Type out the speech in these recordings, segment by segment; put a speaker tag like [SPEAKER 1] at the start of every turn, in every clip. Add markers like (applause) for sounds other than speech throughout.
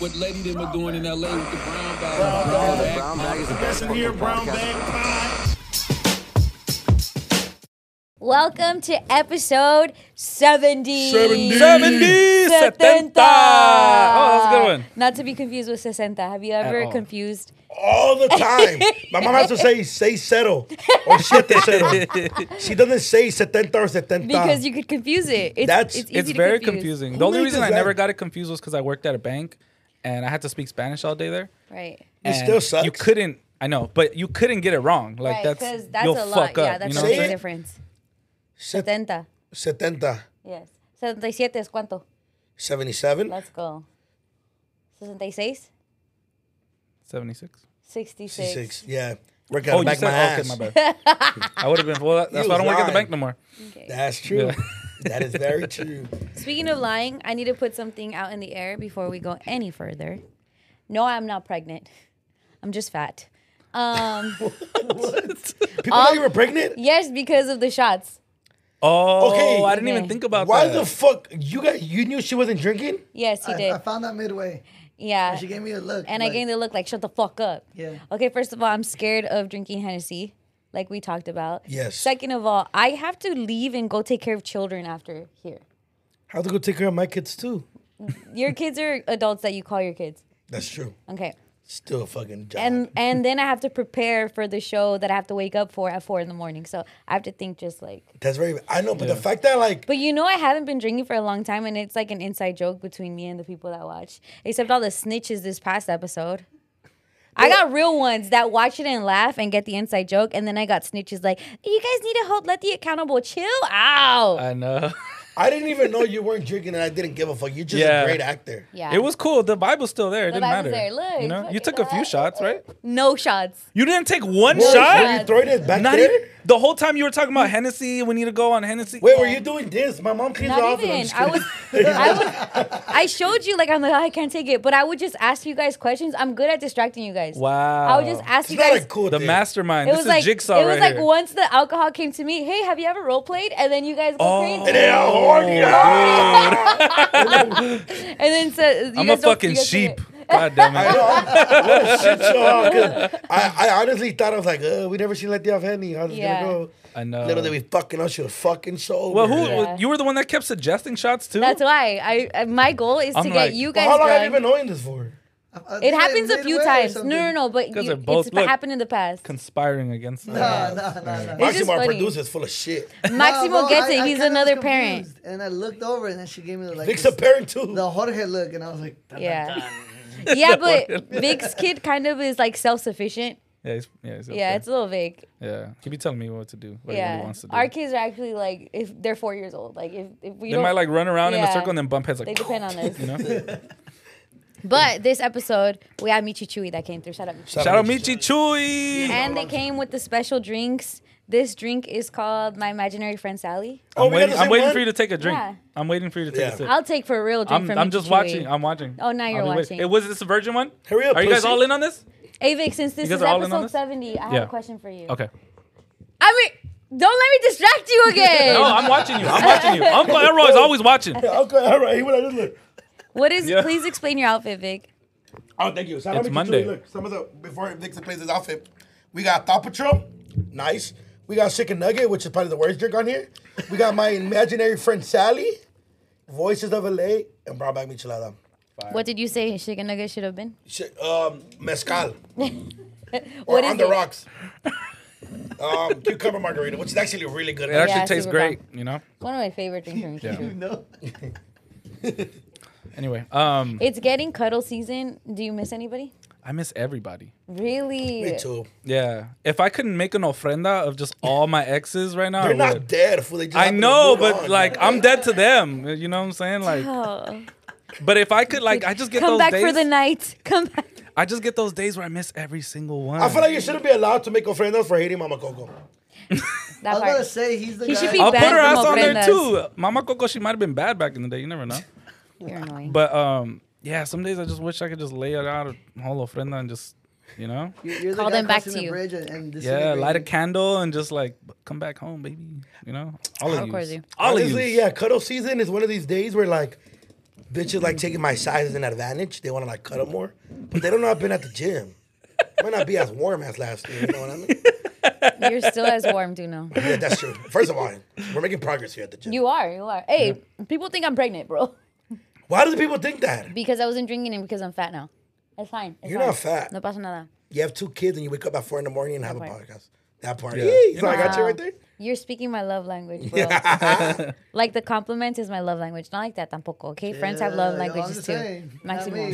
[SPEAKER 1] what Lady them were doing in LA with the brown bag.
[SPEAKER 2] Brown bag.
[SPEAKER 3] Brown bag is the best
[SPEAKER 2] Listen here,
[SPEAKER 3] fucking
[SPEAKER 2] brown
[SPEAKER 3] podcast.
[SPEAKER 2] bag pod.
[SPEAKER 4] Welcome to episode 70.
[SPEAKER 2] 70.
[SPEAKER 5] 70, 70. Oh, that's a good one.
[SPEAKER 4] Not to be confused with 60. Have you ever
[SPEAKER 5] all.
[SPEAKER 4] confused?
[SPEAKER 2] all
[SPEAKER 4] (laughs)
[SPEAKER 2] the time. My mom has to say, say settle or siete
[SPEAKER 4] (laughs)
[SPEAKER 2] settle. She doesn't say setenta or setenta.
[SPEAKER 4] Because you could confuse it. It's,
[SPEAKER 2] That's-
[SPEAKER 4] it's, easy
[SPEAKER 5] it's
[SPEAKER 4] to
[SPEAKER 5] very
[SPEAKER 4] confuse.
[SPEAKER 5] confusing.
[SPEAKER 2] Who
[SPEAKER 5] the only
[SPEAKER 2] made
[SPEAKER 5] reason
[SPEAKER 2] this
[SPEAKER 5] I never
[SPEAKER 2] up?
[SPEAKER 5] got it confused was because I worked at a bank and I had to speak Spanish all day there.
[SPEAKER 4] Right.
[SPEAKER 2] It
[SPEAKER 5] and
[SPEAKER 2] still sucks.
[SPEAKER 5] You couldn't. I know, but you couldn't get it wrong.
[SPEAKER 4] Right,
[SPEAKER 5] Like that's
[SPEAKER 4] 'cause that's
[SPEAKER 5] you'll
[SPEAKER 4] a lot.
[SPEAKER 5] fuck
[SPEAKER 4] yeah,
[SPEAKER 5] up.
[SPEAKER 4] that's
[SPEAKER 5] you know
[SPEAKER 4] a big
[SPEAKER 5] what I'm
[SPEAKER 2] what I'm
[SPEAKER 5] saying?
[SPEAKER 4] difference.
[SPEAKER 2] Set-
[SPEAKER 4] 70.
[SPEAKER 2] setenta.
[SPEAKER 4] Yes. 77 es cuánto?
[SPEAKER 2] 77.
[SPEAKER 4] Let's go. 66?
[SPEAKER 5] Seventy six.
[SPEAKER 4] 66.
[SPEAKER 2] 66. Yeah. Work out
[SPEAKER 5] Oh, you
[SPEAKER 2] back
[SPEAKER 5] said
[SPEAKER 2] my ass.
[SPEAKER 5] okay, my bad.
[SPEAKER 4] (laughs)
[SPEAKER 5] I would have been. Well, that- that's
[SPEAKER 2] You
[SPEAKER 5] why I don't work at the
[SPEAKER 2] lying.
[SPEAKER 5] bank no more.
[SPEAKER 2] That's true.
[SPEAKER 5] Yeah.
[SPEAKER 2] (laughs)
[SPEAKER 5] (laughs)
[SPEAKER 2] that is very true.
[SPEAKER 4] Speaking of lying, I need to put something out in the air before we go any further. No, I'm not pregnant. I'm just fat.
[SPEAKER 6] (laughs)
[SPEAKER 4] Um,
[SPEAKER 2] People thought you were pregnant?
[SPEAKER 4] yes, because of the shots.
[SPEAKER 5] Oh,
[SPEAKER 2] Okay.
[SPEAKER 5] I didn't
[SPEAKER 4] Okay.
[SPEAKER 5] even think about
[SPEAKER 2] Why
[SPEAKER 5] that.
[SPEAKER 2] the fuck? You got, you knew she
[SPEAKER 4] (laughs)
[SPEAKER 2] wasn't drinking?
[SPEAKER 4] Yes, he
[SPEAKER 6] I,
[SPEAKER 4] did.
[SPEAKER 6] I found out midway.
[SPEAKER 4] yeah.
[SPEAKER 6] She gave me a look.
[SPEAKER 4] and I
[SPEAKER 6] like,
[SPEAKER 4] gained the look like, shut the fuck up.
[SPEAKER 6] Yeah.
[SPEAKER 4] Okay, first of all, I'm scared of drinking Hennessy, like we talked about.
[SPEAKER 2] Yes.
[SPEAKER 4] Second of all, I have to leave and go take care of children after here.
[SPEAKER 2] I have to go take care of my kids too.
[SPEAKER 4] Your kids are adults that you call your kids.
[SPEAKER 2] That's true.
[SPEAKER 4] Okay.
[SPEAKER 2] Still a fucking job.
[SPEAKER 4] And and then I have to prepare for the show that I have to wake up for at four in the morning. So I have to think just like
[SPEAKER 2] That's very, I know, but the fact that like,
[SPEAKER 4] But you know, I haven't been drinking for a long time, and it's like an inside joke between me and the people that watch. Except all the snitches this past episode. I got real ones that watch it and laugh and get the inside joke, and then I got snitches like, "You guys need to hold, let the accountable chill out."
[SPEAKER 5] I know.
[SPEAKER 2] I didn't even know you weren't drinking and I didn't give a fuck. You're just
[SPEAKER 5] Yeah.
[SPEAKER 2] a great actor.
[SPEAKER 4] yeah,
[SPEAKER 5] It was cool. The Bible's still there. It
[SPEAKER 4] The
[SPEAKER 5] didn't
[SPEAKER 4] Bible's
[SPEAKER 5] matter.
[SPEAKER 4] there. Look,
[SPEAKER 5] you know,
[SPEAKER 4] look
[SPEAKER 5] you
[SPEAKER 4] at
[SPEAKER 5] took a few
[SPEAKER 4] that. (laughs)
[SPEAKER 5] shots, right?
[SPEAKER 4] no shots.
[SPEAKER 5] You didn't take one
[SPEAKER 2] Were- Were
[SPEAKER 5] shot.
[SPEAKER 2] you throwing it back
[SPEAKER 5] Not
[SPEAKER 2] there?
[SPEAKER 5] even the whole time you were talking about Hennessy. We need to go on Hennessy.
[SPEAKER 2] Wait, were you doing this? My mom cleans the
[SPEAKER 4] Not
[SPEAKER 2] office. I'm
[SPEAKER 4] even.
[SPEAKER 2] just
[SPEAKER 4] I
[SPEAKER 2] kidding.
[SPEAKER 4] was, I
[SPEAKER 2] (laughs)
[SPEAKER 4] was, I showed you like I'm like "Oh, I can't take it, but I would just ask you guys questions. I'm good at distracting you guys.
[SPEAKER 5] Wow.
[SPEAKER 4] I would just ask
[SPEAKER 2] It's
[SPEAKER 4] you
[SPEAKER 2] not
[SPEAKER 4] guys.
[SPEAKER 2] a cool
[SPEAKER 5] the
[SPEAKER 2] thing.
[SPEAKER 5] mastermind.
[SPEAKER 4] It
[SPEAKER 5] this
[SPEAKER 4] was
[SPEAKER 5] is
[SPEAKER 4] like
[SPEAKER 5] jigsaw
[SPEAKER 4] it was
[SPEAKER 5] right
[SPEAKER 4] like
[SPEAKER 5] here.
[SPEAKER 4] once the alcohol came to me. Hey, have you ever role played? And then you guys go
[SPEAKER 5] Oh.
[SPEAKER 4] crazy.
[SPEAKER 2] They are horny.
[SPEAKER 4] Oh.
[SPEAKER 2] (laughs) Ah!
[SPEAKER 4] And then so, you
[SPEAKER 5] I'm a
[SPEAKER 4] guys don't- you
[SPEAKER 5] fucking
[SPEAKER 4] guys do
[SPEAKER 5] sheep.
[SPEAKER 4] it. (laughs)
[SPEAKER 5] God damn
[SPEAKER 2] I
[SPEAKER 5] it.
[SPEAKER 2] know, I'm- what a shit show, huh? 'Cause I, I honestly thought I was like, uh, we never seen Letty off Henny. How's it
[SPEAKER 4] Yeah.
[SPEAKER 2] gonna go?
[SPEAKER 5] I know.
[SPEAKER 2] Little did we fucking know she was fucking so.
[SPEAKER 5] Well, who
[SPEAKER 4] Yeah.
[SPEAKER 5] you were the one that kept suggesting shots too?
[SPEAKER 4] That's why I, I my goal is
[SPEAKER 5] I'm
[SPEAKER 4] to
[SPEAKER 5] like-
[SPEAKER 4] get you
[SPEAKER 5] Well,
[SPEAKER 4] guys
[SPEAKER 2] how long have you
[SPEAKER 4] drunk.
[SPEAKER 2] been knowing this for?
[SPEAKER 6] I- I
[SPEAKER 4] It
[SPEAKER 6] did
[SPEAKER 4] happens a few
[SPEAKER 6] uh, midway or
[SPEAKER 4] times. No,
[SPEAKER 6] something.
[SPEAKER 4] no, no. But
[SPEAKER 5] Because
[SPEAKER 4] you,
[SPEAKER 5] they're both-
[SPEAKER 4] it's
[SPEAKER 5] look.
[SPEAKER 4] happened in the past.
[SPEAKER 5] conspiring against. us.
[SPEAKER 6] No, no, no, no.
[SPEAKER 4] It's just
[SPEAKER 2] Maximo, our
[SPEAKER 4] funny.
[SPEAKER 2] producer, is full
[SPEAKER 4] (laughs)
[SPEAKER 2] of shit.
[SPEAKER 4] Maximo
[SPEAKER 6] No,
[SPEAKER 4] gets
[SPEAKER 6] I-
[SPEAKER 4] it.
[SPEAKER 6] I
[SPEAKER 4] He's
[SPEAKER 6] kinda was
[SPEAKER 4] another
[SPEAKER 5] (laughs)
[SPEAKER 4] parent.
[SPEAKER 6] confused. And I looked over, and then she gave me the like
[SPEAKER 2] Vic's a
[SPEAKER 6] this-
[SPEAKER 2] parent too.
[SPEAKER 6] the Jorge look, and I was like, "Dun, dun, dun."
[SPEAKER 4] Yeah. yeah, but Vic's kid kind of is like self sufficient.
[SPEAKER 5] Yeah, he's, yeah, he's up
[SPEAKER 4] Yeah,
[SPEAKER 5] there.
[SPEAKER 4] it's a little vague.
[SPEAKER 5] yeah. He be telling me what to do, like what he
[SPEAKER 4] yeah,
[SPEAKER 5] wants to do.
[SPEAKER 4] our kids are actually like if they're four years old. Like if, if we
[SPEAKER 5] they
[SPEAKER 4] don't,
[SPEAKER 5] might like run around in
[SPEAKER 4] Yeah.
[SPEAKER 5] a circle and then bump heads like.
[SPEAKER 4] they depend on us.
[SPEAKER 5] (laughs) You know?
[SPEAKER 4] But this episode, we had Michi Chewy that came through. Shout out Michi.
[SPEAKER 5] Shout out Michi (laughs) Chui.
[SPEAKER 4] And they came with the special drinks. This drink is called My Imaginary Friend Sally.
[SPEAKER 2] Oh,
[SPEAKER 5] I'm
[SPEAKER 2] we got
[SPEAKER 5] waiting,
[SPEAKER 2] the
[SPEAKER 5] I'm
[SPEAKER 2] same
[SPEAKER 5] waiting
[SPEAKER 2] one?
[SPEAKER 5] for you to take a drink.
[SPEAKER 4] Yeah.
[SPEAKER 5] I'm waiting for you to take
[SPEAKER 2] Yeah.
[SPEAKER 5] a sip.
[SPEAKER 4] I'll take for a real drink
[SPEAKER 5] I'm,
[SPEAKER 4] from
[SPEAKER 5] I'm
[SPEAKER 4] Michi
[SPEAKER 5] just
[SPEAKER 4] Chewy.
[SPEAKER 5] watching. I'm watching.
[SPEAKER 4] Oh, now you're
[SPEAKER 5] I'll be waiting.
[SPEAKER 4] watching.
[SPEAKER 5] It was this a virgin one?
[SPEAKER 2] Hurry up,
[SPEAKER 5] Are you guys
[SPEAKER 2] pussy.
[SPEAKER 5] all in on this?
[SPEAKER 4] Avic, since this
[SPEAKER 5] guys
[SPEAKER 4] is
[SPEAKER 5] are all in
[SPEAKER 4] episode
[SPEAKER 5] on this?
[SPEAKER 4] 70, I have
[SPEAKER 5] Yeah.
[SPEAKER 4] a question for you.
[SPEAKER 5] Okay.
[SPEAKER 4] I mean, don't let me distract you again.
[SPEAKER 5] (laughs) No,
[SPEAKER 2] (laughs)
[SPEAKER 5] I'm watching you. I'm watching you. Uncle Elroy's always watching.
[SPEAKER 2] (laughs) Okay, all right. He went like this, look.
[SPEAKER 4] what is,
[SPEAKER 5] Yeah.
[SPEAKER 4] please explain your outfit, Vic.
[SPEAKER 2] Oh, thank you. Shout out
[SPEAKER 5] It's
[SPEAKER 2] Michi Chewy.
[SPEAKER 5] Monday.
[SPEAKER 2] Look, some of the before Vic's plays his outfit, we got Thought Patrol, nice. We got Chicken Nugget, which is probably the worst drink on here. We got my imaginary friend Sally, Voices of LA, and Brown Bag Michelada.
[SPEAKER 4] What did you say chicken nugget should have been?
[SPEAKER 2] Sh- um, mezcal
[SPEAKER 4] What
[SPEAKER 2] or
[SPEAKER 4] is
[SPEAKER 2] on the
[SPEAKER 4] it?
[SPEAKER 2] rocks. um, cucumber margarita, which is actually really good.
[SPEAKER 5] It actually
[SPEAKER 4] Yeah,
[SPEAKER 5] tastes
[SPEAKER 4] super
[SPEAKER 5] great,
[SPEAKER 4] bomb.
[SPEAKER 5] you know?
[SPEAKER 4] One of my favorite things from Michi
[SPEAKER 6] (laughs)
[SPEAKER 5] Yeah.
[SPEAKER 4] Chewy.
[SPEAKER 6] No,
[SPEAKER 5] Anyway, um,
[SPEAKER 4] It's getting cuddle season. Do you miss anybody?
[SPEAKER 5] I miss everybody.
[SPEAKER 4] Really?
[SPEAKER 2] Me too.
[SPEAKER 5] Yeah. If I couldn't make an ofrenda of just all my exes right now, I
[SPEAKER 2] They're
[SPEAKER 5] would.
[SPEAKER 2] not dead. Fool. They just
[SPEAKER 5] Oh, I
[SPEAKER 2] happen to
[SPEAKER 5] know,
[SPEAKER 2] move
[SPEAKER 5] but
[SPEAKER 2] on.
[SPEAKER 5] like I'm dead to them. You know what I'm saying?
[SPEAKER 2] (sighs)
[SPEAKER 5] Like,
[SPEAKER 4] Oh.
[SPEAKER 5] but if I could, like, I just get
[SPEAKER 4] Come
[SPEAKER 5] those
[SPEAKER 4] back
[SPEAKER 5] days.
[SPEAKER 4] for the night. Come back.
[SPEAKER 5] (laughs) I just get those days where I miss every single one.
[SPEAKER 2] I feel like you shouldn't be allowed to make ofrendas for Haiti Mama Coco.
[SPEAKER 6] I
[SPEAKER 4] That
[SPEAKER 6] was about
[SPEAKER 4] part.
[SPEAKER 6] to say he's the
[SPEAKER 4] He
[SPEAKER 6] guy.
[SPEAKER 4] should be
[SPEAKER 5] I'll put
[SPEAKER 4] banned
[SPEAKER 5] her
[SPEAKER 4] from
[SPEAKER 5] ass on there
[SPEAKER 4] ofrendas.
[SPEAKER 5] too. Mama Coco, she might have been bad back in the day. You never know.
[SPEAKER 4] You're annoying.
[SPEAKER 5] But um, yeah, some days I just wish I could just lay it out a whole ofrenda and just, you know,
[SPEAKER 6] You're, you're the
[SPEAKER 4] Call
[SPEAKER 6] guy
[SPEAKER 4] them back
[SPEAKER 6] crossing
[SPEAKER 4] to
[SPEAKER 6] the
[SPEAKER 4] you.
[SPEAKER 6] bridge and- and
[SPEAKER 5] yeah,
[SPEAKER 6] disintegrating.
[SPEAKER 5] light a candle and just like come back home, baby. You know, all
[SPEAKER 4] Of
[SPEAKER 5] of
[SPEAKER 4] course
[SPEAKER 5] you,
[SPEAKER 4] you.
[SPEAKER 5] all of
[SPEAKER 2] Honestly,
[SPEAKER 5] you.
[SPEAKER 2] yeah, cuddle season is one of these days where like bitches like taking my size as an advantage. They want to like cut it more, but they don't know I've been at the gym. Might not be as warm as last year. You know what I mean?
[SPEAKER 4] You're still as warm, Duno.
[SPEAKER 2] Yeah, that's true. First of all, we're making progress here at the gym.
[SPEAKER 4] You are, you are. Hey, people think I'm pregnant, bro, (laughs)
[SPEAKER 2] Why do the people think that?
[SPEAKER 4] because I wasn't drinking and because I'm fat now. That's fine. it's
[SPEAKER 2] You're
[SPEAKER 4] fine.
[SPEAKER 2] not fat.
[SPEAKER 4] No pasa nada.
[SPEAKER 2] You have two kids and you wake up at four in the morning and have a
[SPEAKER 4] part.
[SPEAKER 2] podcast. That part.
[SPEAKER 5] Yeah.
[SPEAKER 2] Yeah. So I got you right there.
[SPEAKER 4] Um,
[SPEAKER 2] (laughs)
[SPEAKER 4] You're speaking my love language, bro. (laughs) like the compliment is my love language. Not like that tampoco, okay? Friends have love
[SPEAKER 6] Yeah, y'all
[SPEAKER 4] languages
[SPEAKER 6] the
[SPEAKER 4] too.
[SPEAKER 6] same. Not
[SPEAKER 4] Maximo. (laughs)
[SPEAKER 6] me.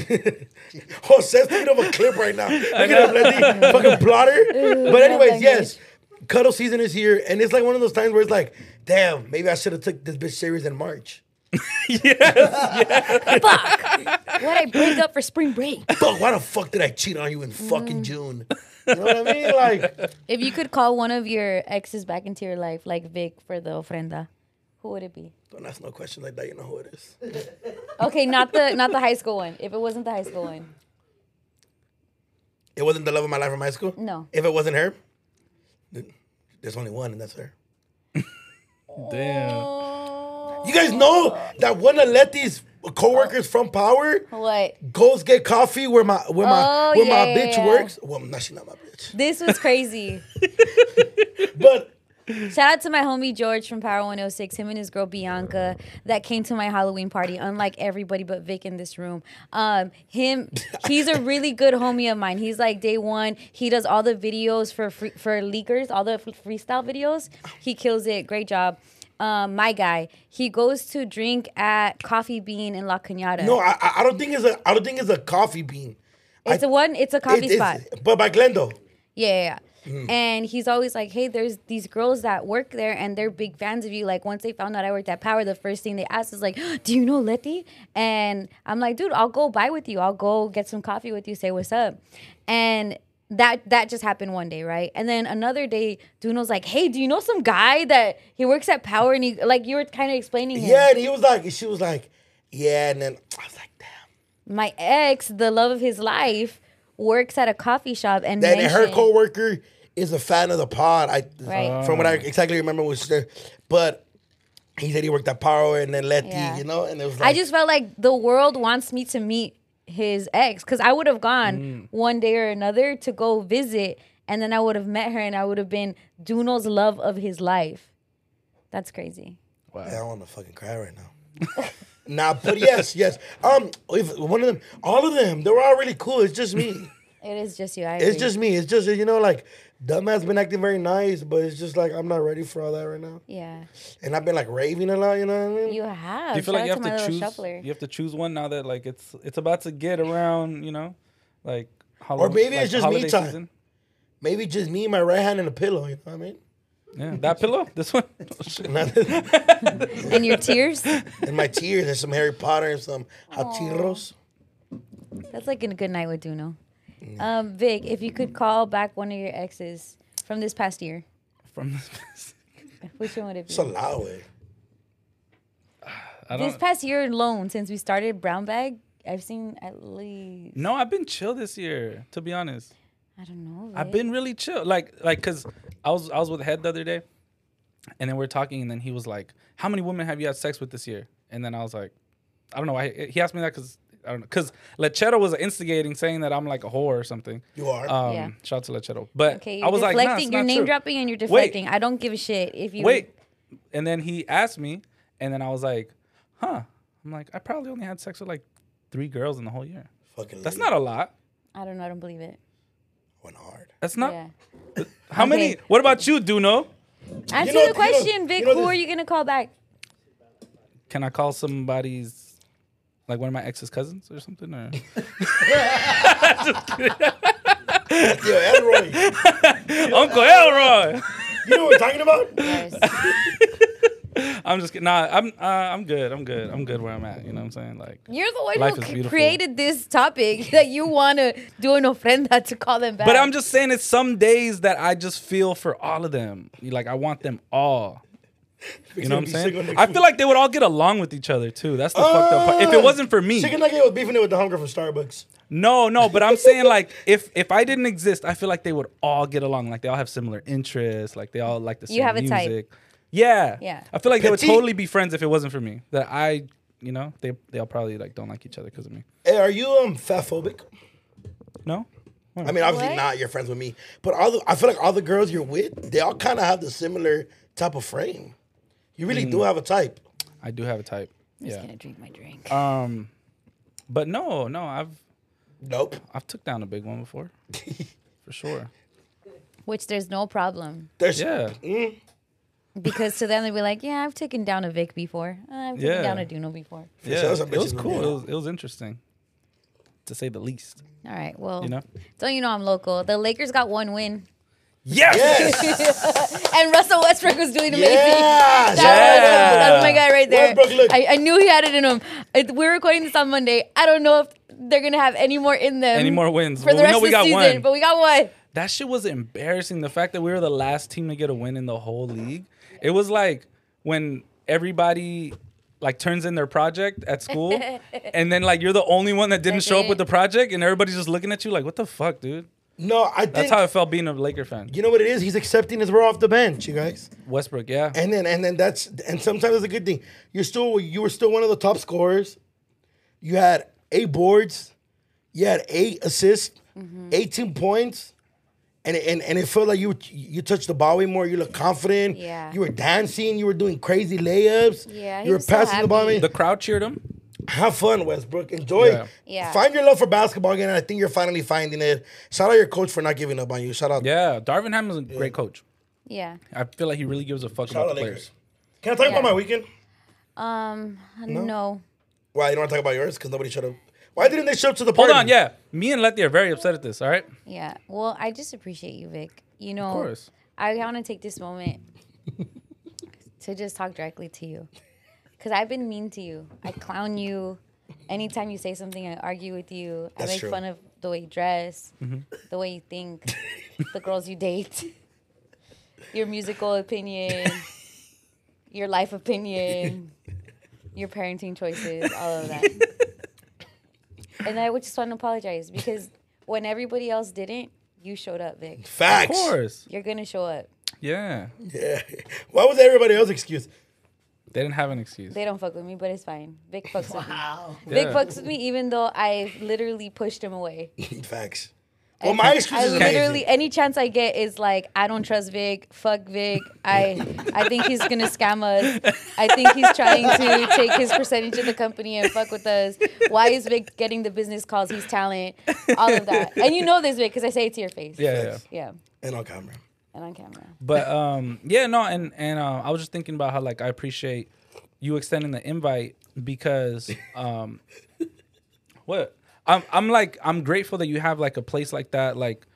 [SPEAKER 2] Jose's Oh, thinking of a clip
[SPEAKER 5] (laughs)
[SPEAKER 2] right now. Look at him, Letty,
[SPEAKER 4] (laughs)
[SPEAKER 2] fucking plotter. But anyways, yes, cuddle season is here, and it's like one of those times where it's like, damn, maybe I should have took this bitch serious in March.
[SPEAKER 6] (laughs)
[SPEAKER 4] What I break up for spring break.
[SPEAKER 2] Fuck, why the fuck did I cheat on you in
[SPEAKER 4] Mm.
[SPEAKER 2] fucking June? You know what I mean? Like,
[SPEAKER 4] if you could call one of your exes back into your life, like Vic for the ofrenda, who would it be?
[SPEAKER 2] don't ask no questions like that. You know who it is.
[SPEAKER 4] Okay, not the not the high school one. If it wasn't the high school one,
[SPEAKER 2] It wasn't the love of my life from high school.
[SPEAKER 4] no.
[SPEAKER 2] If it wasn't her, th- there's only one, and that's her.
[SPEAKER 4] Oh,
[SPEAKER 5] Damn.
[SPEAKER 2] You guys know that one of Letty's coworkers from Power
[SPEAKER 4] What?
[SPEAKER 2] goes get coffee where my where my
[SPEAKER 4] Oh,
[SPEAKER 2] where my
[SPEAKER 4] yeah,
[SPEAKER 2] bitch
[SPEAKER 4] yeah, yeah.
[SPEAKER 2] works. Well, no, she's not my bitch,
[SPEAKER 4] This was crazy.
[SPEAKER 2] but
[SPEAKER 4] Shout out to my homie George from Power 106, him and his girl Bianca that came to my Halloween party, unlike everybody but Vic in this room. Um,
[SPEAKER 2] (laughs)
[SPEAKER 4] him, he's a really good homie of mine. He's like day one. He does all the videos for free, for leakers, all the f- freestyle videos. He kills it. Great job. Um, my guy, he goes to drink at Coffee Bean in La Cañada.
[SPEAKER 2] no, I I- I don't think it's a I don't think it's a coffee bean.
[SPEAKER 4] it's
[SPEAKER 2] I-
[SPEAKER 4] a one. It's a coffee
[SPEAKER 2] It-
[SPEAKER 4] spot.
[SPEAKER 2] it's- but by Glendo.
[SPEAKER 4] Yeah, yeah, yeah.
[SPEAKER 2] Mm.
[SPEAKER 4] And he's always like, hey, there's these girls that work there and they're big fans of you. Like, once they found out I worked at Power, the first thing they asked is, like, do you know Letty? And I'm like, dude, I'll go buy with you. I'll go get some coffee with you, say what's up. And that that just happened one day, right? And then another day, Duno's like, hey, do you know some guy that he works at Power? And he, like, you were kind of explaining him.
[SPEAKER 2] Yeah, and he was like, she was like, yeah, and then I was like, damn.
[SPEAKER 4] My ex, the love of his life, works at a coffee shop and
[SPEAKER 2] Then her
[SPEAKER 4] mentioned-
[SPEAKER 2] coworker is a fan of the pod. I
[SPEAKER 4] Right.
[SPEAKER 2] from what I exactly remember was there, but he said he worked at Power and then Letty,
[SPEAKER 4] Yeah.
[SPEAKER 2] you know, and it was like
[SPEAKER 4] I just felt like the world wants me to meet his ex because I would have gone
[SPEAKER 5] Mm.
[SPEAKER 4] one day or another to go visit, and then I would have met her, and I would have been Duno's love of his life. That's crazy.
[SPEAKER 2] Yeah, I want to fucking cry right now. (laughs) nah, but yes, yes. Um, if one of them, all of them, they were all really cool. It's just
[SPEAKER 4] (laughs)
[SPEAKER 2] me.
[SPEAKER 4] It is just you. I
[SPEAKER 2] It's
[SPEAKER 4] agree.
[SPEAKER 2] just me. It's just you know, like dumbass been acting very nice, but it's just like I'm not ready for all that right now.
[SPEAKER 4] yeah.
[SPEAKER 2] And I've been like raving a lot. You know what I mean?
[SPEAKER 4] You have.
[SPEAKER 5] Do you feel like you
[SPEAKER 4] Shout
[SPEAKER 5] have
[SPEAKER 4] out my
[SPEAKER 5] to
[SPEAKER 4] little
[SPEAKER 5] choose?
[SPEAKER 4] shuffler.
[SPEAKER 5] You have to choose one now that like it's it's about to get around. You know, like. Halloween,
[SPEAKER 2] maybe it's
[SPEAKER 5] like,
[SPEAKER 2] just me
[SPEAKER 5] holiday
[SPEAKER 2] time. Maybe just me, my right hand, and a pillow. You know what I mean? (laughs)
[SPEAKER 5] Yeah, that pillow, (laughs) this one. Oh, shit.
[SPEAKER 4] (laughs) and
[SPEAKER 5] (laughs)
[SPEAKER 4] your tears.
[SPEAKER 2] (laughs) and my tears and some Harry Potter and some hachiros.
[SPEAKER 4] That's like a good night with Duno.
[SPEAKER 5] Mm.
[SPEAKER 4] Um, Vic, if you could call back one of your exes from this past year,
[SPEAKER 5] From this, (laughs)
[SPEAKER 4] which one would it be?
[SPEAKER 2] It's a lot, way.
[SPEAKER 5] I
[SPEAKER 4] this
[SPEAKER 5] don't.
[SPEAKER 4] past year alone, since we started Brown Bag, I've seen at least.
[SPEAKER 5] No, I've been chill this year. To be honest,
[SPEAKER 4] I don't know.
[SPEAKER 5] I've been really chill. Like like cause I was I was with Head the other day and then we are talking and then he was like, How many women have you had sex with this year? And then I was like, I don't know. I, he asked me that because I don't know. Because Lechetto was instigating saying that I'm like a whore or something.
[SPEAKER 2] You are.
[SPEAKER 5] Um,
[SPEAKER 4] Yeah.
[SPEAKER 5] Shout out to Lechetto. But
[SPEAKER 4] Okay,
[SPEAKER 5] I
[SPEAKER 4] you're
[SPEAKER 5] was like, nah,
[SPEAKER 4] deflecting.
[SPEAKER 5] it's
[SPEAKER 4] you're
[SPEAKER 5] not
[SPEAKER 4] name
[SPEAKER 5] true.
[SPEAKER 4] dropping and you're deflecting. I don't give a shit if you
[SPEAKER 5] Wait. And then he asked me and then I was like, Huh. I'm like, I probably only had sex with like three girls in the whole year.
[SPEAKER 2] fucking.
[SPEAKER 5] That's not a lot.
[SPEAKER 4] I don't know. I don't believe it.
[SPEAKER 2] went hard.
[SPEAKER 5] That's not.
[SPEAKER 4] Yeah.
[SPEAKER 5] How many?
[SPEAKER 4] Okay.
[SPEAKER 5] What about you, Duno?
[SPEAKER 4] Answer
[SPEAKER 2] know- you know-
[SPEAKER 4] the question, Vic.
[SPEAKER 2] you know
[SPEAKER 4] who
[SPEAKER 2] this-
[SPEAKER 4] are you gonna call back?
[SPEAKER 5] Can I call somebody's, like one of my ex's cousins or something? Or
[SPEAKER 2] Yo, Elroy,
[SPEAKER 5] Uncle Elroy.
[SPEAKER 2] you know what we're talking about?
[SPEAKER 4] Yes.
[SPEAKER 5] I'm just kidding. Nah, I'm uh, I'm good. I'm good. I'm good where I'm at. You know what I'm saying? Like,
[SPEAKER 4] (laughs) You're the one
[SPEAKER 5] Life
[SPEAKER 4] who
[SPEAKER 5] is
[SPEAKER 4] c-
[SPEAKER 5] beautiful.
[SPEAKER 4] created this topic (laughs) that you want to do an ofrenda to call them back.
[SPEAKER 5] but I'm just saying it's some days that I just feel for all of them. Like I want them all. (laughs) You know what I'm saying? I feel like they would all get along with each other too. That's the fucked up part. If it wasn't for me,
[SPEAKER 2] Ah, Chicken nugget was beefing it with the hunger from Starbucks.
[SPEAKER 5] No, no, but I'm saying like if if I didn't exist, I feel like they would all get along. Like they all have similar interests. Like they all like the same
[SPEAKER 4] have a type.
[SPEAKER 5] music. Yeah.
[SPEAKER 4] Yeah.
[SPEAKER 5] I feel like they would
[SPEAKER 2] Petite.
[SPEAKER 5] totally be friends if it wasn't for me. That I you know, they they all probably like don't like each other because of me.
[SPEAKER 2] Hey, are you um fat phobic?
[SPEAKER 5] No,
[SPEAKER 2] I mean, obviously
[SPEAKER 4] What?
[SPEAKER 2] not. You're friends with me, but all the, I feel like all the girls you're with, they all kind of have the similar type of frame. You really
[SPEAKER 5] Mm.
[SPEAKER 2] do have a type.
[SPEAKER 5] I do have a type.
[SPEAKER 4] just
[SPEAKER 5] Yeah.
[SPEAKER 4] gonna drink my drink.
[SPEAKER 5] Um, but no, no, I've
[SPEAKER 2] Nope.
[SPEAKER 5] I've took down a big one before, for sure.
[SPEAKER 4] Which there's no problem
[SPEAKER 2] There's (laughs)
[SPEAKER 5] Yeah.
[SPEAKER 4] because to them they'd be like, yeah, I've taken down a Vic before. Uh, I've taken
[SPEAKER 5] Yeah.
[SPEAKER 4] down a Duno before.
[SPEAKER 5] Yeah,
[SPEAKER 2] sure, some
[SPEAKER 5] it was
[SPEAKER 2] bitches will
[SPEAKER 5] cool.
[SPEAKER 2] do
[SPEAKER 5] It
[SPEAKER 2] that.
[SPEAKER 5] was, it was interesting, to say the least.
[SPEAKER 4] All right, well,
[SPEAKER 5] You know?
[SPEAKER 4] don't you know I'm local? The Lakers got one win, (laughs)
[SPEAKER 5] Yes.
[SPEAKER 2] Yes.
[SPEAKER 4] and Russell Westbrook was doing amazing.
[SPEAKER 2] yes.
[SPEAKER 4] That was- that's my guy right there.
[SPEAKER 2] Westbrook, look.
[SPEAKER 4] I, I knew he had it in him. It- we're recording this on Monday. I don't know if they're gonna have any more in them.
[SPEAKER 5] Any more wins.
[SPEAKER 4] for
[SPEAKER 5] But
[SPEAKER 4] the
[SPEAKER 5] we
[SPEAKER 4] rest
[SPEAKER 5] know
[SPEAKER 4] of
[SPEAKER 5] we
[SPEAKER 4] the
[SPEAKER 5] got
[SPEAKER 4] season?
[SPEAKER 5] one.
[SPEAKER 4] But we got one.
[SPEAKER 5] That shit was embarrassing. The fact that we were the last team to get a win in the whole league. It was like when everybody like turns in their project at school and then like you're the only one that didn't show up with the project and everybody's just looking at you like what the fuck dude
[SPEAKER 2] No, I think
[SPEAKER 5] that's how it felt being a laker fan
[SPEAKER 2] you know what it is. He's accepting his role off the bench, you guys.
[SPEAKER 5] westbrook yeah
[SPEAKER 2] And then and then that's and sometimes it's a good thing. You're still you were still one of the top scorers. You had eight boards, you had eight assists,
[SPEAKER 4] Mm-hmm.
[SPEAKER 2] 18 points, and it- and and it felt like you you touched the ball way more. You looked confident.
[SPEAKER 4] Yeah.
[SPEAKER 2] You were dancing. You were doing crazy layups.
[SPEAKER 4] Yeah, he
[SPEAKER 2] You were
[SPEAKER 4] was so
[SPEAKER 2] passing the ball.
[SPEAKER 4] happy.
[SPEAKER 2] Man,
[SPEAKER 5] the crowd cheered him
[SPEAKER 2] have fun, Westbrook. Enjoy.
[SPEAKER 5] Yeah.
[SPEAKER 4] Yeah.
[SPEAKER 2] Find your love for basketball again. And I think you're finally finding it. Shout out your coach for not giving up on you. Shout out.
[SPEAKER 5] yeah darvin ham is a great coach
[SPEAKER 4] Yeah.
[SPEAKER 5] i feel like he really gives a fuck
[SPEAKER 2] Shout
[SPEAKER 5] about
[SPEAKER 2] out
[SPEAKER 5] the
[SPEAKER 2] Lakers.
[SPEAKER 5] players
[SPEAKER 2] Can I talk
[SPEAKER 4] Yeah.
[SPEAKER 2] about my weekend?
[SPEAKER 4] Um. No.
[SPEAKER 2] Why you don't want to talk about yours? Because nobody showed up. Why didn't they show up to the
[SPEAKER 5] hold
[SPEAKER 2] party?
[SPEAKER 5] on yeah me and letty are very upset at this all right
[SPEAKER 4] Yeah. Well, I just appreciate you, Vic. You know,
[SPEAKER 5] course.
[SPEAKER 4] I want to take this moment
[SPEAKER 2] (laughs)
[SPEAKER 4] to just talk directly to you, because I've been mean to you. I clown you. Anytime you say something, I argue with you.
[SPEAKER 2] That's
[SPEAKER 4] I make
[SPEAKER 2] true. Mm-hmm.
[SPEAKER 4] fun of the way you dress, the way you
[SPEAKER 2] (laughs)
[SPEAKER 4] think, the girls you date, your musical opinion, your life opinion, your parenting choices, all of that.
[SPEAKER 2] (laughs)
[SPEAKER 4] and I would just want to apologize because when everybody else didn't, you showed up, Vic.
[SPEAKER 5] of
[SPEAKER 2] Facts.
[SPEAKER 5] course
[SPEAKER 4] You're gonna show up.
[SPEAKER 5] yeah
[SPEAKER 2] Yeah. (laughs) Why was everybody else's excuse? (laughs)
[SPEAKER 5] they didn't have an excuse
[SPEAKER 4] They don't fuck with me, but it's fine. Vic fucks
[SPEAKER 5] (laughs)
[SPEAKER 4] with me.
[SPEAKER 6] Wow.
[SPEAKER 4] Vic
[SPEAKER 5] Yeah.
[SPEAKER 4] fucks with me, even though I literally pushed him away.
[SPEAKER 5] (laughs)
[SPEAKER 2] Facts. Well, my excuse
[SPEAKER 4] I
[SPEAKER 2] is amazing.
[SPEAKER 4] literally any chance I get is like I don't trust Vic. Fuck Vic. I I think he's gonna scam us. I think he's trying to take his percentage of the company and fuck with us. Why is Vic getting the business calls? He's talent. All of that, and you know this Vic because I say it to your face.
[SPEAKER 5] yeah, yeah.
[SPEAKER 4] yeah,
[SPEAKER 2] and on camera.
[SPEAKER 4] and on camera.
[SPEAKER 5] But um, yeah, no, and and uh, I was just thinking about how like I appreciate you extending the invite because um, what I'm I'm like I'm grateful that you have like a place like that. Like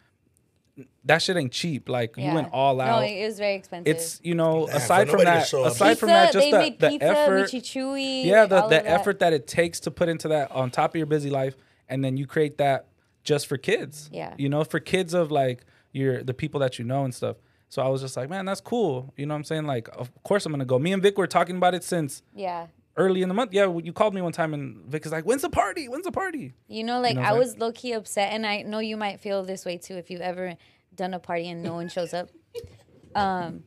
[SPEAKER 5] that shit ain't cheap. Like
[SPEAKER 4] Yeah.
[SPEAKER 5] you went all out.
[SPEAKER 4] No, it was very expensive.
[SPEAKER 5] it's you know
[SPEAKER 2] for
[SPEAKER 5] aside from
[SPEAKER 2] nobody to
[SPEAKER 5] that
[SPEAKER 2] show up.
[SPEAKER 5] aside from that just
[SPEAKER 4] they
[SPEAKER 5] the,
[SPEAKER 4] make
[SPEAKER 5] the
[SPEAKER 4] pizza,
[SPEAKER 5] effort
[SPEAKER 4] Michy
[SPEAKER 5] yeah the, the effort that it takes to put into that on top of your busy life and then you create that just for kids
[SPEAKER 4] Yeah.
[SPEAKER 5] you know for kids of like your the people that you know and stuff so i was just like man that's cool you know what i'm saying like of course i'm gonna go me and vic were talking about it since
[SPEAKER 4] Yeah.
[SPEAKER 5] early in the month yeah you called me one time and vic is like when's the party when's the party
[SPEAKER 4] You know, like
[SPEAKER 5] know
[SPEAKER 4] I
[SPEAKER 5] what I'm
[SPEAKER 4] was low key upset, and I know you might feel this way too if you've ever done a party and no one shows
[SPEAKER 5] (laughs)
[SPEAKER 4] up. Um,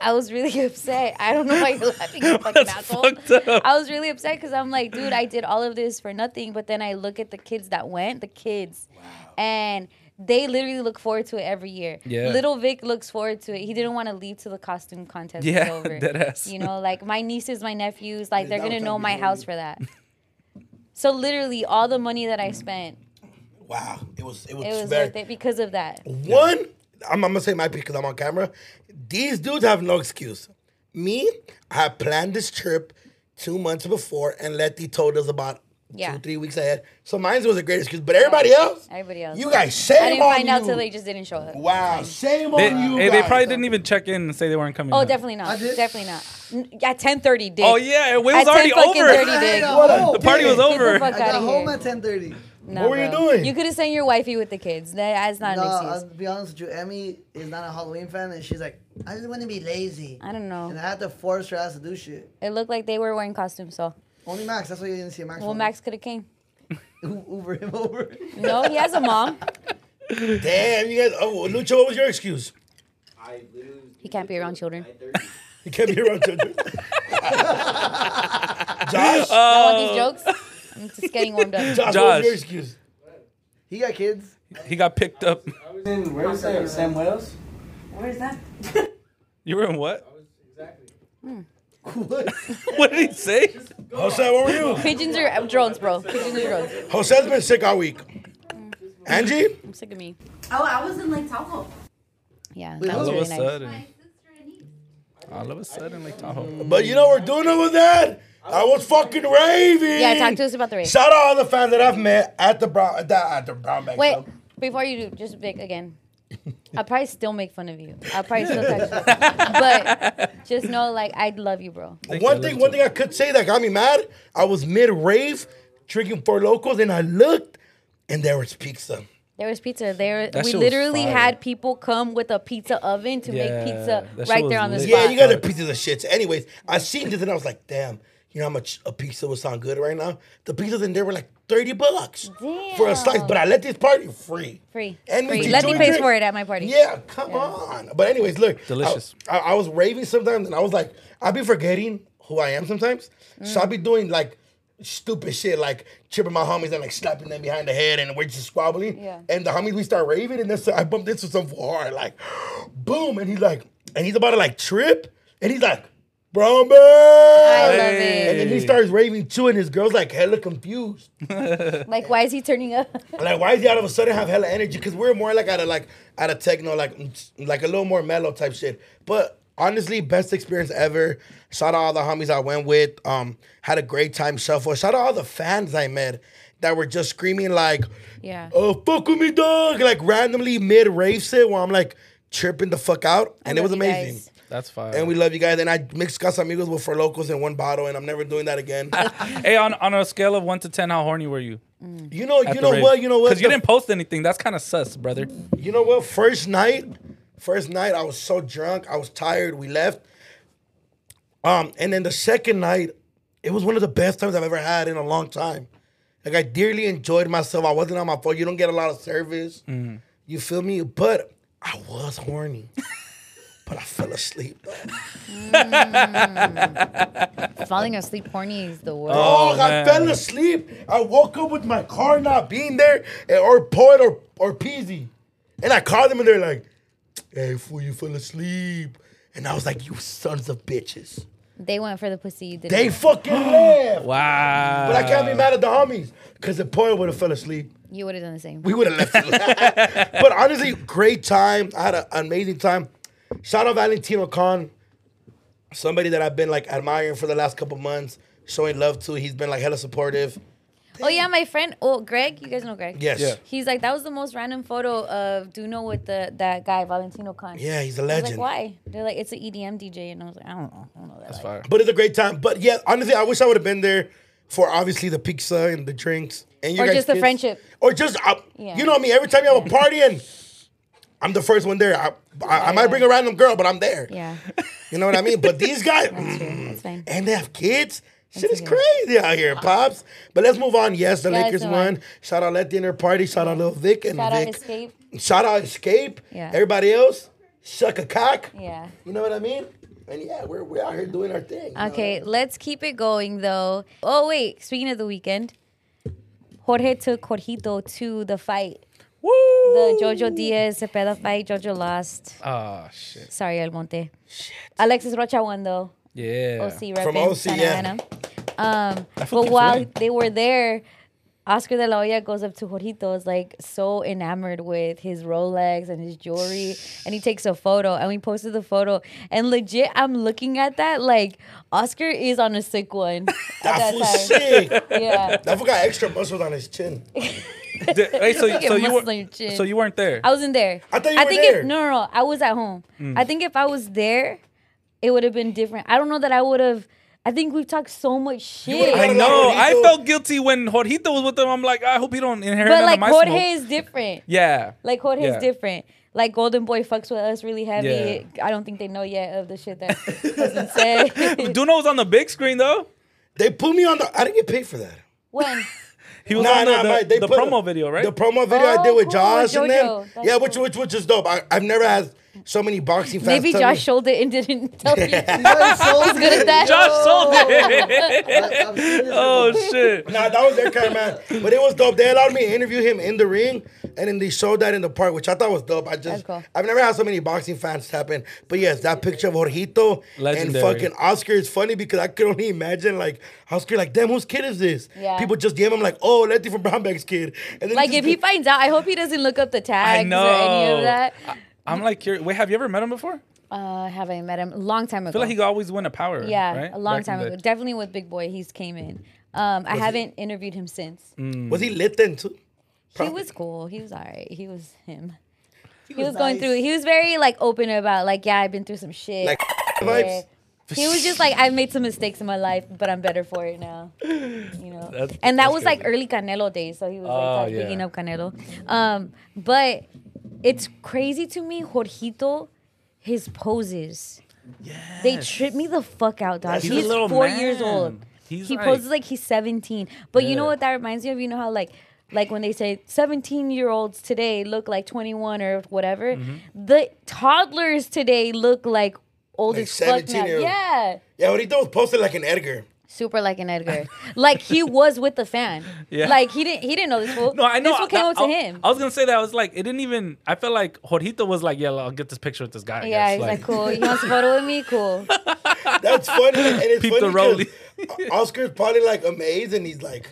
[SPEAKER 4] I was really (laughs) upset. I don't know why you're laughing, you fucking
[SPEAKER 5] (laughs) That's
[SPEAKER 4] asshole.
[SPEAKER 5] fucked up.
[SPEAKER 4] I was really upset because I'm like, dude, I did all of this for nothing. But then I look at the kids that went, the kids, and they literally look forward to it every year.
[SPEAKER 5] Yeah.
[SPEAKER 4] Little Vic looks forward to it. He didn't want to leave till the costume contest was
[SPEAKER 5] Yeah, (laughs)
[SPEAKER 4] over.
[SPEAKER 5] deadass.
[SPEAKER 4] You know, like my nieces, my nephews, like they're
[SPEAKER 2] that
[SPEAKER 4] gonna
[SPEAKER 2] was
[SPEAKER 4] know my
[SPEAKER 2] unbelievable.
[SPEAKER 4] house for that. So literally, all the money that I spent,
[SPEAKER 2] Wow. It was it was,
[SPEAKER 4] it was
[SPEAKER 2] very-
[SPEAKER 4] worth it because of that.
[SPEAKER 2] One, I'm, I'm gonna say my piece because I'm on camera. These dudes have no excuse. Me, I had planned this trip two months before, and Letty told us about
[SPEAKER 4] Yeah.
[SPEAKER 2] two, three weeks ahead. So mine was a great excuse. But everybody else,
[SPEAKER 4] Everybody else.
[SPEAKER 2] you guys,
[SPEAKER 4] I
[SPEAKER 2] shame
[SPEAKER 4] didn't
[SPEAKER 2] on
[SPEAKER 4] find out
[SPEAKER 2] you.
[SPEAKER 4] till they just didn't show up.
[SPEAKER 2] Wow, shame
[SPEAKER 5] they,
[SPEAKER 2] on you.
[SPEAKER 5] hey, they
[SPEAKER 2] guys.
[SPEAKER 5] probably didn't even check in and say they weren't coming
[SPEAKER 4] Oh,
[SPEAKER 5] out.
[SPEAKER 4] definitely not.
[SPEAKER 6] I did?
[SPEAKER 4] Definitely not. N- At ten thirty, did.
[SPEAKER 5] oh yeah it was
[SPEAKER 4] At
[SPEAKER 5] already
[SPEAKER 4] 10 fucking
[SPEAKER 5] over (laughs)
[SPEAKER 4] 30 did.
[SPEAKER 2] What a-
[SPEAKER 5] the party was
[SPEAKER 2] Get the
[SPEAKER 5] over
[SPEAKER 4] fuck
[SPEAKER 6] I
[SPEAKER 4] outta
[SPEAKER 6] got home
[SPEAKER 4] here.
[SPEAKER 6] at 10:30.
[SPEAKER 4] Nah,
[SPEAKER 2] What were you
[SPEAKER 4] bro.
[SPEAKER 2] doing?
[SPEAKER 4] You could have sent your wifey with the kids. That- That's not
[SPEAKER 6] No,
[SPEAKER 4] an
[SPEAKER 6] I'll
[SPEAKER 4] excuse.
[SPEAKER 6] be honest with you. Emmy is not a Halloween fan, and she's like, I just want to be lazy.
[SPEAKER 4] I don't
[SPEAKER 6] And
[SPEAKER 4] know.
[SPEAKER 6] I had to force her ass to do shit.
[SPEAKER 4] It looked like they were wearing costumes. So,
[SPEAKER 6] Only Max. That's why you didn't see Max.
[SPEAKER 4] well, Max could have came.
[SPEAKER 6] U- (laughs) Uber him
[SPEAKER 4] (laughs)
[SPEAKER 6] over.
[SPEAKER 4] No, he has a mom.
[SPEAKER 2] Damn, you guys. Oh, Lucho, what was your excuse?
[SPEAKER 3] I literally
[SPEAKER 4] He can't be around children.
[SPEAKER 3] I thirty.
[SPEAKER 2] You can't be around children. Josh,
[SPEAKER 5] Oh,
[SPEAKER 4] Y'all want these jokes? I'm just getting warmed
[SPEAKER 2] (laughs)
[SPEAKER 4] up.
[SPEAKER 2] Josh, what
[SPEAKER 5] Josh.
[SPEAKER 2] was your excuse?
[SPEAKER 6] He got kids.
[SPEAKER 5] He got picked up.
[SPEAKER 3] in where is that? Sam Wells?
[SPEAKER 7] Where is that?
[SPEAKER 5] You were in what?
[SPEAKER 4] Hmm.
[SPEAKER 5] (laughs) what did he say?
[SPEAKER 2] Jose, where were
[SPEAKER 4] (laughs)
[SPEAKER 2] you?
[SPEAKER 4] Pigeons are drones, bro. Pigeons are drones.
[SPEAKER 2] Jose's been sick all week. Angie,
[SPEAKER 4] I'm sick of me.
[SPEAKER 7] Oh, I was in Lake Tahoe.
[SPEAKER 4] Yeah, that was
[SPEAKER 5] All of a
[SPEAKER 4] really nice.
[SPEAKER 5] sudden, all of a sudden, like Tahoe.
[SPEAKER 2] but you know we're doing it with that. I was fucking raving.
[SPEAKER 4] Yeah, talk to us about the race.
[SPEAKER 2] Shout out all the fans that I've met at the brown at the, at the Brownback.
[SPEAKER 5] Oh.
[SPEAKER 4] Wait,
[SPEAKER 2] Club.
[SPEAKER 4] before you do, just Vic again. I'll probably still make fun of you. I'll probably still text you. But just know, like, I love you, bro.
[SPEAKER 2] One thing, one thing I could say that got me mad. I was mid rave, drinking four locals, and I looked, and there was pizza.
[SPEAKER 4] There was pizza. There,
[SPEAKER 5] That
[SPEAKER 4] we
[SPEAKER 5] shit was
[SPEAKER 4] literally
[SPEAKER 5] fire.
[SPEAKER 4] had people come with a pizza oven to
[SPEAKER 5] Yeah,
[SPEAKER 4] make pizza
[SPEAKER 5] that shit
[SPEAKER 4] right
[SPEAKER 5] was
[SPEAKER 4] there on the
[SPEAKER 5] lit.
[SPEAKER 2] Yeah,
[SPEAKER 4] spot.
[SPEAKER 2] you got a piece of the shit. So anyways, I seen this and I was like, damn, you know how much a pizza would sound good right now? The pizzas in there were like 30 bucks for a slice, but I let this party free.
[SPEAKER 4] Free.
[SPEAKER 2] And we
[SPEAKER 4] Free.
[SPEAKER 2] did
[SPEAKER 4] Let me
[SPEAKER 2] two
[SPEAKER 4] pay
[SPEAKER 2] drinks.
[SPEAKER 4] for it at my party.
[SPEAKER 2] Yeah, come on. But anyways, look. I-
[SPEAKER 5] Delicious.
[SPEAKER 2] I, I was raving sometimes and I was like, i be forgetting who I am sometimes. So i
[SPEAKER 4] Mm.
[SPEAKER 2] be doing like stupid shit like tripping my homies and like slapping them behind the head and we're just squabbling.
[SPEAKER 4] Yeah.
[SPEAKER 2] And the homies we start raving and then so I bumped into some fool hard like boom and he's like and he's about to like trip and he's like Brown
[SPEAKER 4] I
[SPEAKER 2] bear!
[SPEAKER 4] love
[SPEAKER 2] And
[SPEAKER 4] it.
[SPEAKER 2] then he starts raving too, and his girl's like hella confused.
[SPEAKER 4] Like, why is he turning up?
[SPEAKER 2] Like, why is he out of a sudden have hella energy? Because we're more like out of like out of techno, like mm, like a little more mellow type shit. But honestly, best experience ever. Shout out all the homies I went with. Um, had a great time shuffle. Shout out all the fans I met that were just screaming like,
[SPEAKER 4] Yeah.
[SPEAKER 2] "Oh fuck with me, dog!" Like randomly mid rave shit where I'm like chirping the fuck out, and it was
[SPEAKER 4] love (laughs) you
[SPEAKER 2] amazing.
[SPEAKER 4] guys.
[SPEAKER 5] That's fire.
[SPEAKER 2] And we love you guys. And I mixed Casamigos with Four Locos in one bottle, and I'm never doing that
[SPEAKER 4] (laughs)
[SPEAKER 2] again.
[SPEAKER 5] hey, on, on a scale of one to ten, how horny were you?
[SPEAKER 2] you know, you know what, you know what.
[SPEAKER 5] Because you
[SPEAKER 2] The-
[SPEAKER 5] didn't post anything. That's kind of sus, brother.
[SPEAKER 2] You know what? First night, first night, I was so drunk. I was tired. We left. Um, and then the second night, it was one of the best times I've ever had in a long time. Like I dearly enjoyed myself. I wasn't on my phone. You don't get a lot of service. You feel me? But I was horny. (laughs) but I fell asleep. though.
[SPEAKER 4] Falling asleep horny is the worst.
[SPEAKER 2] Oh, I
[SPEAKER 5] man.
[SPEAKER 2] fell asleep. I woke up with my car not being there, and, or Poet or or Peasy, and I called them and they're like, "Hey, fool, you fell asleep," and I was like, "You sons of bitches!"
[SPEAKER 4] They went for the pussy you didn't.
[SPEAKER 5] (gasps)
[SPEAKER 2] They fucking left.
[SPEAKER 5] Wow.
[SPEAKER 2] But I can't be mad at the homies because if Poet would have fell asleep,
[SPEAKER 4] you would have done the same.
[SPEAKER 2] we would have left.
[SPEAKER 5] (laughs)
[SPEAKER 2] it. but honestly, great time. I had an amazing time. Shout out Valentino Khan, somebody that I've been like admiring for the last couple months, showing love to. He's been like hella supportive.
[SPEAKER 4] Oh yeah, my friend. Oh, Greg. You guys know Greg.
[SPEAKER 2] Yes.
[SPEAKER 5] Yeah.
[SPEAKER 4] He's like that was the most random photo of Duno with the that guy Valentino Khan.
[SPEAKER 2] Yeah, he's a
[SPEAKER 4] I was like,
[SPEAKER 2] legend.
[SPEAKER 4] why? They're like, it's E an EDM DJ, and I was like, I don't know, I don't know that.
[SPEAKER 5] That's
[SPEAKER 4] like.
[SPEAKER 5] fire.
[SPEAKER 2] but it's a great time. But yeah, honestly, I wish I would have been there for obviously the pizza and the drinks and you
[SPEAKER 4] Or
[SPEAKER 2] guys
[SPEAKER 4] just the
[SPEAKER 2] kids.
[SPEAKER 4] friendship.
[SPEAKER 2] Or just uh,
[SPEAKER 4] Yeah.
[SPEAKER 2] you know me. Every time you have a party and I'm the first one there. I I, I might bring a random girl, but I'm there.
[SPEAKER 4] (laughs) Yeah,
[SPEAKER 2] You know what I mean?
[SPEAKER 4] (laughs)
[SPEAKER 2] But these guys,
[SPEAKER 4] that's true. That's
[SPEAKER 2] (laughs)
[SPEAKER 4] fine.
[SPEAKER 2] and they have kids. Shit is
[SPEAKER 4] okay.
[SPEAKER 2] crazy out here, pops. But let's move on. Yes, the
[SPEAKER 4] Yeah, let's
[SPEAKER 2] Lakers
[SPEAKER 4] move on.
[SPEAKER 2] won. Shout out that dinner party. Shout out Lil Vic and
[SPEAKER 4] Shout out
[SPEAKER 2] Vic.
[SPEAKER 4] Escape.
[SPEAKER 2] Shout out Escape.
[SPEAKER 4] Yeah.
[SPEAKER 2] Everybody else, suck a cock.
[SPEAKER 4] Yeah.
[SPEAKER 2] You know what I mean? And yeah, we're, we're out here doing our thing. you know?
[SPEAKER 4] Okay, let's keep it going though. Oh wait, speaking of the weekend, Jorge took Jorgito to the fight.
[SPEAKER 5] Woo.
[SPEAKER 4] The Jojo Diaz Cepeda fight. Jojo lost.
[SPEAKER 5] Oh shit.
[SPEAKER 4] Sorry, El Monte. Alexis Rocha won though.
[SPEAKER 5] Yeah.
[SPEAKER 4] OC repping
[SPEAKER 2] From OC,
[SPEAKER 4] Santa
[SPEAKER 2] yeah.
[SPEAKER 4] Ana. Um,
[SPEAKER 2] (laughs)
[SPEAKER 5] fool
[SPEAKER 4] Oh, but
[SPEAKER 5] keeps
[SPEAKER 4] while
[SPEAKER 5] winning.
[SPEAKER 4] they were there, Oscar de la Hoya goes up to Jorito, is like so enamored with his Rolex and his jewelry, and he takes a photo, and we posted the photo, and legit, I'm looking at that like Oscar is on a sick
[SPEAKER 2] (laughs)
[SPEAKER 4] one. at
[SPEAKER 2] That fool
[SPEAKER 4] time.
[SPEAKER 2] sick.
[SPEAKER 4] Yeah,
[SPEAKER 2] That fool got extra muscles on his chin.
[SPEAKER 5] Did- (laughs)
[SPEAKER 4] (laughs)
[SPEAKER 5] hey, so,
[SPEAKER 4] Look at
[SPEAKER 5] so you
[SPEAKER 4] muscle on your
[SPEAKER 5] were
[SPEAKER 4] chin.
[SPEAKER 5] so you weren't there.
[SPEAKER 4] I wasn't there.
[SPEAKER 2] I thought you
[SPEAKER 4] I
[SPEAKER 2] were
[SPEAKER 4] think
[SPEAKER 2] there. Mm.
[SPEAKER 4] If, no, no, no. I was at home. I think if I was there, it would have been different. I don't know that I would have. I think we've talked so much shit.
[SPEAKER 2] would've
[SPEAKER 5] I
[SPEAKER 2] Jorgito-
[SPEAKER 5] know. I felt guilty when Jorgito was with them. I'm like, I hope he don't inherit
[SPEAKER 4] But
[SPEAKER 5] none of
[SPEAKER 4] like
[SPEAKER 5] my
[SPEAKER 4] Jorge
[SPEAKER 5] smoke.
[SPEAKER 4] is different.
[SPEAKER 5] Yeah.
[SPEAKER 4] Like Jorge
[SPEAKER 5] Yeah.
[SPEAKER 4] is different. Like Golden Boy fucks with us really heavy.
[SPEAKER 5] Yeah.
[SPEAKER 4] I don't think they know yet of the shit that has been said.
[SPEAKER 5] (laughs)
[SPEAKER 4] (laughs)
[SPEAKER 5] Duno was on the big screen though.
[SPEAKER 2] They put me on the. I didn't get paid for that.
[SPEAKER 4] when
[SPEAKER 5] He was
[SPEAKER 2] Nah,
[SPEAKER 5] on the,
[SPEAKER 2] nah,
[SPEAKER 5] the-
[SPEAKER 2] my- they
[SPEAKER 5] the
[SPEAKER 2] put-
[SPEAKER 5] promo video, right?
[SPEAKER 2] The promo video I
[SPEAKER 4] Oh,
[SPEAKER 2] did with
[SPEAKER 4] cool,
[SPEAKER 2] Josh and
[SPEAKER 4] JoJo.
[SPEAKER 2] them.
[SPEAKER 4] That's
[SPEAKER 2] Yeah, which
[SPEAKER 4] cool.
[SPEAKER 2] which which is dope. I, I've never had so many boxing fans.
[SPEAKER 4] Maybe
[SPEAKER 2] tell
[SPEAKER 4] Josh
[SPEAKER 2] me-
[SPEAKER 4] sold it and
[SPEAKER 5] (laughs)
[SPEAKER 4] didn't tell you.
[SPEAKER 6] He's
[SPEAKER 4] good at that.
[SPEAKER 5] (laughs) Josh
[SPEAKER 4] Oh.
[SPEAKER 5] sold it.
[SPEAKER 6] it.
[SPEAKER 5] (laughs) oh shit.
[SPEAKER 2] Nah, that was their kind, man. But it was dope. They allowed me to interview him in the ring, and then they showed that in the park, which I thought was dope. I
[SPEAKER 4] That's
[SPEAKER 2] just,
[SPEAKER 4] cool.
[SPEAKER 2] I've never had so many boxing fans tap in. But yes, that picture of Jorgito
[SPEAKER 5] Legendary.
[SPEAKER 2] and fucking Oscar is funny because I could only imagine like Oscar, like, damn, whose kid is this?
[SPEAKER 4] Yeah.
[SPEAKER 2] People just DM him like, oh, Letty from Brownback's kid. And then
[SPEAKER 4] Like
[SPEAKER 2] just
[SPEAKER 4] if he
[SPEAKER 2] get-
[SPEAKER 4] finds out, I hope he doesn't look up the
[SPEAKER 5] I
[SPEAKER 4] tags
[SPEAKER 5] know.
[SPEAKER 4] or any of that.
[SPEAKER 5] I, am like, curious. wait, have you ever met him before? I
[SPEAKER 4] Uh, have I met him? A long time ago.
[SPEAKER 5] feel like he always won a power.
[SPEAKER 4] yeah,
[SPEAKER 5] right?
[SPEAKER 4] a long
[SPEAKER 5] Back in
[SPEAKER 4] time
[SPEAKER 5] the
[SPEAKER 4] ago.
[SPEAKER 5] day.
[SPEAKER 4] Definitely with Big Boy, he's came in. Um, I haven't interviewed him since.
[SPEAKER 5] Mm.
[SPEAKER 2] was he lit then too?
[SPEAKER 4] He
[SPEAKER 2] Probably.
[SPEAKER 4] was cool. He was all right. He was him. He,
[SPEAKER 6] was
[SPEAKER 4] was, going
[SPEAKER 6] nice.
[SPEAKER 4] through. He was very like open about like yeah, I've been through some shit.
[SPEAKER 2] like (laughs)
[SPEAKER 4] Yeah.
[SPEAKER 2] vibes.
[SPEAKER 4] He was just like I made some mistakes in my life, but I'm better for it now. You know.
[SPEAKER 5] (laughs) That's-
[SPEAKER 4] and
[SPEAKER 5] that's
[SPEAKER 4] that was like
[SPEAKER 5] crazy.
[SPEAKER 4] early Canelo days, so he was
[SPEAKER 5] Oh,
[SPEAKER 4] like
[SPEAKER 5] yeah.
[SPEAKER 4] picking up Canelo. Um, but it's crazy to me, Jorgito, his poses. They trip me the fuck out, dog.
[SPEAKER 2] That's
[SPEAKER 4] He's,
[SPEAKER 2] his
[SPEAKER 5] little
[SPEAKER 4] four years
[SPEAKER 5] man.
[SPEAKER 4] old.
[SPEAKER 5] He's
[SPEAKER 4] he
[SPEAKER 5] like-
[SPEAKER 4] poses like he's 17. But you know
[SPEAKER 5] Yeah.
[SPEAKER 4] what that reminds me of? You know how like like when they say 17 year olds today look like 21 or whatever,
[SPEAKER 5] Mm-hmm.
[SPEAKER 4] the toddlers today look like old
[SPEAKER 2] Like
[SPEAKER 4] as fuck now.
[SPEAKER 2] 17-year-old.
[SPEAKER 4] Yeah.
[SPEAKER 2] Yeah, Jorgito was posted like an Edgar.
[SPEAKER 4] Super like an Edgar. like he was with the fan.
[SPEAKER 5] (laughs) Yeah.
[SPEAKER 4] Like he didn't he didn't know this fool.
[SPEAKER 5] No, I know.
[SPEAKER 4] This fool came
[SPEAKER 5] I,
[SPEAKER 4] up to
[SPEAKER 5] I-
[SPEAKER 4] him.
[SPEAKER 5] I was gonna say that. I was like, it didn't even. I felt like Jorgito was like, yeah, I'll get this picture with this guy. I
[SPEAKER 4] yeah,
[SPEAKER 5] guess.
[SPEAKER 4] he's like, cool. You want a photo with me? Cool. (laughs)
[SPEAKER 2] That's funny. And it's
[SPEAKER 5] Peep the
[SPEAKER 2] funny because Oscar's probably like amazed and he's like,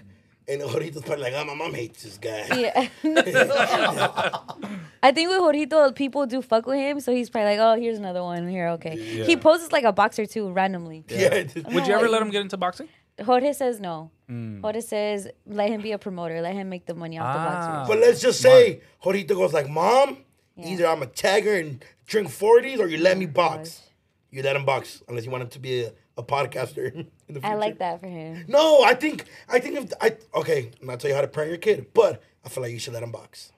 [SPEAKER 2] and Jorgito's probably like, oh, my mom hates this guy.
[SPEAKER 5] (laughs)
[SPEAKER 4] Yeah. I think with Jorito, people do fuck with him, so he's probably like, oh, here's another one here. Okay. He poses like a boxer too, randomly.
[SPEAKER 2] (laughs) Yeah.
[SPEAKER 5] Would you ever let him get into boxing?
[SPEAKER 4] Jorge says no. Jorge says, let him be a promoter. Let him make the money off
[SPEAKER 5] Ah.
[SPEAKER 4] the
[SPEAKER 2] But let's just say Jorito goes like, Mom,
[SPEAKER 4] Yeah.
[SPEAKER 2] either I'm a tagger and drink 40s or you let me
[SPEAKER 4] boxers.
[SPEAKER 2] box. You let him box unless you want him to be a, a podcaster. (laughs) In the
[SPEAKER 4] I
[SPEAKER 2] future.
[SPEAKER 4] like that for him.
[SPEAKER 2] No, I think I think if I okay, I'm not tell you how to parent your kid, but I feel like you should let him box.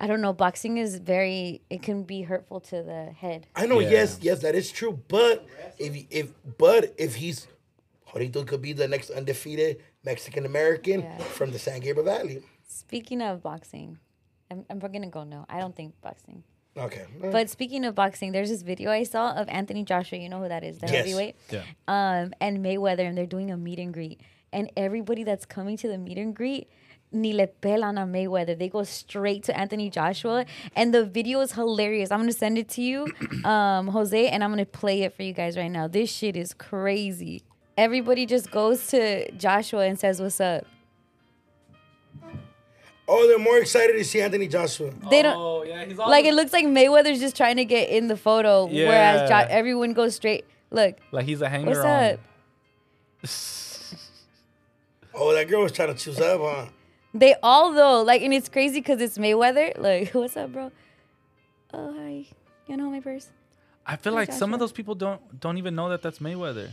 [SPEAKER 4] I don't know. Boxing is very, it can be hurtful to the head.
[SPEAKER 2] I know,
[SPEAKER 5] Yeah.
[SPEAKER 2] yes, yes, that is true. But if he- if but if he's Jorito could be the next undefeated Mexican American
[SPEAKER 4] Yeah.
[SPEAKER 2] from the San Gabriel Valley.
[SPEAKER 4] Speaking of boxing, I'm, I'm going to go no. I don't think boxing.
[SPEAKER 2] Okay.
[SPEAKER 4] But speaking of boxing, there's this video I saw of Anthony Joshua. You know who that is, the
[SPEAKER 2] Yes.
[SPEAKER 4] heavyweight.
[SPEAKER 5] Yeah.
[SPEAKER 4] Um, and Mayweather, and they're doing a meet and greet, and everybody that's coming to the meet and greet. Ni le pelan a Mayweather. They go straight to Anthony Joshua, and the video is hilarious. I'm gonna send it to
[SPEAKER 5] (clears throat)
[SPEAKER 4] you, um, Jose, and I'm gonna play it for you guys right now. This shit is crazy. Everybody just goes to Joshua and says, "What's up?"
[SPEAKER 2] oh, they're more excited to see Anthony Joshua.
[SPEAKER 4] They don't.
[SPEAKER 2] Oh,
[SPEAKER 5] yeah, he's
[SPEAKER 4] Like it looks like Mayweather's just trying to get in the photo, whereas
[SPEAKER 5] Yeah.
[SPEAKER 4] jo- everyone goes straight. Look,
[SPEAKER 5] like he's a hanger
[SPEAKER 4] what's
[SPEAKER 5] on.
[SPEAKER 4] up?
[SPEAKER 2] Oh, that girl was trying to choose up, huh?
[SPEAKER 4] They all though, like, and it's crazy because it's Mayweather. Like, (laughs) what's up, bro? Oh, hi. You know my purse?
[SPEAKER 5] I feel like some
[SPEAKER 4] Joshua.
[SPEAKER 5] of those people don't don't even know that that's Mayweather.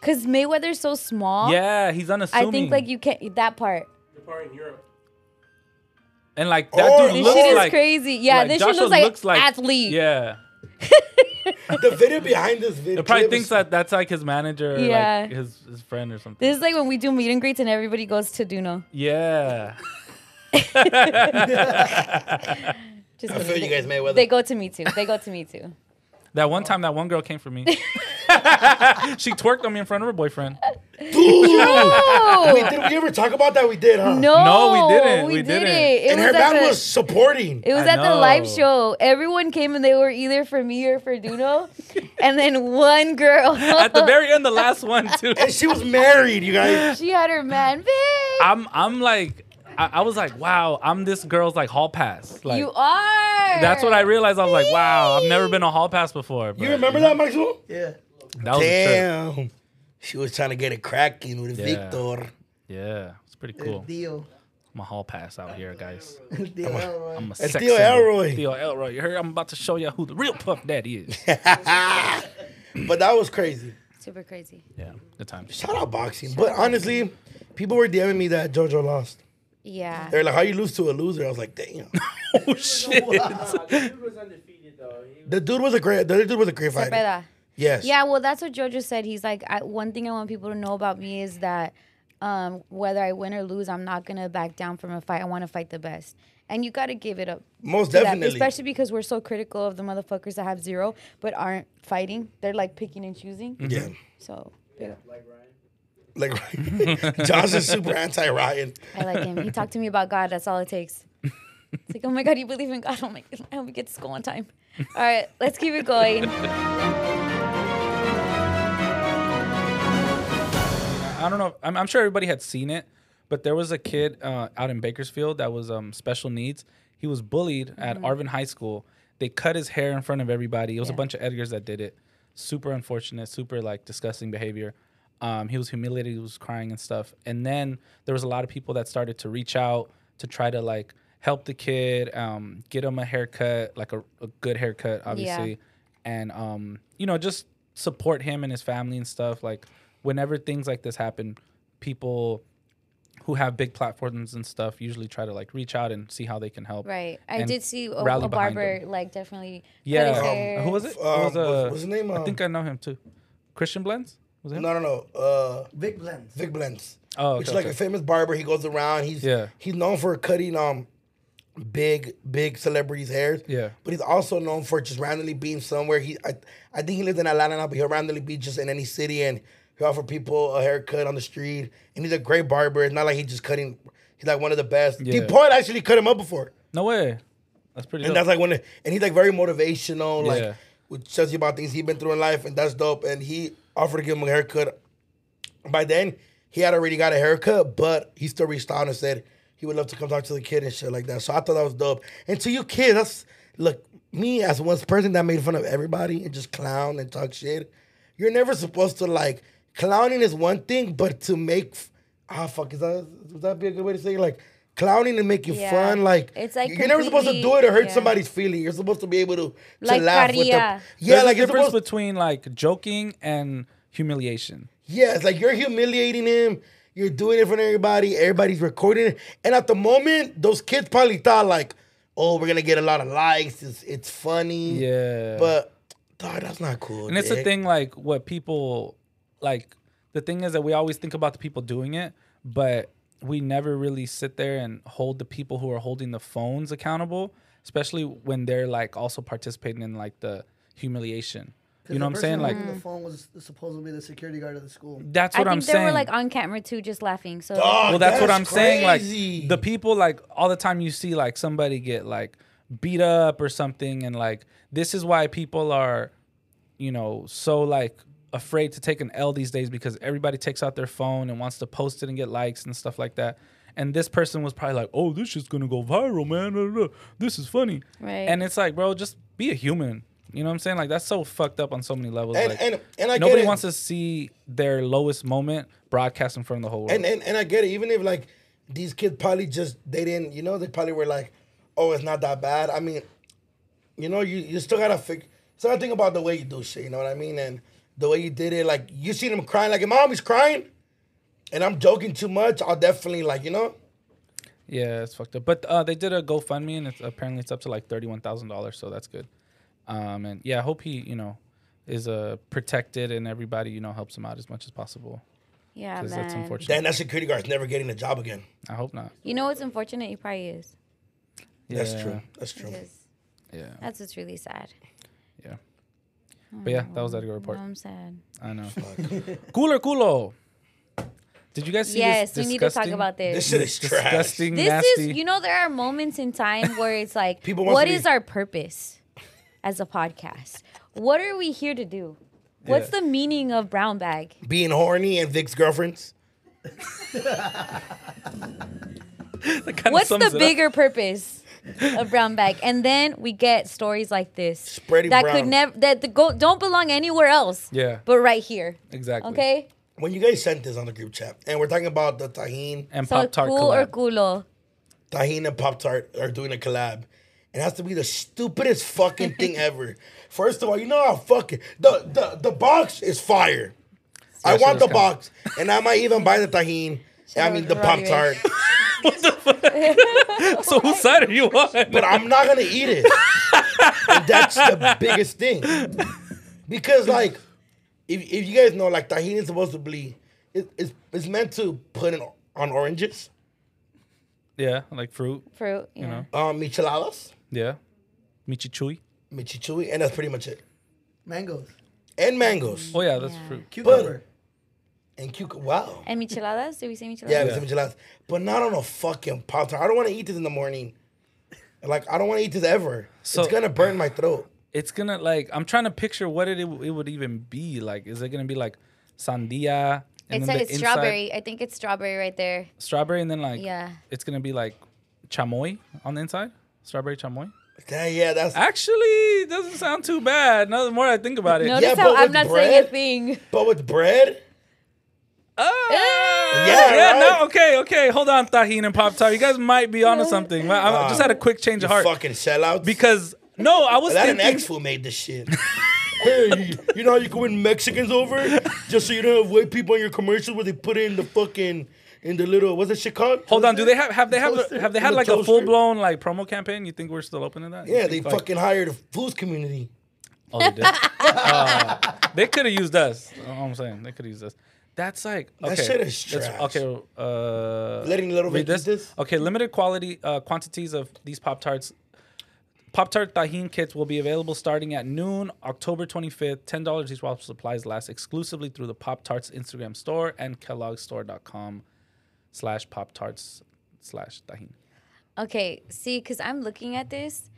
[SPEAKER 4] Because Mayweather's so small.
[SPEAKER 5] Yeah, he's
[SPEAKER 4] I
[SPEAKER 5] unassuming.
[SPEAKER 4] think like you can't that part.
[SPEAKER 5] and like that
[SPEAKER 2] Oh,
[SPEAKER 5] dude
[SPEAKER 4] This
[SPEAKER 5] looks
[SPEAKER 4] shit is
[SPEAKER 5] like
[SPEAKER 4] crazy. Yeah,
[SPEAKER 5] like,
[SPEAKER 4] this
[SPEAKER 5] Joshua
[SPEAKER 4] shit looks like, athlete.
[SPEAKER 5] Yeah,
[SPEAKER 2] The video behind this video.
[SPEAKER 5] it probably
[SPEAKER 2] clip
[SPEAKER 5] thinks
[SPEAKER 2] is-
[SPEAKER 5] that that's like his manager, or
[SPEAKER 4] Yeah.
[SPEAKER 5] like his his friend or something.
[SPEAKER 4] This is like when we do meet and greets and everybody goes to Duno.
[SPEAKER 5] yeah,
[SPEAKER 4] Just
[SPEAKER 2] I
[SPEAKER 4] kidding.
[SPEAKER 2] feel you guys, Mayweather. (laughs)
[SPEAKER 4] They go to me too. They go to me
[SPEAKER 5] (laughs)
[SPEAKER 4] too.
[SPEAKER 5] that one time that one girl came
[SPEAKER 4] (laughs)
[SPEAKER 5] for me. she twerked on me in front of her boyfriend.
[SPEAKER 4] No,
[SPEAKER 2] Wait, did we ever talk about that? We did, huh?
[SPEAKER 4] no,
[SPEAKER 5] No, we didn't. We
[SPEAKER 4] did
[SPEAKER 5] didn't.
[SPEAKER 4] it. It
[SPEAKER 2] And her
[SPEAKER 4] was at
[SPEAKER 2] band
[SPEAKER 4] the-
[SPEAKER 2] was supporting.
[SPEAKER 4] It was
[SPEAKER 5] I
[SPEAKER 4] at the live
[SPEAKER 5] know.
[SPEAKER 4] show. Everyone came and they were either for me or for
[SPEAKER 5] (laughs)
[SPEAKER 4] Duno, and then one girl (laughs)
[SPEAKER 5] At the very end, the last one too.
[SPEAKER 2] And she was married, you
[SPEAKER 5] (gasps)
[SPEAKER 2] guys.
[SPEAKER 4] She had her man. Babe,
[SPEAKER 5] I'm I'm like I, I was like wow I'm this girl's like hall pass like
[SPEAKER 4] you are.
[SPEAKER 5] that's what I realized I was like wow I've never been a hall pass before but
[SPEAKER 2] You remember that, Maxwell?
[SPEAKER 6] Yeah.
[SPEAKER 5] that was a trip
[SPEAKER 2] Damn. She was trying to get it cracking with
[SPEAKER 5] Yeah.
[SPEAKER 2] Victor.
[SPEAKER 5] yeah it's pretty
[SPEAKER 6] El
[SPEAKER 5] cool
[SPEAKER 6] (laughs) Dio.
[SPEAKER 5] I'm a hall pass out here guys
[SPEAKER 6] El Dio Elroy.
[SPEAKER 5] I'm a
[SPEAKER 2] That's
[SPEAKER 5] sex
[SPEAKER 2] Theo
[SPEAKER 5] symbol.
[SPEAKER 2] Elroy.
[SPEAKER 5] Theo Elroy you heard I'm about to show you who the real puff daddy is
[SPEAKER 2] But that was crazy.
[SPEAKER 4] Super crazy.
[SPEAKER 5] yeah good times
[SPEAKER 2] Shout out boxing. But honestly, people were DMing me that JoJo lost.
[SPEAKER 4] Yeah.
[SPEAKER 2] They're like, how you lose to a loser? I was like, damn.
[SPEAKER 5] oh shit
[SPEAKER 3] Dude was undefeated though. He
[SPEAKER 2] the dude was a great, the other dude was a great
[SPEAKER 4] Except for
[SPEAKER 2] fighter.
[SPEAKER 4] that.
[SPEAKER 2] Yes.
[SPEAKER 4] Yeah. Well, that's what Jojo said. He's like, I, one thing I want people to know about me is that. um, whether I win or lose, I'm not gonna back down from a fight. I want to fight the best, and you gotta give it up.
[SPEAKER 2] Most
[SPEAKER 4] to that,
[SPEAKER 2] definitely.
[SPEAKER 4] especially because we're so critical of the motherfuckers that have zero but aren't fighting. They're like picking and choosing.
[SPEAKER 5] Mm.
[SPEAKER 2] Yeah.
[SPEAKER 4] So big up.
[SPEAKER 3] Like Ryan.
[SPEAKER 2] Like (laughs) Josh is super anti Ryan.
[SPEAKER 4] I like him. He talked to me about God. That's all it
[SPEAKER 5] (laughs)
[SPEAKER 4] takes. It's like, oh my God, you believe in God. Oh my God, (laughs) I hope we get to school on time. All right, let's keep it going.
[SPEAKER 5] I don't know. If, I'm, I'm sure everybody had seen it, but there was a kid uh, out in Bakersfield that was um, special needs. He was bullied at Arvin High School. They cut his hair in front of everybody. It was a
[SPEAKER 4] Yeah.
[SPEAKER 5] bunch of Edgars that did it. Super unfortunate, super like disgusting behavior. Um, he was humiliated. He was crying and stuff. And then there was a lot of people that started to reach out to try to like help the kid, um, get him a haircut, like a, a good haircut, obviously and um, you know, just support him and his family and stuff. Like whenever things like this happen, people who have big platforms and stuff usually try to like reach out and see how they can help.
[SPEAKER 4] Right. I
[SPEAKER 5] and
[SPEAKER 4] did see a,
[SPEAKER 5] rally
[SPEAKER 4] a
[SPEAKER 5] behind
[SPEAKER 4] barber,
[SPEAKER 5] them.
[SPEAKER 4] like, definitely.
[SPEAKER 5] Yeah.
[SPEAKER 4] Cut his hair.
[SPEAKER 5] who was it? It
[SPEAKER 2] Um,
[SPEAKER 5] was, uh,
[SPEAKER 2] what's- what's his name?
[SPEAKER 5] I
[SPEAKER 2] Um,
[SPEAKER 5] think I know him too. Christian Blends. Was it
[SPEAKER 2] No,
[SPEAKER 5] him?
[SPEAKER 2] no, no. Uh,
[SPEAKER 6] Big blends.
[SPEAKER 2] Vic Blends.
[SPEAKER 5] Oh,
[SPEAKER 2] which
[SPEAKER 5] okay,
[SPEAKER 2] is like
[SPEAKER 5] okay.
[SPEAKER 2] a famous barber. He goes around. He's
[SPEAKER 5] Yeah.
[SPEAKER 2] he's known for cutting um big big celebrities' hairs.
[SPEAKER 5] Yeah.
[SPEAKER 2] but he's also known for just randomly being somewhere. He I, I think he lives in Atlanta now, but he'll randomly be just in any city and he'll offer people a haircut on the street. And he's a great barber. It's not like he's just cutting. He's like one of the best.
[SPEAKER 5] Yeah.
[SPEAKER 2] Yeah. Point actually cut him up before,
[SPEAKER 5] No way. That's pretty.
[SPEAKER 2] and
[SPEAKER 5] dope.
[SPEAKER 2] that's like one. Of, and he's like very motivational. Like
[SPEAKER 5] Yeah.
[SPEAKER 2] which tells you about things he's been through in life, and that's dope. And he offered to give him a haircut by then he had already got a haircut, but he still reached out and said he would love to come talk to the kid and shit like that. So I thought that was dope. And to you kids, that's look, me as one person that made fun of everybody and just clown and talk shit, you're never supposed to like clowning is one thing, but to make f- ah fuck, is that would that be a good way to say it? like clowning and making
[SPEAKER 4] Yeah.
[SPEAKER 2] fun like
[SPEAKER 4] It's, like,
[SPEAKER 2] you're never supposed to do
[SPEAKER 4] completely-
[SPEAKER 2] it or hurt
[SPEAKER 4] yeah.
[SPEAKER 2] somebody's feeling. You're supposed to be able to, to
[SPEAKER 4] Like
[SPEAKER 2] laugh with them.
[SPEAKER 4] caria.
[SPEAKER 2] Yeah,
[SPEAKER 5] There's
[SPEAKER 2] like
[SPEAKER 5] a
[SPEAKER 2] it's
[SPEAKER 5] difference
[SPEAKER 2] supposed,
[SPEAKER 5] between like joking and humiliation.
[SPEAKER 2] Yeah, it's like you're humiliating him. You're doing it for everybody. Everybody's recording it. And at the moment, those kids probably thought like, "Oh, we're gonna get a lot of likes. It's it's funny."
[SPEAKER 5] Yeah.
[SPEAKER 2] But dog, that's not cool.
[SPEAKER 5] And it's the
[SPEAKER 2] dick.
[SPEAKER 5] thing, like what people like. The thing is that we always think about the people doing it, but we never really sit there and hold the people who are holding the phones accountable, especially when they're like also participating in like the humiliation. You know what I'm saying? Like
[SPEAKER 6] the phone was supposedly the security guard of the school.
[SPEAKER 5] that's
[SPEAKER 4] I
[SPEAKER 5] what
[SPEAKER 4] think
[SPEAKER 5] I'm
[SPEAKER 4] they
[SPEAKER 5] saying.
[SPEAKER 4] were, like, on camera too, just laughing. So,
[SPEAKER 2] Dog,
[SPEAKER 5] well, that's, what I'm saying.
[SPEAKER 2] crazy.
[SPEAKER 5] Like the people, like all the time, you see like somebody get like beat up or something, and like this is why people are, you know, so like afraid to take an L these days because everybody takes out their phone and wants to post it and get likes and stuff like that. And this person was probably like, "Oh, this is gonna go viral, man. Blah, blah, blah. This is funny."
[SPEAKER 4] Right.
[SPEAKER 5] And it's like, bro, just be a human. You know what I'm saying? Like that's so fucked up on so many levels.
[SPEAKER 2] And-
[SPEAKER 5] like,
[SPEAKER 2] and- and I get
[SPEAKER 5] nobody
[SPEAKER 2] it.
[SPEAKER 5] wants to see their lowest moment broadcast in front of the whole world.
[SPEAKER 2] And, and and I get it. Even if like these kids probably just they didn't, you know, they probably were like, "Oh, it's not that bad." I mean, you know, you you still gotta fig. So I think about the way you do shit. You know what I mean? And the way you did it, like you see them crying. Like if my homie's crying, and I'm joking too much, I'll definitely like you know.
[SPEAKER 5] Yeah, it's fucked up. But uh, they did a GoFundMe, and it's, apparently it's up to like thirty-one thousand dollars, so that's good. Um, and yeah, I hope he, you know, is uh, protected, and everybody, you know, helps him out as much as possible
[SPEAKER 4] yeah,
[SPEAKER 5] because that's
[SPEAKER 4] man.
[SPEAKER 5] unfortunate.
[SPEAKER 2] Then that security guard's never getting a job again.
[SPEAKER 5] I hope not.
[SPEAKER 4] You know what's unfortunate? He probably is.
[SPEAKER 5] Yeah,
[SPEAKER 2] That's true. That's true.
[SPEAKER 4] Because
[SPEAKER 5] Yeah,
[SPEAKER 4] that's what's really sad.
[SPEAKER 5] yeah. But yeah, that was that report.
[SPEAKER 4] I'm sad.
[SPEAKER 5] I know. (laughs) Cooler culo. Did you guys see?
[SPEAKER 4] Yes,
[SPEAKER 5] this
[SPEAKER 4] we need to talk
[SPEAKER 5] disgusting-
[SPEAKER 4] about this.
[SPEAKER 2] This shit is trash.
[SPEAKER 5] Disgusting,
[SPEAKER 4] This
[SPEAKER 5] nasty.
[SPEAKER 4] is, you know, there are moments in time where it's like,
[SPEAKER 2] (laughs) People want
[SPEAKER 4] what
[SPEAKER 2] to be-
[SPEAKER 4] is our purpose as a podcast? What are we here to do? What's
[SPEAKER 5] Yeah.
[SPEAKER 4] the meaning of brown bag?
[SPEAKER 2] Being horny and Vic's girlfriends.
[SPEAKER 5] That (laughs) kinda
[SPEAKER 4] What's
[SPEAKER 5] sums
[SPEAKER 4] the
[SPEAKER 5] it up.
[SPEAKER 4] bigger purpose of brown bag? And then we get stories like this
[SPEAKER 5] (laughs)
[SPEAKER 2] Spreading
[SPEAKER 4] that could
[SPEAKER 2] brown.
[SPEAKER 4] never that the go don't belong anywhere else.
[SPEAKER 5] Yeah.
[SPEAKER 4] but right here.
[SPEAKER 5] Exactly.
[SPEAKER 4] Okay,
[SPEAKER 2] When you guys sent this on the group chat, and we're talking about the tahine,
[SPEAKER 5] And
[SPEAKER 4] so
[SPEAKER 5] Pop Tart
[SPEAKER 4] cool or culo.
[SPEAKER 2] Tahini and Pop Tart are doing a collab. It has to be the stupidest
[SPEAKER 4] (laughs)
[SPEAKER 2] fucking thing ever. First of all, you know how fucking the the, the box is fire. I
[SPEAKER 5] shit
[SPEAKER 2] want
[SPEAKER 5] is
[SPEAKER 2] the
[SPEAKER 5] kinda-
[SPEAKER 2] box, and I might even buy the tahine. I
[SPEAKER 4] was
[SPEAKER 2] mean the Pop
[SPEAKER 4] right.
[SPEAKER 2] Tart,
[SPEAKER 5] (laughs) So whose side are you on?
[SPEAKER 2] but I'm not gonna eat it. And that's the biggest thing, because like, if if you guys know, like tahini is supposed to be it, it's, it's meant to put in, on oranges,
[SPEAKER 5] (laughs) Yeah, like fruit.
[SPEAKER 4] Fruit, yeah.
[SPEAKER 5] know.
[SPEAKER 2] um, micheladas,
[SPEAKER 5] Yeah. Michichui.
[SPEAKER 2] michichui, and that's pretty much it.
[SPEAKER 6] Mangoes.
[SPEAKER 2] And mangoes
[SPEAKER 5] Oh yeah, that's
[SPEAKER 4] Yeah.
[SPEAKER 5] fruit.
[SPEAKER 6] Cucumber.
[SPEAKER 2] and cucumber. Wow.
[SPEAKER 4] And micheladas? Do we say micheladas?
[SPEAKER 2] Yeah,
[SPEAKER 5] Yeah.
[SPEAKER 2] it's micheladas. But not on a fucking pop tart. I don't want to eat this in the morning. Like I don't want to eat this ever.
[SPEAKER 5] So-
[SPEAKER 2] it's gonna burn my throat.
[SPEAKER 5] It's gonna like I'm trying to picture what it it would even be like. Is it gonna be like sandia? and
[SPEAKER 4] It
[SPEAKER 5] then
[SPEAKER 4] said
[SPEAKER 5] the
[SPEAKER 4] it's
[SPEAKER 5] inside-
[SPEAKER 4] strawberry. I think it's strawberry right there.
[SPEAKER 5] Strawberry and then like
[SPEAKER 4] Yeah.
[SPEAKER 5] It's gonna be like chamoy on the inside. Strawberry chamoy.
[SPEAKER 2] That- yeah, that's.
[SPEAKER 5] Actually, it doesn't sound too bad. Now the more I think about it.
[SPEAKER 4] Notice
[SPEAKER 2] Yeah,
[SPEAKER 4] how
[SPEAKER 2] but
[SPEAKER 4] I'm
[SPEAKER 2] with
[SPEAKER 4] not saying a
[SPEAKER 2] bread-
[SPEAKER 4] thing.
[SPEAKER 2] But with bread,
[SPEAKER 5] Ah!
[SPEAKER 2] Yeah,
[SPEAKER 5] yeah,
[SPEAKER 2] right?
[SPEAKER 5] no, okay, okay. Hold on, Tahine and Pop Tart. You guys might be onto something. I, I
[SPEAKER 2] Nah.
[SPEAKER 5] just had a quick change
[SPEAKER 2] you
[SPEAKER 5] of heart
[SPEAKER 2] fucking sellouts.
[SPEAKER 5] because no, I was
[SPEAKER 2] that an
[SPEAKER 5] thinking.
[SPEAKER 2] ex fool made this shit. (laughs) hey, you- you know how you can win Mexicans over just so you don't have white people in your commercials where they put in the fucking in the little what's that shit called?
[SPEAKER 5] Hold on, do they have have they have
[SPEAKER 2] Toaster?
[SPEAKER 5] have they had
[SPEAKER 2] The
[SPEAKER 5] like a
[SPEAKER 2] toaster?
[SPEAKER 5] full blown like promo campaign? You think we're still open to that? You
[SPEAKER 2] Yeah, they
[SPEAKER 5] think, like-
[SPEAKER 2] fucking hired a foods community.
[SPEAKER 5] Oh, they
[SPEAKER 2] (laughs)
[SPEAKER 5] did. Uh, they could have used us. That's all I'm saying they could have used us. That's like okay.
[SPEAKER 2] shit is
[SPEAKER 5] that's-
[SPEAKER 2] trash.
[SPEAKER 5] Okay, uh,
[SPEAKER 2] Letting little
[SPEAKER 5] read
[SPEAKER 2] Vic eat this?
[SPEAKER 5] Okay, limited quality uh, quantities of these pop tarts. Pop Tart Tahine kits will be available starting at noon, October 25th. $10 each while supplies last exclusively through the Pop Tarts Instagram store and kelloggstore.com slash Pop Tarts slash Tahine.
[SPEAKER 4] Okay, see, because I'm looking at this,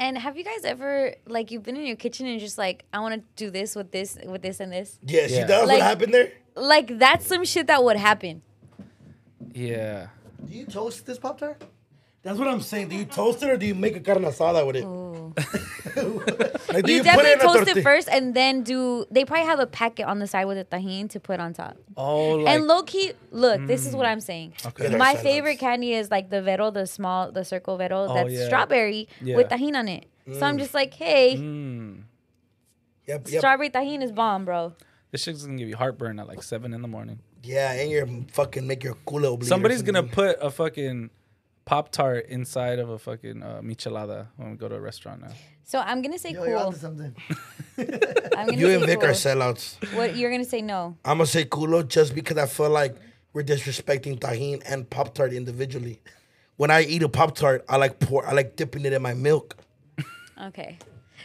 [SPEAKER 4] and have you guys ever like you've been in your kitchen and just like I want to do this with this with this and this?
[SPEAKER 2] Yeah, see
[SPEAKER 5] Yeah.
[SPEAKER 2] that's
[SPEAKER 4] Like-
[SPEAKER 2] what happened there.
[SPEAKER 4] Like that's some shit that would happen.
[SPEAKER 5] Yeah.
[SPEAKER 6] Do you toast this Pop Tart?
[SPEAKER 2] That's what I'm saying. Do you toast it or do you make a carne asada with it? Like, do
[SPEAKER 4] Mm. You,
[SPEAKER 2] put
[SPEAKER 4] definitely
[SPEAKER 2] in a
[SPEAKER 4] toast it
[SPEAKER 2] tortilla?
[SPEAKER 4] first, and then do they probably have a packet on the side with a tahine to put on top?
[SPEAKER 5] Oh, like, Mm.
[SPEAKER 4] and low key, look, this is what I'm saying.
[SPEAKER 2] Yeah,
[SPEAKER 4] My
[SPEAKER 2] they're
[SPEAKER 4] favorite
[SPEAKER 2] sellouts.
[SPEAKER 4] candy is like the vero, the small, the circle vero
[SPEAKER 5] Oh,
[SPEAKER 4] that's
[SPEAKER 5] yeah.
[SPEAKER 4] strawberry with
[SPEAKER 5] Yeah. Mm.
[SPEAKER 4] tahine on it. So I'm just like, hey,
[SPEAKER 2] Yep, yep.
[SPEAKER 4] strawberry tahine is bomb, bro.
[SPEAKER 5] this shit's gonna give you heartburn at like 7 in the morning.
[SPEAKER 2] Yeah, and you're fucking make your culo bleed. or
[SPEAKER 5] Somebody's gonna
[SPEAKER 2] something.
[SPEAKER 5] put a fucking Pop Tart inside of a fucking uh, michelada when we go to a restaurant now.
[SPEAKER 4] So I'm gonna say
[SPEAKER 6] Yo, you're
[SPEAKER 4] cool.
[SPEAKER 6] onto something.
[SPEAKER 4] I'm gonna
[SPEAKER 2] You
[SPEAKER 4] say
[SPEAKER 2] and Vic
[SPEAKER 4] cool.
[SPEAKER 2] are sellouts.
[SPEAKER 4] What you're gonna say? No.
[SPEAKER 2] I'm gonna say culo just because I feel like we're disrespecting tahine and pop tart individually. When I eat a pop tart, I like pour, I like dipping it in my milk.
[SPEAKER 4] Okay.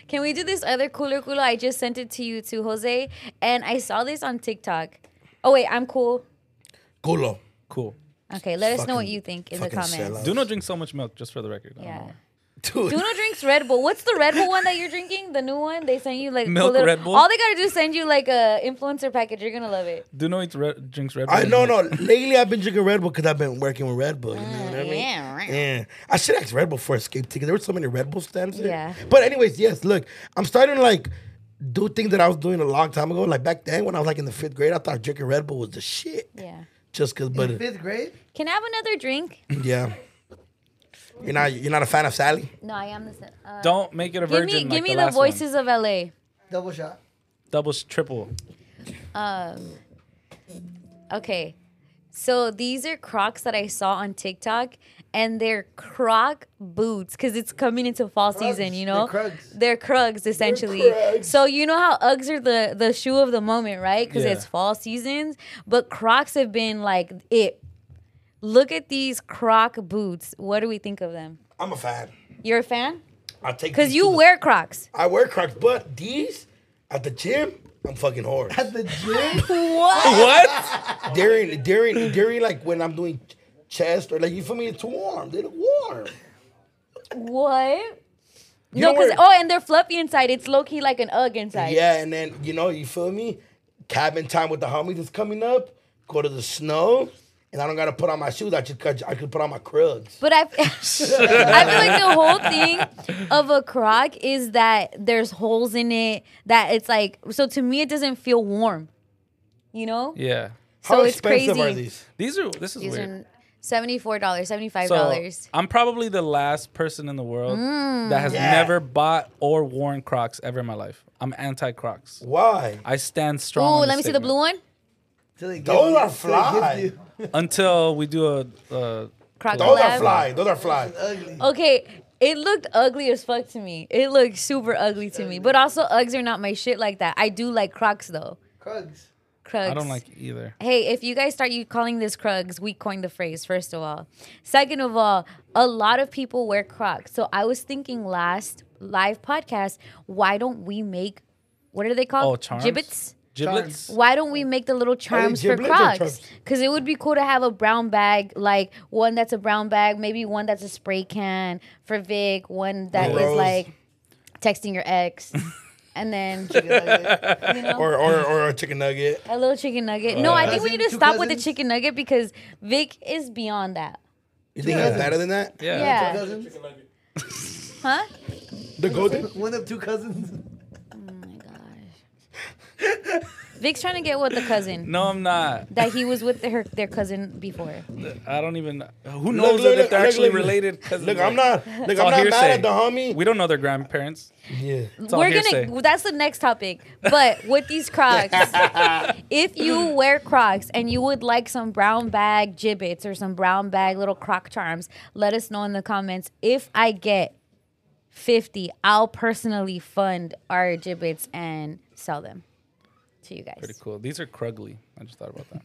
[SPEAKER 4] Can we do this other cooler cooler? I just sent it to you to Jose, and I saw this on TikTok. Oh wait, I'm cool.
[SPEAKER 2] Culo.
[SPEAKER 5] Cool.
[SPEAKER 4] Okay, let us know what
[SPEAKER 2] Fucking-
[SPEAKER 4] you think in the
[SPEAKER 2] fucking
[SPEAKER 4] comments.
[SPEAKER 2] sellout.
[SPEAKER 5] Do not drink so much milk, just for the record. I don't know
[SPEAKER 4] Yeah.
[SPEAKER 5] why.
[SPEAKER 2] Dude,
[SPEAKER 4] Duno
[SPEAKER 5] (laughs)
[SPEAKER 4] drinks Red Bull. What's the Red Bull one that you're drinking? The new one? They send you like
[SPEAKER 5] Milk
[SPEAKER 4] cooler-
[SPEAKER 5] Red Bull?
[SPEAKER 4] All they gotta do is send you like a influencer package. You're gonna love it.
[SPEAKER 5] Do not eat red, drinks red.
[SPEAKER 2] (laughs) I
[SPEAKER 5] Bull
[SPEAKER 2] no
[SPEAKER 5] and
[SPEAKER 2] no.
[SPEAKER 5] milk.
[SPEAKER 2] Lately, I've been drinking Red Bull because I've been working with Red Bull. You know what I mean?
[SPEAKER 4] Mm, yeah, right.
[SPEAKER 2] Yeah, I should ask Red Bull for escape ticket. There were so many Red Bull stands. there.
[SPEAKER 4] Yeah.
[SPEAKER 2] But anyways, yes. Look, I'm starting to like do things that I was doing a long time ago. Like back then, when I was like in the fifth grade, I thought drinking Red Bull was the shit.
[SPEAKER 4] Yeah.
[SPEAKER 2] Just cause,
[SPEAKER 6] In
[SPEAKER 2] but
[SPEAKER 6] fifth grade?
[SPEAKER 4] Can I have another
[SPEAKER 5] (laughs)
[SPEAKER 4] drink?
[SPEAKER 2] yeah. You're not you're not a fan of Sally.
[SPEAKER 4] No, I am the. se- Uh,
[SPEAKER 5] Don't make it a
[SPEAKER 4] give
[SPEAKER 5] virgin.
[SPEAKER 4] me,
[SPEAKER 5] like
[SPEAKER 4] give me
[SPEAKER 5] the,
[SPEAKER 4] the,
[SPEAKER 5] last one.
[SPEAKER 4] voices of LA.
[SPEAKER 6] Double shot.
[SPEAKER 5] Double, s- triple.
[SPEAKER 4] Um, okay. So these are Crocs that I saw on TikTok, and they're Croc boots because it's coming into fall season. You know,
[SPEAKER 6] they're Krugs.
[SPEAKER 4] They're Krugs, essentially.
[SPEAKER 2] Krugs.
[SPEAKER 4] So you know how Uggs are the the shoe of the moment, right? Because
[SPEAKER 5] Yeah.
[SPEAKER 4] it's fall seasons. But Crocs have been like it. Look at these Croc boots. What do we think of them?
[SPEAKER 2] I'm a fan.
[SPEAKER 4] You're a fan?
[SPEAKER 2] I take
[SPEAKER 4] Because
[SPEAKER 2] these
[SPEAKER 4] you
[SPEAKER 2] to the-
[SPEAKER 4] wear Crocs.
[SPEAKER 2] I wear Crocs, but these at the gym, I'm fucking horse.
[SPEAKER 6] At the gym?
[SPEAKER 4] (laughs) What?
[SPEAKER 5] What?
[SPEAKER 2] (laughs) during during during like when I'm doing ch- chest or like you feel me, it's warm. They look warm.
[SPEAKER 4] What?
[SPEAKER 2] You
[SPEAKER 4] no,
[SPEAKER 2] don't
[SPEAKER 4] because
[SPEAKER 2] wear-
[SPEAKER 4] oh, and they're fluffy inside. It's low key like an Ugg inside.
[SPEAKER 2] Yeah, and then you know, you feel me? Cabin time with the homies is coming up. Go to the snow, and I don't gotta put on my shoes. I just cut, I could put on my Krugs.
[SPEAKER 4] But I, (laughs) I feel like the whole thing of a croc is that there's holes in it. That it's like so to me it doesn't feel warm, you know.
[SPEAKER 5] Yeah.
[SPEAKER 4] So
[SPEAKER 2] How
[SPEAKER 4] it's
[SPEAKER 2] expensive
[SPEAKER 4] crazy.
[SPEAKER 2] are these?
[SPEAKER 5] These are. This is
[SPEAKER 4] These
[SPEAKER 5] weird.
[SPEAKER 4] are seventy four dollars, seventy five
[SPEAKER 5] So
[SPEAKER 4] dollars.
[SPEAKER 5] I'm probably the last person in the world
[SPEAKER 4] Mm.
[SPEAKER 5] that has never bought or worn Crocs ever in my life. I'm anti Crocs.
[SPEAKER 2] Why?
[SPEAKER 5] I stand strong.
[SPEAKER 4] Oh,
[SPEAKER 5] on
[SPEAKER 4] let me
[SPEAKER 5] this
[SPEAKER 4] see the
[SPEAKER 5] statement.
[SPEAKER 4] blue one.
[SPEAKER 6] Till they give
[SPEAKER 2] Those
[SPEAKER 6] you-
[SPEAKER 2] are
[SPEAKER 6] till they
[SPEAKER 2] fly.
[SPEAKER 6] give you-
[SPEAKER 5] Until we do a. Uh,
[SPEAKER 4] Croc
[SPEAKER 2] Those
[SPEAKER 4] collab.
[SPEAKER 2] are fly. Those are fly.
[SPEAKER 6] Ugly.
[SPEAKER 4] Okay, it looked ugly as fuck to me. It looked super ugly to me. But also Uggs are not my shit like that. I do like Crocs though.
[SPEAKER 6] Krugs.
[SPEAKER 4] Krugs.
[SPEAKER 5] I don't like either.
[SPEAKER 4] Hey, if you guys start you calling this Krugs, we coined the phrase, first of all. Second of all, a lot of people wear Crocs. So I was thinking last live podcast, why don't we make, what are they
[SPEAKER 5] Oh,
[SPEAKER 4] called?
[SPEAKER 5] charms.
[SPEAKER 4] Gibbets?
[SPEAKER 5] Giblets.
[SPEAKER 4] Why don't we make the little charms for
[SPEAKER 2] giblets or
[SPEAKER 4] Crocs?
[SPEAKER 2] charms?
[SPEAKER 4] Because it would be cool to have a brown bag, like one that's a brown bag, maybe one that's a spray can for Vic, one that is
[SPEAKER 2] Rose.
[SPEAKER 4] like texting your ex, and then (laughs) you know,
[SPEAKER 2] Or, or or a chicken nugget.
[SPEAKER 4] a little chicken nugget. No, I think we
[SPEAKER 6] Cousin,
[SPEAKER 4] need to
[SPEAKER 6] Uh, two
[SPEAKER 4] stop with the
[SPEAKER 6] cousins?
[SPEAKER 4] chicken nugget because Vic is beyond that.
[SPEAKER 2] You think that's better than that?
[SPEAKER 5] Yeah.
[SPEAKER 4] Yeah,
[SPEAKER 6] Cousins?
[SPEAKER 4] huh?
[SPEAKER 2] The golden.
[SPEAKER 6] One of two cousins.
[SPEAKER 4] Oh my gosh. Vic's trying to get with the cousin
[SPEAKER 5] No, I'm not.
[SPEAKER 4] that he was with her their cousin before.
[SPEAKER 5] I don't even. Who knows
[SPEAKER 2] look,
[SPEAKER 5] if
[SPEAKER 2] look,
[SPEAKER 5] they're
[SPEAKER 2] look,
[SPEAKER 5] actually
[SPEAKER 2] look.
[SPEAKER 5] related? cousins?
[SPEAKER 2] Look,
[SPEAKER 5] (laughs)
[SPEAKER 2] I'm not. Look, I'm
[SPEAKER 5] all
[SPEAKER 2] not mad
[SPEAKER 5] hearsay.
[SPEAKER 2] at the homie.
[SPEAKER 5] We don't know their grandparents.
[SPEAKER 2] (laughs) yeah.
[SPEAKER 5] It's all
[SPEAKER 4] We're
[SPEAKER 5] hearsay.
[SPEAKER 4] gonna. That's the next topic. But with these Crocs, if you wear Crocs and you would like some brown bag gibbets or some brown bag little Croc charms, let us know in the comments. If I get fifty, I'll personally fund our gibbets and sell them to you guys.
[SPEAKER 5] Pretty cool. These are Krugly. I just thought about that.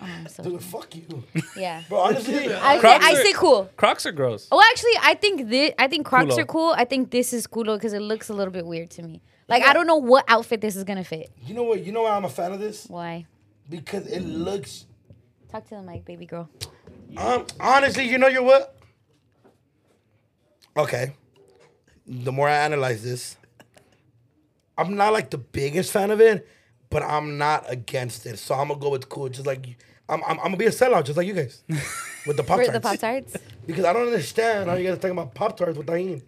[SPEAKER 4] I'm so-
[SPEAKER 2] Dude, fuck you.
[SPEAKER 4] yeah.
[SPEAKER 2] But honestly,
[SPEAKER 4] I say,
[SPEAKER 5] Crocs
[SPEAKER 4] I
[SPEAKER 5] are-
[SPEAKER 4] say cool.
[SPEAKER 5] Crocs are gross.
[SPEAKER 4] Well, actually, I think this. I think Crocs
[SPEAKER 5] Culo.
[SPEAKER 4] are cool. I think this is cool because it looks a little bit weird to me. Like I don't know what outfit this is gonna fit.
[SPEAKER 2] you know what? You know why I'm a fan of this?
[SPEAKER 4] Why?
[SPEAKER 2] Because it looks.
[SPEAKER 4] Talk to the mic, baby girl.
[SPEAKER 2] Um, honestly, you know you what? Okay. The more I analyze this, I'm not like the biggest fan of it, but I'm not against it. So I'm gonna go with cool. Just like you- I'm, I'm, I'm gonna be a sellout, just like you guys, with the pop
[SPEAKER 4] For the Pop
[SPEAKER 2] tarts.
[SPEAKER 4] Tarts?
[SPEAKER 2] Because I don't understand how you guys are talking about pop tarts without eating.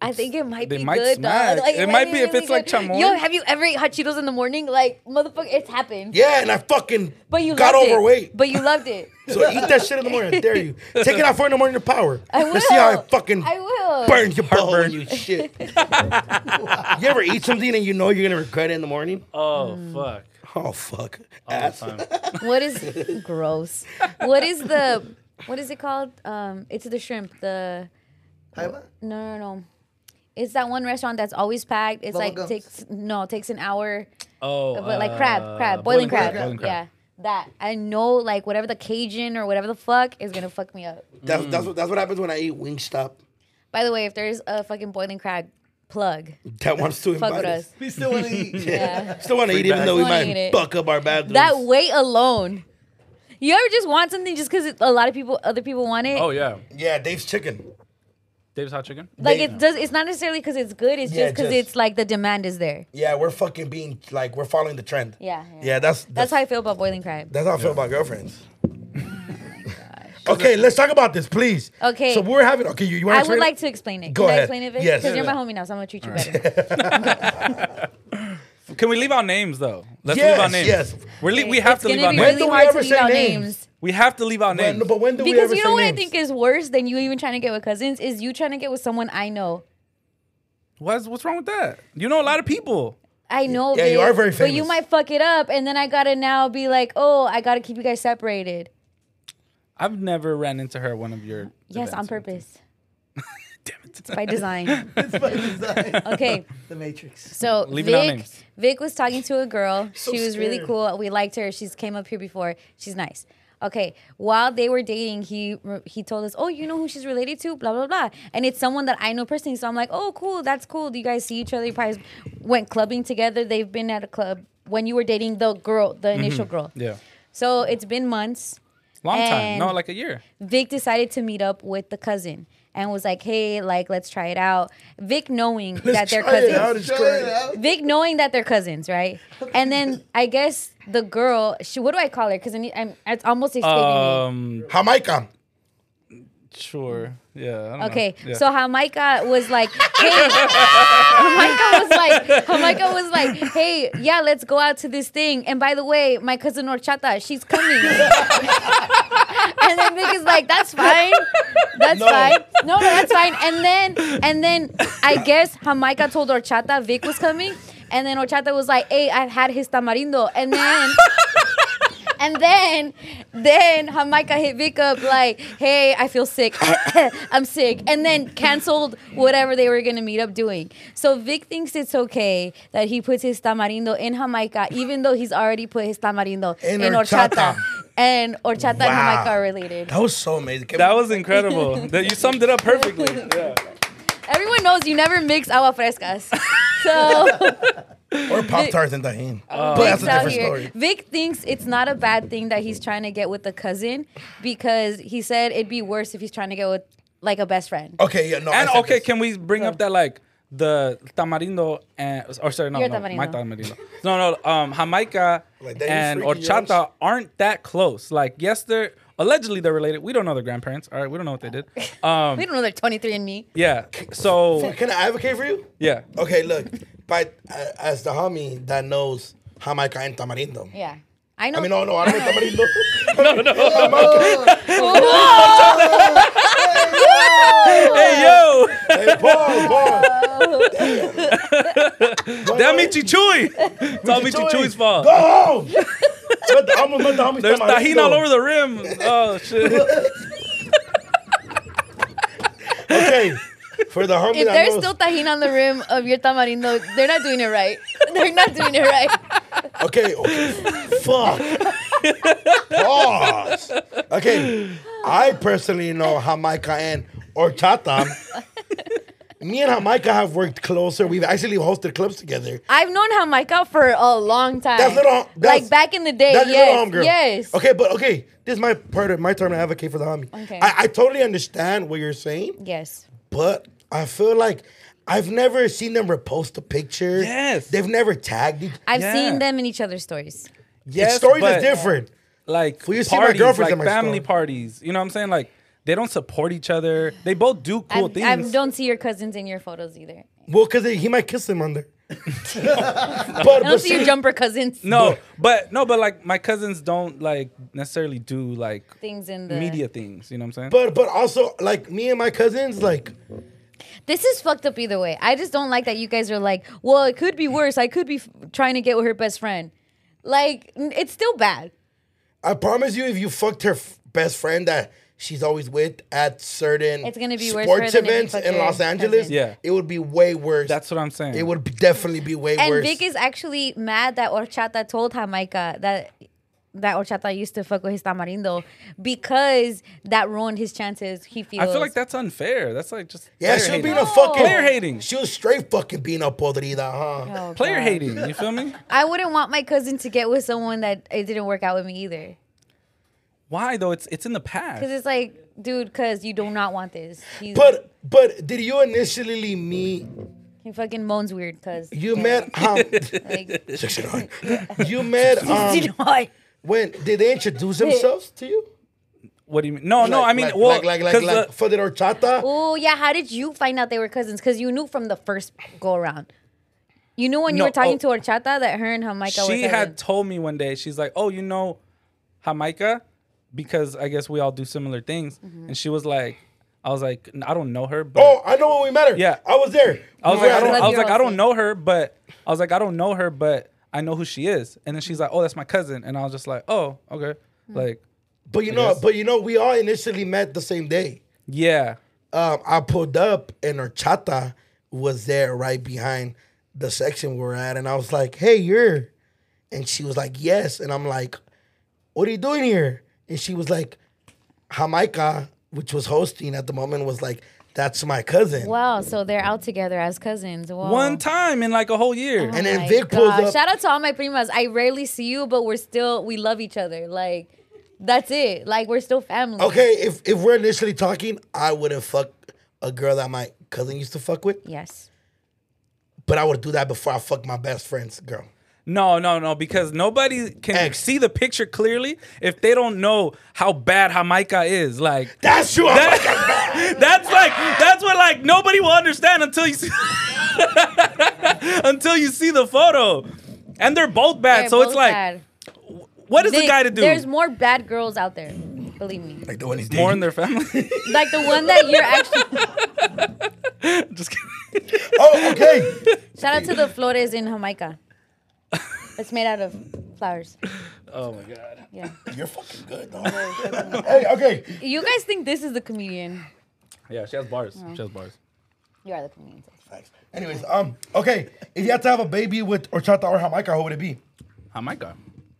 [SPEAKER 4] I think it might
[SPEAKER 5] They
[SPEAKER 4] be
[SPEAKER 5] might
[SPEAKER 4] good. though.
[SPEAKER 5] smack. It might be if it's like chamoy.
[SPEAKER 4] Yo, have you ever ate hot Cheetos in the morning? Like motherfucker, it's happened.
[SPEAKER 2] Yeah, and I fucking
[SPEAKER 4] But you
[SPEAKER 2] got
[SPEAKER 4] loved it.
[SPEAKER 2] overweight.
[SPEAKER 4] But you loved it.
[SPEAKER 2] So eat that shit in the morning. I dare you. Take it out for in the morning to power.
[SPEAKER 4] (laughs) I will.
[SPEAKER 2] Let's see how it fucking
[SPEAKER 4] I
[SPEAKER 5] (laughs)
[SPEAKER 4] will.
[SPEAKER 2] burns your butthole
[SPEAKER 5] Heartburn.
[SPEAKER 2] and you shit. you ever eat something and you know you're gonna regret it in the morning?
[SPEAKER 5] Oh fuck.
[SPEAKER 2] Oh fuck.
[SPEAKER 5] All the
[SPEAKER 2] Ass.
[SPEAKER 5] time.
[SPEAKER 4] What is (laughs) gross? What is the what is it called? Um, it's the shrimp. The
[SPEAKER 6] Paiba?
[SPEAKER 4] no, no, no. It's that one restaurant that's always packed. It's
[SPEAKER 6] Bubble
[SPEAKER 4] like
[SPEAKER 6] gums.
[SPEAKER 4] takes no takes an hour,
[SPEAKER 5] Oh,
[SPEAKER 4] but like
[SPEAKER 5] uh,
[SPEAKER 4] crab, crab, boiling, crab.
[SPEAKER 5] boiling
[SPEAKER 4] Yeah, that I know. Like whatever the Cajun or whatever the fuck is gonna fuck me up.
[SPEAKER 2] That's, that's what that's what happens when I eat Wingstop.
[SPEAKER 4] By the way, if there's a fucking boiling crab plug,
[SPEAKER 2] That wants to invite
[SPEAKER 4] fuck with
[SPEAKER 2] (laughs)
[SPEAKER 4] us.
[SPEAKER 6] We still want to
[SPEAKER 5] (laughs)
[SPEAKER 6] eat.
[SPEAKER 4] Yeah.
[SPEAKER 2] Still want to eat even though we
[SPEAKER 4] Wanna
[SPEAKER 2] might
[SPEAKER 4] eat it.
[SPEAKER 2] buck up our bathrooms.
[SPEAKER 4] That weight alone. You ever just want something just because a lot of people, other people want it?
[SPEAKER 5] Oh yeah,
[SPEAKER 2] yeah, Dave's chicken.
[SPEAKER 5] Dave's hot chicken.
[SPEAKER 4] like it does. It's not necessarily because it's good. It's
[SPEAKER 2] Yeah,
[SPEAKER 4] just because
[SPEAKER 2] just-
[SPEAKER 4] it's like the demand is there.
[SPEAKER 2] Yeah, we're fucking being like we're following the trend.
[SPEAKER 4] Yeah. Yeah.
[SPEAKER 2] Yeah, that's
[SPEAKER 4] That's
[SPEAKER 2] that's,
[SPEAKER 4] how I Oh feel about boiling crab.
[SPEAKER 2] that's how I feel
[SPEAKER 4] (laughs)
[SPEAKER 2] about girlfriends. okay, let's talk about this, please.
[SPEAKER 4] Okay.
[SPEAKER 2] So we're having okay. You, you want
[SPEAKER 4] I would like to explain it.
[SPEAKER 2] Go
[SPEAKER 4] Can I
[SPEAKER 2] ahead.
[SPEAKER 4] explain it, Vic?
[SPEAKER 2] Yes.
[SPEAKER 4] Because you're my homie now, so I'm gonna treat you better.
[SPEAKER 5] Can we leave out names though? Let's
[SPEAKER 2] Yes,
[SPEAKER 5] leave out names.
[SPEAKER 2] yes.
[SPEAKER 5] We're le- (laughs) we
[SPEAKER 4] It's
[SPEAKER 5] have to
[SPEAKER 4] gonna
[SPEAKER 5] leave out
[SPEAKER 4] be
[SPEAKER 5] names.
[SPEAKER 2] do
[SPEAKER 4] really
[SPEAKER 2] we
[SPEAKER 4] hard to
[SPEAKER 2] ever
[SPEAKER 4] leave
[SPEAKER 2] say
[SPEAKER 4] out
[SPEAKER 2] names?
[SPEAKER 4] names.
[SPEAKER 5] We have to leave out names.
[SPEAKER 2] When, but when do we
[SPEAKER 4] Because
[SPEAKER 2] ever
[SPEAKER 4] you know
[SPEAKER 2] say
[SPEAKER 4] what I
[SPEAKER 2] names?
[SPEAKER 4] think is worse than you even trying to get with cousins is you trying to get with someone I know.
[SPEAKER 5] What's what's wrong with that? You know a lot of people.
[SPEAKER 4] I know.
[SPEAKER 2] yeah, you
[SPEAKER 4] babe,
[SPEAKER 2] are very
[SPEAKER 4] But you
[SPEAKER 2] famous.
[SPEAKER 4] might fuck it up, and then I gotta now be like, oh, I gotta keep you guys separated.
[SPEAKER 5] I've never ran into her at one of your.
[SPEAKER 4] Yes, on
[SPEAKER 5] events.
[SPEAKER 4] purpose.
[SPEAKER 5] (laughs) Damn it.
[SPEAKER 4] By design.
[SPEAKER 6] It's by design.
[SPEAKER 4] (laughs)
[SPEAKER 5] (laughs)
[SPEAKER 4] Okay.
[SPEAKER 6] The Matrix.
[SPEAKER 4] So
[SPEAKER 5] Leaving out
[SPEAKER 4] Vic,
[SPEAKER 5] names.
[SPEAKER 4] Vic was talking to a
[SPEAKER 5] (laughs)
[SPEAKER 4] girl.
[SPEAKER 2] So
[SPEAKER 4] she was really
[SPEAKER 2] scared.
[SPEAKER 4] cool. We liked her. She's came up here before. She's nice. Okay. While they were dating, he he told us, "Oh, you know who she's related to? Blah blah blah." And it's someone that I know personally. So I'm like, "Oh, cool. That's cool. Do you guys see each other? You probably went clubbing together. They've been at a club when you were dating the girl, the initial girl."
[SPEAKER 5] Mm-hmm. Yeah.
[SPEAKER 4] So it's been months.
[SPEAKER 5] Long time.
[SPEAKER 4] And-
[SPEAKER 5] No, like a year.
[SPEAKER 4] Vic decided to meet up with the cousin and was like, "Hey, like let's try it out." Vic knowing that they're
[SPEAKER 2] try it
[SPEAKER 4] cousins.
[SPEAKER 2] out. It's great.
[SPEAKER 4] Vic knowing that they're cousins, right? And then I guess the girl, she what do I call her? Because I need, I'm, it's almost escaping me.
[SPEAKER 5] Um.
[SPEAKER 2] Jamaica.
[SPEAKER 5] Sure. Yeah. I don't know.
[SPEAKER 4] Okay,
[SPEAKER 5] Yeah.
[SPEAKER 4] so Jamaica was like, hey, (laughs) Jamaica was like, Jamaica was like, hey, yeah, let's go out to this thing. And by the way, my cousin Orchata, she's coming. and then Vic is like, that's fine, that's fine, no, no, that's fine. And then, and then I guess Jamaica told Orchata Vic was coming, and then Orchata was like, hey, I've had his tamarindo, and then. And then, then Jamaica hit Vic up like, "Hey, I feel sick. (coughs) I'm sick." And then canceled whatever they were gonna meet up doing. So Vic thinks it's okay that he puts his tamarindo in Jamaica, even though he's already put his tamarindo
[SPEAKER 2] In
[SPEAKER 4] in,
[SPEAKER 2] horchata.
[SPEAKER 4] horchata. and horchata and
[SPEAKER 2] Wow.
[SPEAKER 4] Jamaica are related.
[SPEAKER 2] That was so amazing. Can
[SPEAKER 5] That
[SPEAKER 2] we-
[SPEAKER 5] was
[SPEAKER 4] (laughs)
[SPEAKER 5] incredible. that you summed it up perfectly. Yeah.
[SPEAKER 4] Everyone knows you never mix agua
[SPEAKER 2] (laughs)
[SPEAKER 4] frescas. So.
[SPEAKER 2] or Pop Tarts and Tahini. but
[SPEAKER 4] Vic's
[SPEAKER 2] Oh, that's a
[SPEAKER 4] out
[SPEAKER 2] different
[SPEAKER 4] here.
[SPEAKER 2] story.
[SPEAKER 4] Vic thinks it's not a bad thing that he's trying to get with a cousin because he said it'd be worse if he's trying to get with like a best friend.
[SPEAKER 2] Okay, yeah, no. I
[SPEAKER 5] And
[SPEAKER 2] said
[SPEAKER 5] okay,
[SPEAKER 2] this.
[SPEAKER 5] can we bring up that like the tamarindo and or sorry, no,
[SPEAKER 4] Your
[SPEAKER 5] no my
[SPEAKER 4] tamarindo.
[SPEAKER 5] tamarindo. No, no, um, Jamaica
[SPEAKER 2] Like, that
[SPEAKER 5] and
[SPEAKER 2] is freaking
[SPEAKER 5] horchata
[SPEAKER 2] yours.
[SPEAKER 5] aren't that close. Like, yes, they're allegedly they're related. We don't know their grandparents. All right, we don't know what
[SPEAKER 4] (laughs)
[SPEAKER 5] they did. Um,
[SPEAKER 4] We don't know they're 23 and me. (laughs)
[SPEAKER 5] yeah. So
[SPEAKER 2] Can I advocate for you?
[SPEAKER 5] yeah,
[SPEAKER 2] Okay, look, but uh, as the homie that knows Jamaica and tamarindo.
[SPEAKER 4] Yeah. I know.
[SPEAKER 2] I mean, no, no, I don't
[SPEAKER 4] (laughs)
[SPEAKER 2] know tamarindo. (laughs)
[SPEAKER 5] Hey
[SPEAKER 4] (laughs)
[SPEAKER 5] yo, (laughs)
[SPEAKER 2] hey, Paul, Paul,
[SPEAKER 5] that Michi Chewy. It's all Michi Chewy's fault.
[SPEAKER 2] go home. Let the, I'm gonna let the homie
[SPEAKER 5] There's
[SPEAKER 2] tamarindo.
[SPEAKER 5] tahini all over the rim.
[SPEAKER 4] (laughs)
[SPEAKER 5] Oh shit.
[SPEAKER 2] Okay, for the homie
[SPEAKER 4] if
[SPEAKER 2] that
[SPEAKER 4] there's
[SPEAKER 2] knows.
[SPEAKER 4] still tahini on the rim of your tamarindo, they're not doing it right. They're not doing it right.
[SPEAKER 2] Okay, okay. Fuck. Pause. Okay, I personally know Jamaica and Orchata. Me and Jamaica have worked closer. We've actually hosted clubs together.
[SPEAKER 4] I've known how Micah for a long time.
[SPEAKER 2] That's little- that's-
[SPEAKER 4] like back in the day.
[SPEAKER 2] That's your
[SPEAKER 4] yes.
[SPEAKER 2] little homegirl.
[SPEAKER 4] Yes.
[SPEAKER 2] Okay, but okay, this is my part of my term to advocate for the homie.
[SPEAKER 4] Okay.
[SPEAKER 2] I, I totally understand what you're saying,
[SPEAKER 4] Yes.
[SPEAKER 2] but I feel like I've never seen them repost a picture.
[SPEAKER 5] Yes.
[SPEAKER 2] They've never tagged each
[SPEAKER 4] I've
[SPEAKER 5] Yeah.
[SPEAKER 4] seen them in each other's stories.
[SPEAKER 5] Yes,
[SPEAKER 2] stories
[SPEAKER 5] but-
[SPEAKER 2] is different.
[SPEAKER 5] like
[SPEAKER 2] Well, you see my
[SPEAKER 5] parties,
[SPEAKER 2] girlfriend's
[SPEAKER 5] like
[SPEAKER 2] in my
[SPEAKER 5] family
[SPEAKER 2] store.
[SPEAKER 5] parties. You know what I'm saying? Like they don't support each other. They both do cool
[SPEAKER 4] I,
[SPEAKER 5] things.
[SPEAKER 4] I don't see your cousins in your photos either.
[SPEAKER 2] Well, because he might kiss them on there. (laughs) but,
[SPEAKER 4] I don't
[SPEAKER 2] but
[SPEAKER 4] see your jumper cousins.
[SPEAKER 5] no, but no, but like my cousins don't like necessarily do like
[SPEAKER 4] Things in the
[SPEAKER 5] media things. You know what I'm saying?
[SPEAKER 2] But but also like me and my cousins, like
[SPEAKER 4] This is fucked up either way. I just don't like that you guys are like, well, it could be worse. I could be f- trying to get with her best friend. Like, n- it's still bad.
[SPEAKER 2] I promise you, if you fucked her f- best friend that she's always with at certain
[SPEAKER 4] It's gonna be worse for her
[SPEAKER 2] sports
[SPEAKER 4] than if you
[SPEAKER 2] events
[SPEAKER 4] fuck
[SPEAKER 2] in
[SPEAKER 4] your
[SPEAKER 2] Los Angeles,
[SPEAKER 4] cousin.
[SPEAKER 5] Yeah.
[SPEAKER 2] it would be way worse.
[SPEAKER 5] That's what I'm saying.
[SPEAKER 2] It would be- definitely be way
[SPEAKER 4] And
[SPEAKER 2] worse.
[SPEAKER 4] Vic is actually mad that Orchata told Jamaica that that Orchata used to fuck with his tamarindo because that ruined his chances. He feels.
[SPEAKER 5] I feel like that's unfair. That's like just
[SPEAKER 2] yeah,
[SPEAKER 5] player
[SPEAKER 2] she was
[SPEAKER 5] hating.
[SPEAKER 2] being a fucking
[SPEAKER 5] player hating.
[SPEAKER 2] She was straight fucking being a podrida, huh?
[SPEAKER 4] Oh,
[SPEAKER 5] Player
[SPEAKER 4] God.
[SPEAKER 5] hating. You feel me?
[SPEAKER 4] I wouldn't want my cousin to get with someone that it didn't work out with me either.
[SPEAKER 5] Why though? It's it's in
[SPEAKER 4] (laughs)
[SPEAKER 5] the past.
[SPEAKER 4] Because it's like, dude, because you do not want this. He's,
[SPEAKER 2] But but did you initially meet?
[SPEAKER 4] he fucking moans weird because.
[SPEAKER 2] You met
[SPEAKER 5] (laughs)
[SPEAKER 2] um, (laughs)
[SPEAKER 4] Like, (laughs)
[SPEAKER 2] six and nine. you met um, when did they introduce themselves to you?
[SPEAKER 5] what do you mean? No, no.
[SPEAKER 2] Like-
[SPEAKER 5] I mean,
[SPEAKER 2] like,
[SPEAKER 5] well,
[SPEAKER 2] like like like,
[SPEAKER 5] 'cause
[SPEAKER 2] like
[SPEAKER 5] the-
[SPEAKER 2] for the horchata.
[SPEAKER 4] Oh yeah, how did you find out they were cousins? Because you knew from the first go around. You knew when you
[SPEAKER 5] No,
[SPEAKER 4] were talking
[SPEAKER 5] oh.
[SPEAKER 4] to Horchata that her and Jamaica were
[SPEAKER 5] she
[SPEAKER 4] cousins.
[SPEAKER 5] had told me one day she's like oh you know jamaica because i guess we all do similar things and she was like i was like i don't know her but
[SPEAKER 2] Oh, I know when we met her.
[SPEAKER 5] Yeah.
[SPEAKER 2] I was there.
[SPEAKER 5] i was like i
[SPEAKER 4] I
[SPEAKER 5] don't
[SPEAKER 4] love
[SPEAKER 5] i was
[SPEAKER 4] your
[SPEAKER 5] like i don't
[SPEAKER 4] outfit.
[SPEAKER 5] know her but i was like i don't know her but i know who she is and then she's like oh that's my cousin and i was just like oh okay like
[SPEAKER 2] But you know,
[SPEAKER 5] guess.
[SPEAKER 2] but you know, we all initially met the same day.
[SPEAKER 5] yeah
[SPEAKER 2] Um, I pulled up and Orchata was there right behind the section we're at, and I was like, "Hey, you're," and she was like, "Yes," and I'm like, "What are you doing here?" And she was like, "Jamaica," which was hosting at the moment, was like, "That's my cousin."
[SPEAKER 4] Wow, so they're out together as cousins. Wow.
[SPEAKER 5] one time in like a whole year
[SPEAKER 2] And
[SPEAKER 4] Oh My
[SPEAKER 2] then Vic pulls
[SPEAKER 4] gosh.
[SPEAKER 2] up.
[SPEAKER 4] Shout out to all my primas. I rarely see you, but we're still we love each other. Like that's it. Like we're still family.
[SPEAKER 2] Okay, if if we're initially talking, I wouldn't fuck a girl that my cousin used to fuck with.
[SPEAKER 4] Yes.
[SPEAKER 2] But I would do that before I fuck my best friend's girl.
[SPEAKER 5] no no no because nobody can
[SPEAKER 2] Ex.
[SPEAKER 5] see the picture clearly if they don't know how bad jamaica is like
[SPEAKER 2] That's true. I'm like,
[SPEAKER 5] That- (laughs) that's like that's what like nobody will understand until you see (laughs) until you see the photo. And they're both bad,
[SPEAKER 4] They're
[SPEAKER 5] so it's
[SPEAKER 4] both
[SPEAKER 5] like
[SPEAKER 4] bad.
[SPEAKER 5] what is the
[SPEAKER 4] They-
[SPEAKER 5] guy to do?
[SPEAKER 4] There's more bad girls out there. Believe me.
[SPEAKER 2] like the one he's
[SPEAKER 5] More in
[SPEAKER 2] dating.
[SPEAKER 5] their family. (laughs)
[SPEAKER 4] Like the one that you're actually
[SPEAKER 5] Just kidding.
[SPEAKER 2] Oh, okay.
[SPEAKER 5] (laughs)
[SPEAKER 4] shout out to the Flores in Jamaica. It's made out of flowers.
[SPEAKER 5] Oh my god.
[SPEAKER 4] Yeah.
[SPEAKER 2] (laughs) You're fucking good, dog. (laughs) hey, okay.
[SPEAKER 4] You guys think this is the comedian?
[SPEAKER 5] Yeah, she has bars.
[SPEAKER 4] Oh.
[SPEAKER 5] She has bars.
[SPEAKER 4] You are the comedian.
[SPEAKER 2] Facts. Anyways, um, okay. If you had to have a baby with horchata or jamaica, who would it be?
[SPEAKER 5] How my god.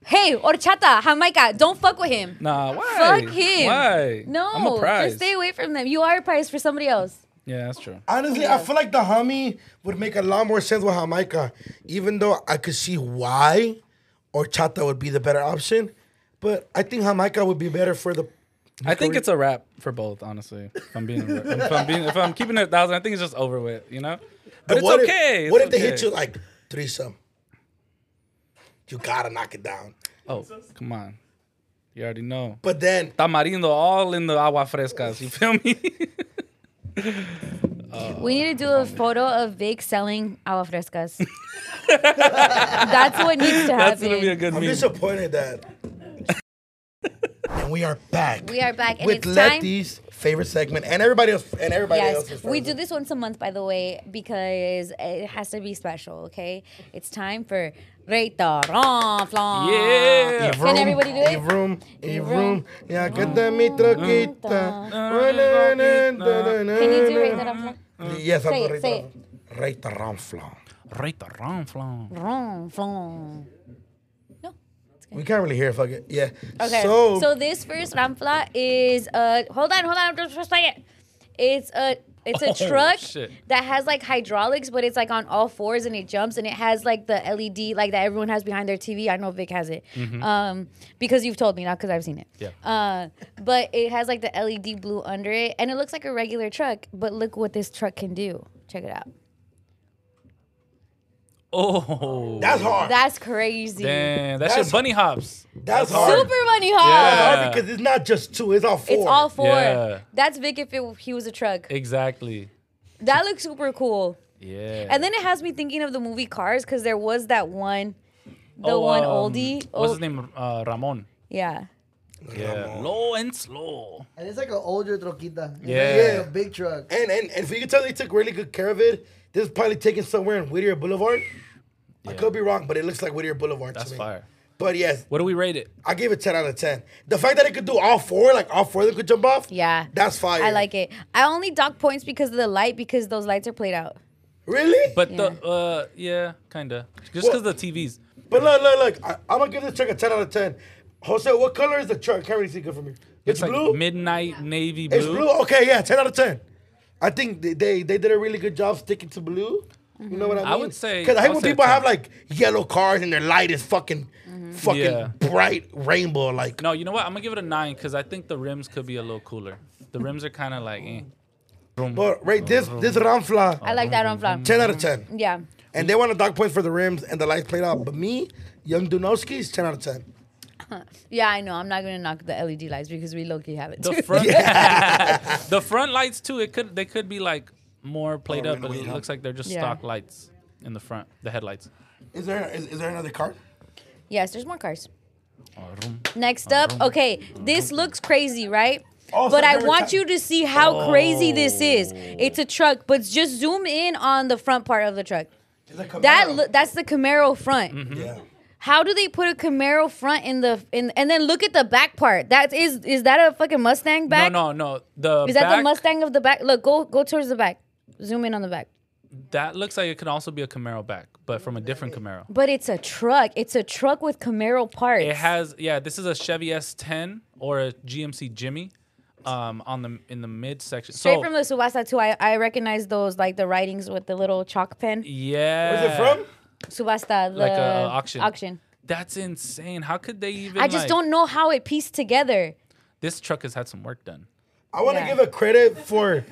[SPEAKER 4] Hey, horchata, Jamaica, don't fuck with him.
[SPEAKER 5] Nah, why?
[SPEAKER 4] Fuck him.
[SPEAKER 5] Why?
[SPEAKER 4] No,
[SPEAKER 5] I'm a prize.
[SPEAKER 4] just stay away from them. You are a prize for somebody else.
[SPEAKER 5] Yeah, that's true.
[SPEAKER 2] Honestly, I feel like the hummy would make a lot more sense with jamaica, even though I could see why horchata would be the better option. But I think jamaica would be better for the.
[SPEAKER 5] I think it's a wrap for both, honestly. If I'm being, if I'm being, if I'm keeping it a thousand, I think it's just over with, you know. But it's
[SPEAKER 2] what
[SPEAKER 5] okay.
[SPEAKER 2] If,
[SPEAKER 5] it's
[SPEAKER 2] what if they hit
[SPEAKER 5] okay.
[SPEAKER 2] you like threesome? You gotta knock it down.
[SPEAKER 5] Oh, come on. You already know.
[SPEAKER 2] But then
[SPEAKER 5] Tamarindo all in the agua frescas. (laughs) You feel me?
[SPEAKER 4] We need to do a photo of Vic selling agua
[SPEAKER 5] (laughs)
[SPEAKER 4] frescas. That's what needs to happen.
[SPEAKER 5] That's gonna be a good
[SPEAKER 2] I'm
[SPEAKER 5] meme.
[SPEAKER 2] disappointed that. (laughs) and we are back.
[SPEAKER 4] We are back, and
[SPEAKER 2] with
[SPEAKER 4] it's time.
[SPEAKER 2] Letty's favorite segment and everybody else and everybody else.
[SPEAKER 4] Yes, we do this once a month, by the way, because it has to be special. Okay, it's time for Reita Ronflon.
[SPEAKER 5] Yeah.
[SPEAKER 4] Can everybody do it?
[SPEAKER 2] Room, in
[SPEAKER 4] Vroom.
[SPEAKER 2] room, yeah, get the mitroquita.
[SPEAKER 4] Can you do Reita Ronflon?
[SPEAKER 2] Yes, I'm
[SPEAKER 4] Say
[SPEAKER 2] going
[SPEAKER 4] it, say it.
[SPEAKER 2] Reita Ramfla.
[SPEAKER 5] Right the wrong flan.
[SPEAKER 4] Ronflon.
[SPEAKER 2] We can't really hear. Fuck it. Yeah.
[SPEAKER 4] Okay.
[SPEAKER 2] So,
[SPEAKER 4] So, this first Ramfla is uh hold on, hold on, I'm just just saying it. It's a it's a
[SPEAKER 5] (laughs) Oh,
[SPEAKER 4] truck
[SPEAKER 5] shit.
[SPEAKER 4] that has like hydraulics, but it's like on all fours and it jumps and it has like the LED like that everyone has behind their TV. I know Vic has it, um, because you've told me, not because I've seen it.
[SPEAKER 5] Mm-hmm. Yeah.
[SPEAKER 4] Uh, but it has like the LED blue under it, and it looks like a regular truck. But look what this truck can do. Check it out.
[SPEAKER 5] Oh.
[SPEAKER 2] that's hard.
[SPEAKER 4] That's crazy.
[SPEAKER 5] Damn, that's,
[SPEAKER 2] That's-
[SPEAKER 5] your bunny hops.
[SPEAKER 2] that's hard.
[SPEAKER 4] Super bunny hop.
[SPEAKER 5] Yeah.
[SPEAKER 2] Hard because it's not just two. It's all four.
[SPEAKER 4] It's all four.
[SPEAKER 5] Yeah.
[SPEAKER 4] That's Vic if it, he was a truck.
[SPEAKER 5] Exactly.
[SPEAKER 4] That looks super cool.
[SPEAKER 5] Yeah.
[SPEAKER 4] And then it has me thinking of the movie Cars because there was that one, the
[SPEAKER 5] Oh,
[SPEAKER 4] one
[SPEAKER 5] um,
[SPEAKER 4] oldie. oh.
[SPEAKER 5] What's
[SPEAKER 4] old-
[SPEAKER 5] his name? Uh, Ramon.
[SPEAKER 4] Yeah.
[SPEAKER 5] Yeah. Low and slow.
[SPEAKER 6] And it's like an older troquita. It's
[SPEAKER 5] Yeah.
[SPEAKER 6] Like a big truck. (laughs)
[SPEAKER 2] And and and if you can tell they took really good care of it, this is probably taken somewhere in Whittier Boulevard. I could be wrong, but it looks like Whittier Boulevard
[SPEAKER 5] That's
[SPEAKER 2] to me.
[SPEAKER 5] fire.
[SPEAKER 2] But yes,
[SPEAKER 5] What do we rate it?
[SPEAKER 2] I give it ten out of ten. The fact that it could do all four, like all four of them could jump off.
[SPEAKER 4] Yeah.
[SPEAKER 2] That's fire.
[SPEAKER 4] I like it. I only dock points because of the light because those lights are played out.
[SPEAKER 2] Really? But
[SPEAKER 5] But the uh yeah, kinda. Just
[SPEAKER 2] Well-
[SPEAKER 5] because the TVs.
[SPEAKER 2] but look, look, look. I, I'm gonna give this truck a ten out of ten. Jose, what color is the truck? Can't really see good from here. It's,
[SPEAKER 5] It's like
[SPEAKER 2] blue.
[SPEAKER 5] midnight navy blue.
[SPEAKER 2] it's blue. Okay, yeah, ten out of ten. I think they, they they did a really good job sticking to blue. You know what I mean?
[SPEAKER 5] I would say-
[SPEAKER 2] because I
[SPEAKER 5] I
[SPEAKER 2] hate
[SPEAKER 5] would
[SPEAKER 2] when
[SPEAKER 5] say
[SPEAKER 2] people
[SPEAKER 5] 10.
[SPEAKER 2] have like yellow cars and their light is fucking fucking
[SPEAKER 5] Mm-hmm. Yeah.
[SPEAKER 2] bright rainbow. Like
[SPEAKER 5] No, you know what? I'm gonna give it a nine because I think the rims could be a little cooler. The rims are kind of like. Eh. Vroom.
[SPEAKER 2] but right, this
[SPEAKER 5] Oh.
[SPEAKER 2] this Ramfla
[SPEAKER 4] I like that
[SPEAKER 5] Mm-hmm.
[SPEAKER 4] on Flam.
[SPEAKER 2] ten out of ten.
[SPEAKER 4] Yeah.
[SPEAKER 2] And they want a dog point for the rims and the lights played out. But me, young Dunowski is 10 out of 10.
[SPEAKER 4] Yeah, I know. I'm not going to knock the LED lights because we low key have it. (laughs)
[SPEAKER 5] the
[SPEAKER 4] Too.
[SPEAKER 5] front, (laughs) the front lights too. It could they could be like more played up, but it looks like they're just
[SPEAKER 4] Yeah.
[SPEAKER 5] stock lights in the front, the headlights.
[SPEAKER 2] Is there is, is there another card?
[SPEAKER 4] yes, there's more cars.
[SPEAKER 5] Oh, vroom.
[SPEAKER 4] Next
[SPEAKER 5] Uh-huh.
[SPEAKER 4] up, okay, this looks crazy, right?
[SPEAKER 2] Oh,
[SPEAKER 4] but
[SPEAKER 2] so
[SPEAKER 4] I
[SPEAKER 2] every
[SPEAKER 4] want
[SPEAKER 2] ti-
[SPEAKER 4] you to see how crazy this
[SPEAKER 5] Oh.
[SPEAKER 4] is. It's a truck, but just zoom in on the front part of the truck. That lo- that's the Camaro front.
[SPEAKER 5] Mm-hmm.
[SPEAKER 2] yeah.
[SPEAKER 4] How do they put a Camaro front in the in and then look at the back part? That is is that a fucking Mustang back?
[SPEAKER 5] No, no, no. The
[SPEAKER 4] Is that the
[SPEAKER 5] back-
[SPEAKER 4] Mustang of the back? Look, go go towards the back. Zoom in on the back.
[SPEAKER 5] That looks like it could also be a Camaro back, but from a different Camaro.
[SPEAKER 4] But it's a truck. It's a truck with Camaro parts.
[SPEAKER 5] It has yeah. This is a Chevy S10 or a GMC Jimmy, um, on the in the mid section.
[SPEAKER 4] Straight
[SPEAKER 5] so
[SPEAKER 4] from the Subasa too. I, I recognize those like the writings with the little chalk pen.
[SPEAKER 5] yeah.
[SPEAKER 2] Where's it from?
[SPEAKER 4] Subasta, the
[SPEAKER 5] Like a uh, auction.
[SPEAKER 4] Auction.
[SPEAKER 5] That's insane. How could they even?
[SPEAKER 4] I just
[SPEAKER 5] like-
[SPEAKER 4] don't know how it pieced together.
[SPEAKER 5] This truck has had some work
[SPEAKER 2] (laughs)
[SPEAKER 5] done.
[SPEAKER 2] I want to
[SPEAKER 4] Yeah.
[SPEAKER 2] give a credit for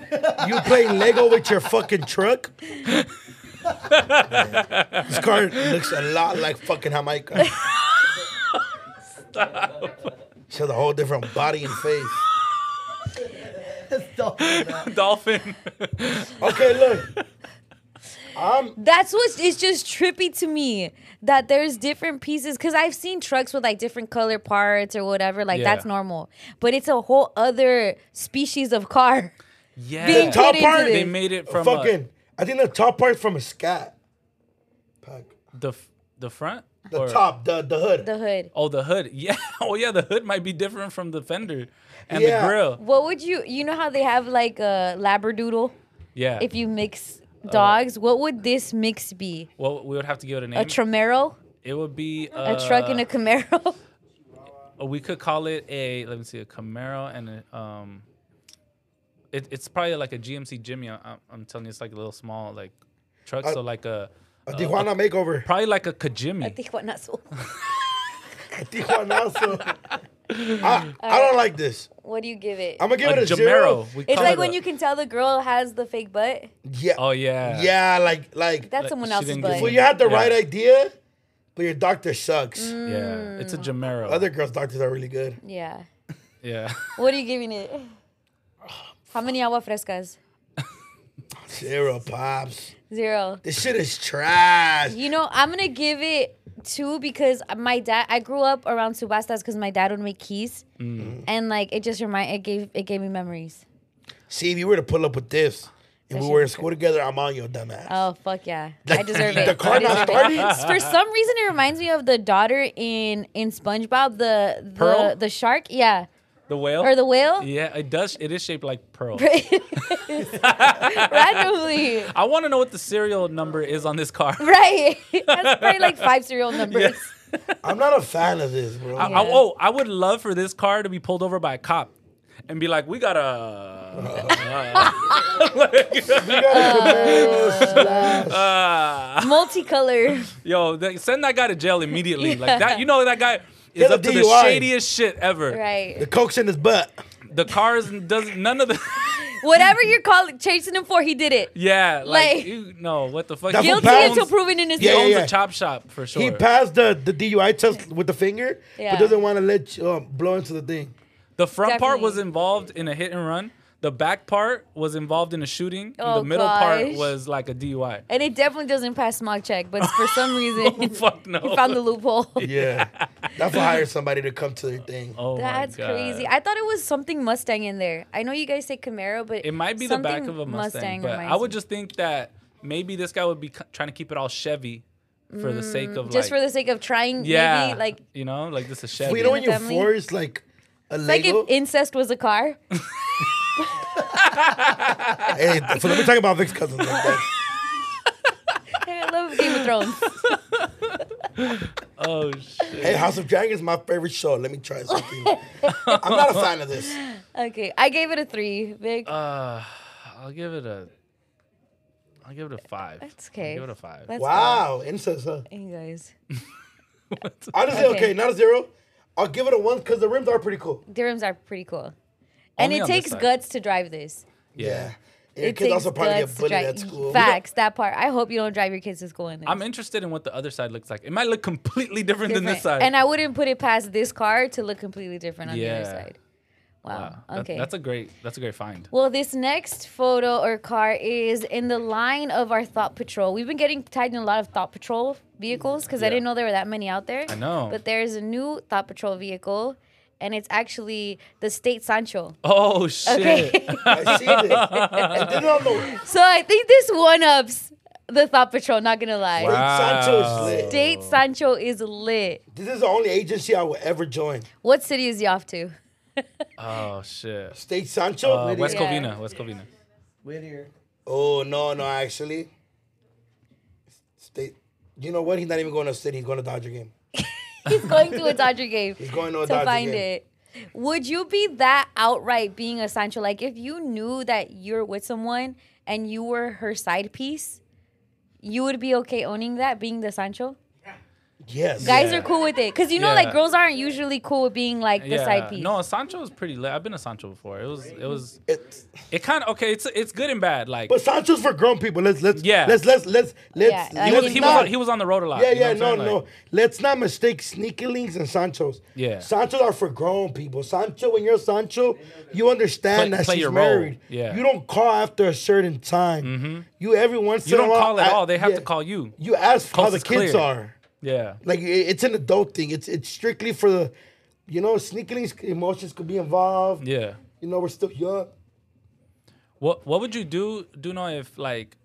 [SPEAKER 2] you playing Lego with your fucking
[SPEAKER 5] (laughs)
[SPEAKER 2] truck. this card looks a lot like fucking Jamaica. Stop. She has a whole different body
[SPEAKER 5] (laughs)
[SPEAKER 2] and face.
[SPEAKER 6] Stop that.
[SPEAKER 5] Dolphin.
[SPEAKER 2] Okay, look. I'm
[SPEAKER 4] That's what's it's just trippy to me that there's different pieces because I've seen trucks with like different color parts or whatever, like
[SPEAKER 5] Yeah.
[SPEAKER 4] that's normal. But it's a whole other species of car. (laughs)
[SPEAKER 5] Yeah.
[SPEAKER 4] Being
[SPEAKER 2] top
[SPEAKER 4] put into
[SPEAKER 2] part,
[SPEAKER 5] they
[SPEAKER 4] this.
[SPEAKER 5] made it from uh,
[SPEAKER 2] fucking. I think the top part's from a scat. Pack.
[SPEAKER 5] the f- the front.
[SPEAKER 2] The
[SPEAKER 5] Or-
[SPEAKER 2] top, the the hood.
[SPEAKER 4] The hood.
[SPEAKER 5] Oh, the hood. (laughs) Yeah. Oh, yeah. The hood might be different from the fender and
[SPEAKER 2] Yeah.
[SPEAKER 5] the grill.
[SPEAKER 4] What would you? You know how they have like a labradoodle.
[SPEAKER 5] Yeah.
[SPEAKER 4] If you mix dogs, what would this mix be?
[SPEAKER 5] well, we would have to give it a name.
[SPEAKER 4] A Tremero,
[SPEAKER 5] it would be uh,
[SPEAKER 4] a truck, and a Camaro. (laughs)
[SPEAKER 5] we could call it a let me see a Camaro and a, um it, it's probably like a GMC Jimmy I'm, I'm telling you it's like a little small like truck
[SPEAKER 2] Uh,
[SPEAKER 5] so like a
[SPEAKER 2] A Tijuana
[SPEAKER 5] (laughs)
[SPEAKER 2] makeover.
[SPEAKER 5] probably like a
[SPEAKER 4] A
[SPEAKER 5] Kajimi
[SPEAKER 4] Tijuanazo.
[SPEAKER 2] Tijuana
[SPEAKER 5] (laughs)
[SPEAKER 2] also. I, I don't like this.
[SPEAKER 4] What do you give it?
[SPEAKER 2] I'm gonna give
[SPEAKER 5] a
[SPEAKER 2] it a zero.
[SPEAKER 5] Jamero we
[SPEAKER 4] it's
[SPEAKER 5] call
[SPEAKER 4] like
[SPEAKER 5] it
[SPEAKER 4] when
[SPEAKER 5] a-
[SPEAKER 4] you can tell the girl has the fake butt.
[SPEAKER 2] Yeah.
[SPEAKER 5] oh yeah
[SPEAKER 2] Yeah, like like.
[SPEAKER 4] That's
[SPEAKER 5] Like,
[SPEAKER 4] someone
[SPEAKER 5] she
[SPEAKER 4] else's
[SPEAKER 5] didn't give
[SPEAKER 4] butt.
[SPEAKER 2] Well, you had the
[SPEAKER 5] Yeah.
[SPEAKER 2] right idea, but your doctor sucks.
[SPEAKER 4] Mm.
[SPEAKER 5] yeah it's a Jamero
[SPEAKER 2] Other girls' doctors are really
[SPEAKER 4] (laughs)
[SPEAKER 2] good.
[SPEAKER 4] Yeah.
[SPEAKER 5] yeah (laughs)
[SPEAKER 4] What are you giving it? How many agua frescas?
[SPEAKER 2] Zero pops.
[SPEAKER 4] Zero.
[SPEAKER 2] This shit is trash.
[SPEAKER 4] You know, I'm gonna give it two because my dad. I grew up around subastas because my dad would make keys,
[SPEAKER 2] Mm.
[SPEAKER 4] and like it just remind it gave it gave me memories.
[SPEAKER 2] See, if you were to pull up with this and we
[SPEAKER 4] shit
[SPEAKER 2] were in
[SPEAKER 4] is
[SPEAKER 2] school together, I'm on your dumbass.
[SPEAKER 4] Oh fuck yeah,
[SPEAKER 2] (laughs)
[SPEAKER 4] I deserve it.
[SPEAKER 2] the car
[SPEAKER 4] I deserve
[SPEAKER 2] not
[SPEAKER 4] it.
[SPEAKER 2] started?
[SPEAKER 4] For some reason, it reminds me of the daughter in in SpongeBob, the the
[SPEAKER 5] Pearl?
[SPEAKER 4] the shark, yeah,
[SPEAKER 5] the whale
[SPEAKER 4] or the whale.
[SPEAKER 5] yeah it does it is shaped like pearl
[SPEAKER 4] (laughs)
[SPEAKER 5] (laughs)
[SPEAKER 4] Randomly,
[SPEAKER 5] I want to know what the serial number is on
[SPEAKER 4] (laughs)
[SPEAKER 5] this car
[SPEAKER 4] right? That's probably like five serial numbers.
[SPEAKER 5] Yeah.
[SPEAKER 2] I'm not a fan of this, bro.
[SPEAKER 5] I- I- oh I would love for this car to be pulled over by a cop and be like we got
[SPEAKER 2] (laughs)
[SPEAKER 5] a
[SPEAKER 2] You
[SPEAKER 4] uh,
[SPEAKER 2] got a Camaro slash-
[SPEAKER 4] Multicolor.
[SPEAKER 5] uh, (laughs) Yo, th- send that guy to jail immediately.
[SPEAKER 4] Yeah.
[SPEAKER 5] Like that, you know that guy is
[SPEAKER 2] Get a
[SPEAKER 5] up to the
[SPEAKER 2] DUI.
[SPEAKER 5] shadiest shit ever.
[SPEAKER 2] the
[SPEAKER 4] Right.
[SPEAKER 2] coke's in his butt.
[SPEAKER 5] The cars doesn't none of the (laughs)
[SPEAKER 4] Whatever you're calling chasing him for, he did it.
[SPEAKER 5] yeah like,
[SPEAKER 4] Like-
[SPEAKER 5] you, no what the fuck.
[SPEAKER 2] That
[SPEAKER 5] He
[SPEAKER 2] fool
[SPEAKER 5] owns,
[SPEAKER 4] Guilty
[SPEAKER 2] Pounds.
[SPEAKER 4] until proven innocent.
[SPEAKER 5] he
[SPEAKER 2] Yeah,
[SPEAKER 5] owns
[SPEAKER 2] yeah, yeah.
[SPEAKER 5] a chop shop for sure.
[SPEAKER 2] He passed the, the DUI test with the finger,
[SPEAKER 4] Yeah.
[SPEAKER 2] but doesn't want to let you um, blow into the thing.
[SPEAKER 5] the front part
[SPEAKER 4] Definitely.
[SPEAKER 5] was involved in a hit and run. The back part was involved in a shooting. and
[SPEAKER 4] Oh,
[SPEAKER 5] the middle
[SPEAKER 4] gosh.
[SPEAKER 5] part was like
[SPEAKER 4] (laughs)
[SPEAKER 5] a DUI.
[SPEAKER 4] And it definitely doesn't pass smog check, but for some
[SPEAKER 5] (laughs) Oh
[SPEAKER 4] reason,
[SPEAKER 5] fuck Oh, no.
[SPEAKER 4] (laughs) he found the loophole.
[SPEAKER 2] Yeah. That's why I hire somebody to come to their thing.
[SPEAKER 5] (laughs) oh
[SPEAKER 4] (laughs)
[SPEAKER 5] my
[SPEAKER 4] That's
[SPEAKER 5] God.
[SPEAKER 4] crazy. I thought it was something Mustang in there. I know you guys say Camaro, but
[SPEAKER 5] It might be the back
[SPEAKER 4] something
[SPEAKER 5] of a Mustang, but
[SPEAKER 4] reminds
[SPEAKER 5] I would
[SPEAKER 4] me.
[SPEAKER 5] just think that maybe this guy would be c- trying to keep it all Chevy for the sake of
[SPEAKER 4] Mm, just
[SPEAKER 5] like,
[SPEAKER 4] for the sake of trying.
[SPEAKER 5] yeah,
[SPEAKER 4] maybe, like
[SPEAKER 5] you know, like this is Chevy.
[SPEAKER 2] Well, you know when
[SPEAKER 4] the
[SPEAKER 2] you
[SPEAKER 4] family.
[SPEAKER 2] force like a
[SPEAKER 4] like
[SPEAKER 2] Lego?
[SPEAKER 4] if incest was a
[SPEAKER 5] (laughs)
[SPEAKER 4] car. (laughs)
[SPEAKER 2] hey, for, let me talk about Vic's cousins. Like that.
[SPEAKER 4] I love Game of
[SPEAKER 5] (laughs)
[SPEAKER 4] Thrones.
[SPEAKER 5] Oh shit!
[SPEAKER 2] hey, House of Dragons is my favorite show. Let me try something. I'm not a fan of this.
[SPEAKER 4] Okay, I gave it a three. Big.
[SPEAKER 5] Uh, I'll give it a. I'll give it a five.
[SPEAKER 4] That's okay.
[SPEAKER 5] I'll give it a five.
[SPEAKER 4] That's
[SPEAKER 2] Wow, incest, huh?
[SPEAKER 4] fine. You guys,
[SPEAKER 2] Honestly, okay.
[SPEAKER 4] Okay.
[SPEAKER 2] not a zero. I'll give it a one because the rims are pretty cool.
[SPEAKER 4] the rims are pretty cool, and
[SPEAKER 5] Only
[SPEAKER 4] it
[SPEAKER 5] on this
[SPEAKER 4] takes
[SPEAKER 5] side.
[SPEAKER 4] guts to drive this.
[SPEAKER 5] (laughs) yeah.
[SPEAKER 2] And your
[SPEAKER 4] it
[SPEAKER 2] kids
[SPEAKER 4] takes
[SPEAKER 2] also probably
[SPEAKER 4] guts
[SPEAKER 2] get
[SPEAKER 4] to
[SPEAKER 2] bullied
[SPEAKER 4] drive- (laughs)
[SPEAKER 2] at school.
[SPEAKER 4] Facts, that part. I hope you don't drive your kids to school in this.
[SPEAKER 5] I'm interested in what the other side looks like. It might look completely different, than this
[SPEAKER 4] Different.
[SPEAKER 5] side.
[SPEAKER 4] And I wouldn't put it past this car to look completely different on the
[SPEAKER 5] Yeah.
[SPEAKER 4] other side. Wow.
[SPEAKER 5] Ah, That-
[SPEAKER 4] okay.
[SPEAKER 5] that's a great. That's a great find.
[SPEAKER 4] Well, this next photo or car is in the line of our Thought Patrol. We've been getting tagged in a lot of Thought Patrol vehicles because I
[SPEAKER 5] Yeah.
[SPEAKER 4] didn't know there were that many out there. I
[SPEAKER 5] know.
[SPEAKER 4] But there's a new Thought Patrol vehicle, and it's actually the State Sancho.
[SPEAKER 5] Oh shit!
[SPEAKER 4] Okay. (laughs)
[SPEAKER 2] I see this. and then on the
[SPEAKER 4] so I think this one ups the Thought Patrol, not gonna lie.
[SPEAKER 5] Wow.
[SPEAKER 2] Sancho's lit.
[SPEAKER 4] State Sancho is lit.
[SPEAKER 2] This is the only agency I will ever join.
[SPEAKER 4] What city is he off to?
[SPEAKER 5] (laughs) Oh shit!
[SPEAKER 2] State Sancho?
[SPEAKER 5] Uh, West
[SPEAKER 4] Yeah.
[SPEAKER 5] Covina. West Covina.
[SPEAKER 6] Whittier.
[SPEAKER 2] Oh no, no, actually. State you know what? He's not even going to city, he's going to Dodger game.
[SPEAKER 4] (laughs) He's going to a Dodger game.
[SPEAKER 5] (laughs)
[SPEAKER 2] He's going to a
[SPEAKER 4] to
[SPEAKER 2] Dodger
[SPEAKER 4] find
[SPEAKER 2] game.
[SPEAKER 4] it. Would you be that outright being a Sancho? Like if you knew that you're with someone and you were her side piece, you would be okay owning that, being the Sancho?
[SPEAKER 2] Yes.
[SPEAKER 4] Guys
[SPEAKER 5] Yeah.
[SPEAKER 4] are cool with it. Cause you know,
[SPEAKER 5] Yeah.
[SPEAKER 4] like girls aren't usually cool with being like the
[SPEAKER 5] yeah.
[SPEAKER 4] side piece.
[SPEAKER 5] No, Sancho is pretty lit. I've been a Sancho before. It was. It was.
[SPEAKER 2] It's-
[SPEAKER 5] It kind of okay. It's it's good and bad. Like
[SPEAKER 2] but Sancho's for grown people. Let's let's
[SPEAKER 5] Yeah.
[SPEAKER 2] let's let's let's let's,
[SPEAKER 4] Yeah, I
[SPEAKER 5] he
[SPEAKER 2] let's
[SPEAKER 5] was he was,
[SPEAKER 2] not-
[SPEAKER 5] on, he was on the road a lot.
[SPEAKER 2] yeah,
[SPEAKER 5] you know
[SPEAKER 2] yeah,
[SPEAKER 5] what
[SPEAKER 2] no,
[SPEAKER 5] I'm saying?
[SPEAKER 2] no.
[SPEAKER 5] Like,
[SPEAKER 2] Let's not mistake sneakerlings and Sanchos.
[SPEAKER 5] Yeah.
[SPEAKER 2] Sanchos are for grown people. Sancho, when you're Sancho, you understand
[SPEAKER 5] Play-
[SPEAKER 2] that
[SPEAKER 5] play
[SPEAKER 2] she's
[SPEAKER 5] your role.
[SPEAKER 2] married.
[SPEAKER 5] Yeah. Mm-hmm.
[SPEAKER 2] You don't call after a certain time. You every once
[SPEAKER 5] You
[SPEAKER 2] in a
[SPEAKER 5] don't
[SPEAKER 2] while.
[SPEAKER 5] call at
[SPEAKER 2] I-
[SPEAKER 5] all. They have
[SPEAKER 2] yeah.
[SPEAKER 5] to call you.
[SPEAKER 2] You ask how
[SPEAKER 5] Coast
[SPEAKER 2] the
[SPEAKER 5] is
[SPEAKER 2] kids
[SPEAKER 5] clear.
[SPEAKER 2] are.
[SPEAKER 5] Yeah.
[SPEAKER 2] Like i- it's an adult thing. It's it's strictly for the, you know, sneakerlings emotions could be involved.
[SPEAKER 5] Yeah.
[SPEAKER 2] You know, we're still young.
[SPEAKER 5] What What would you do? Do know if like,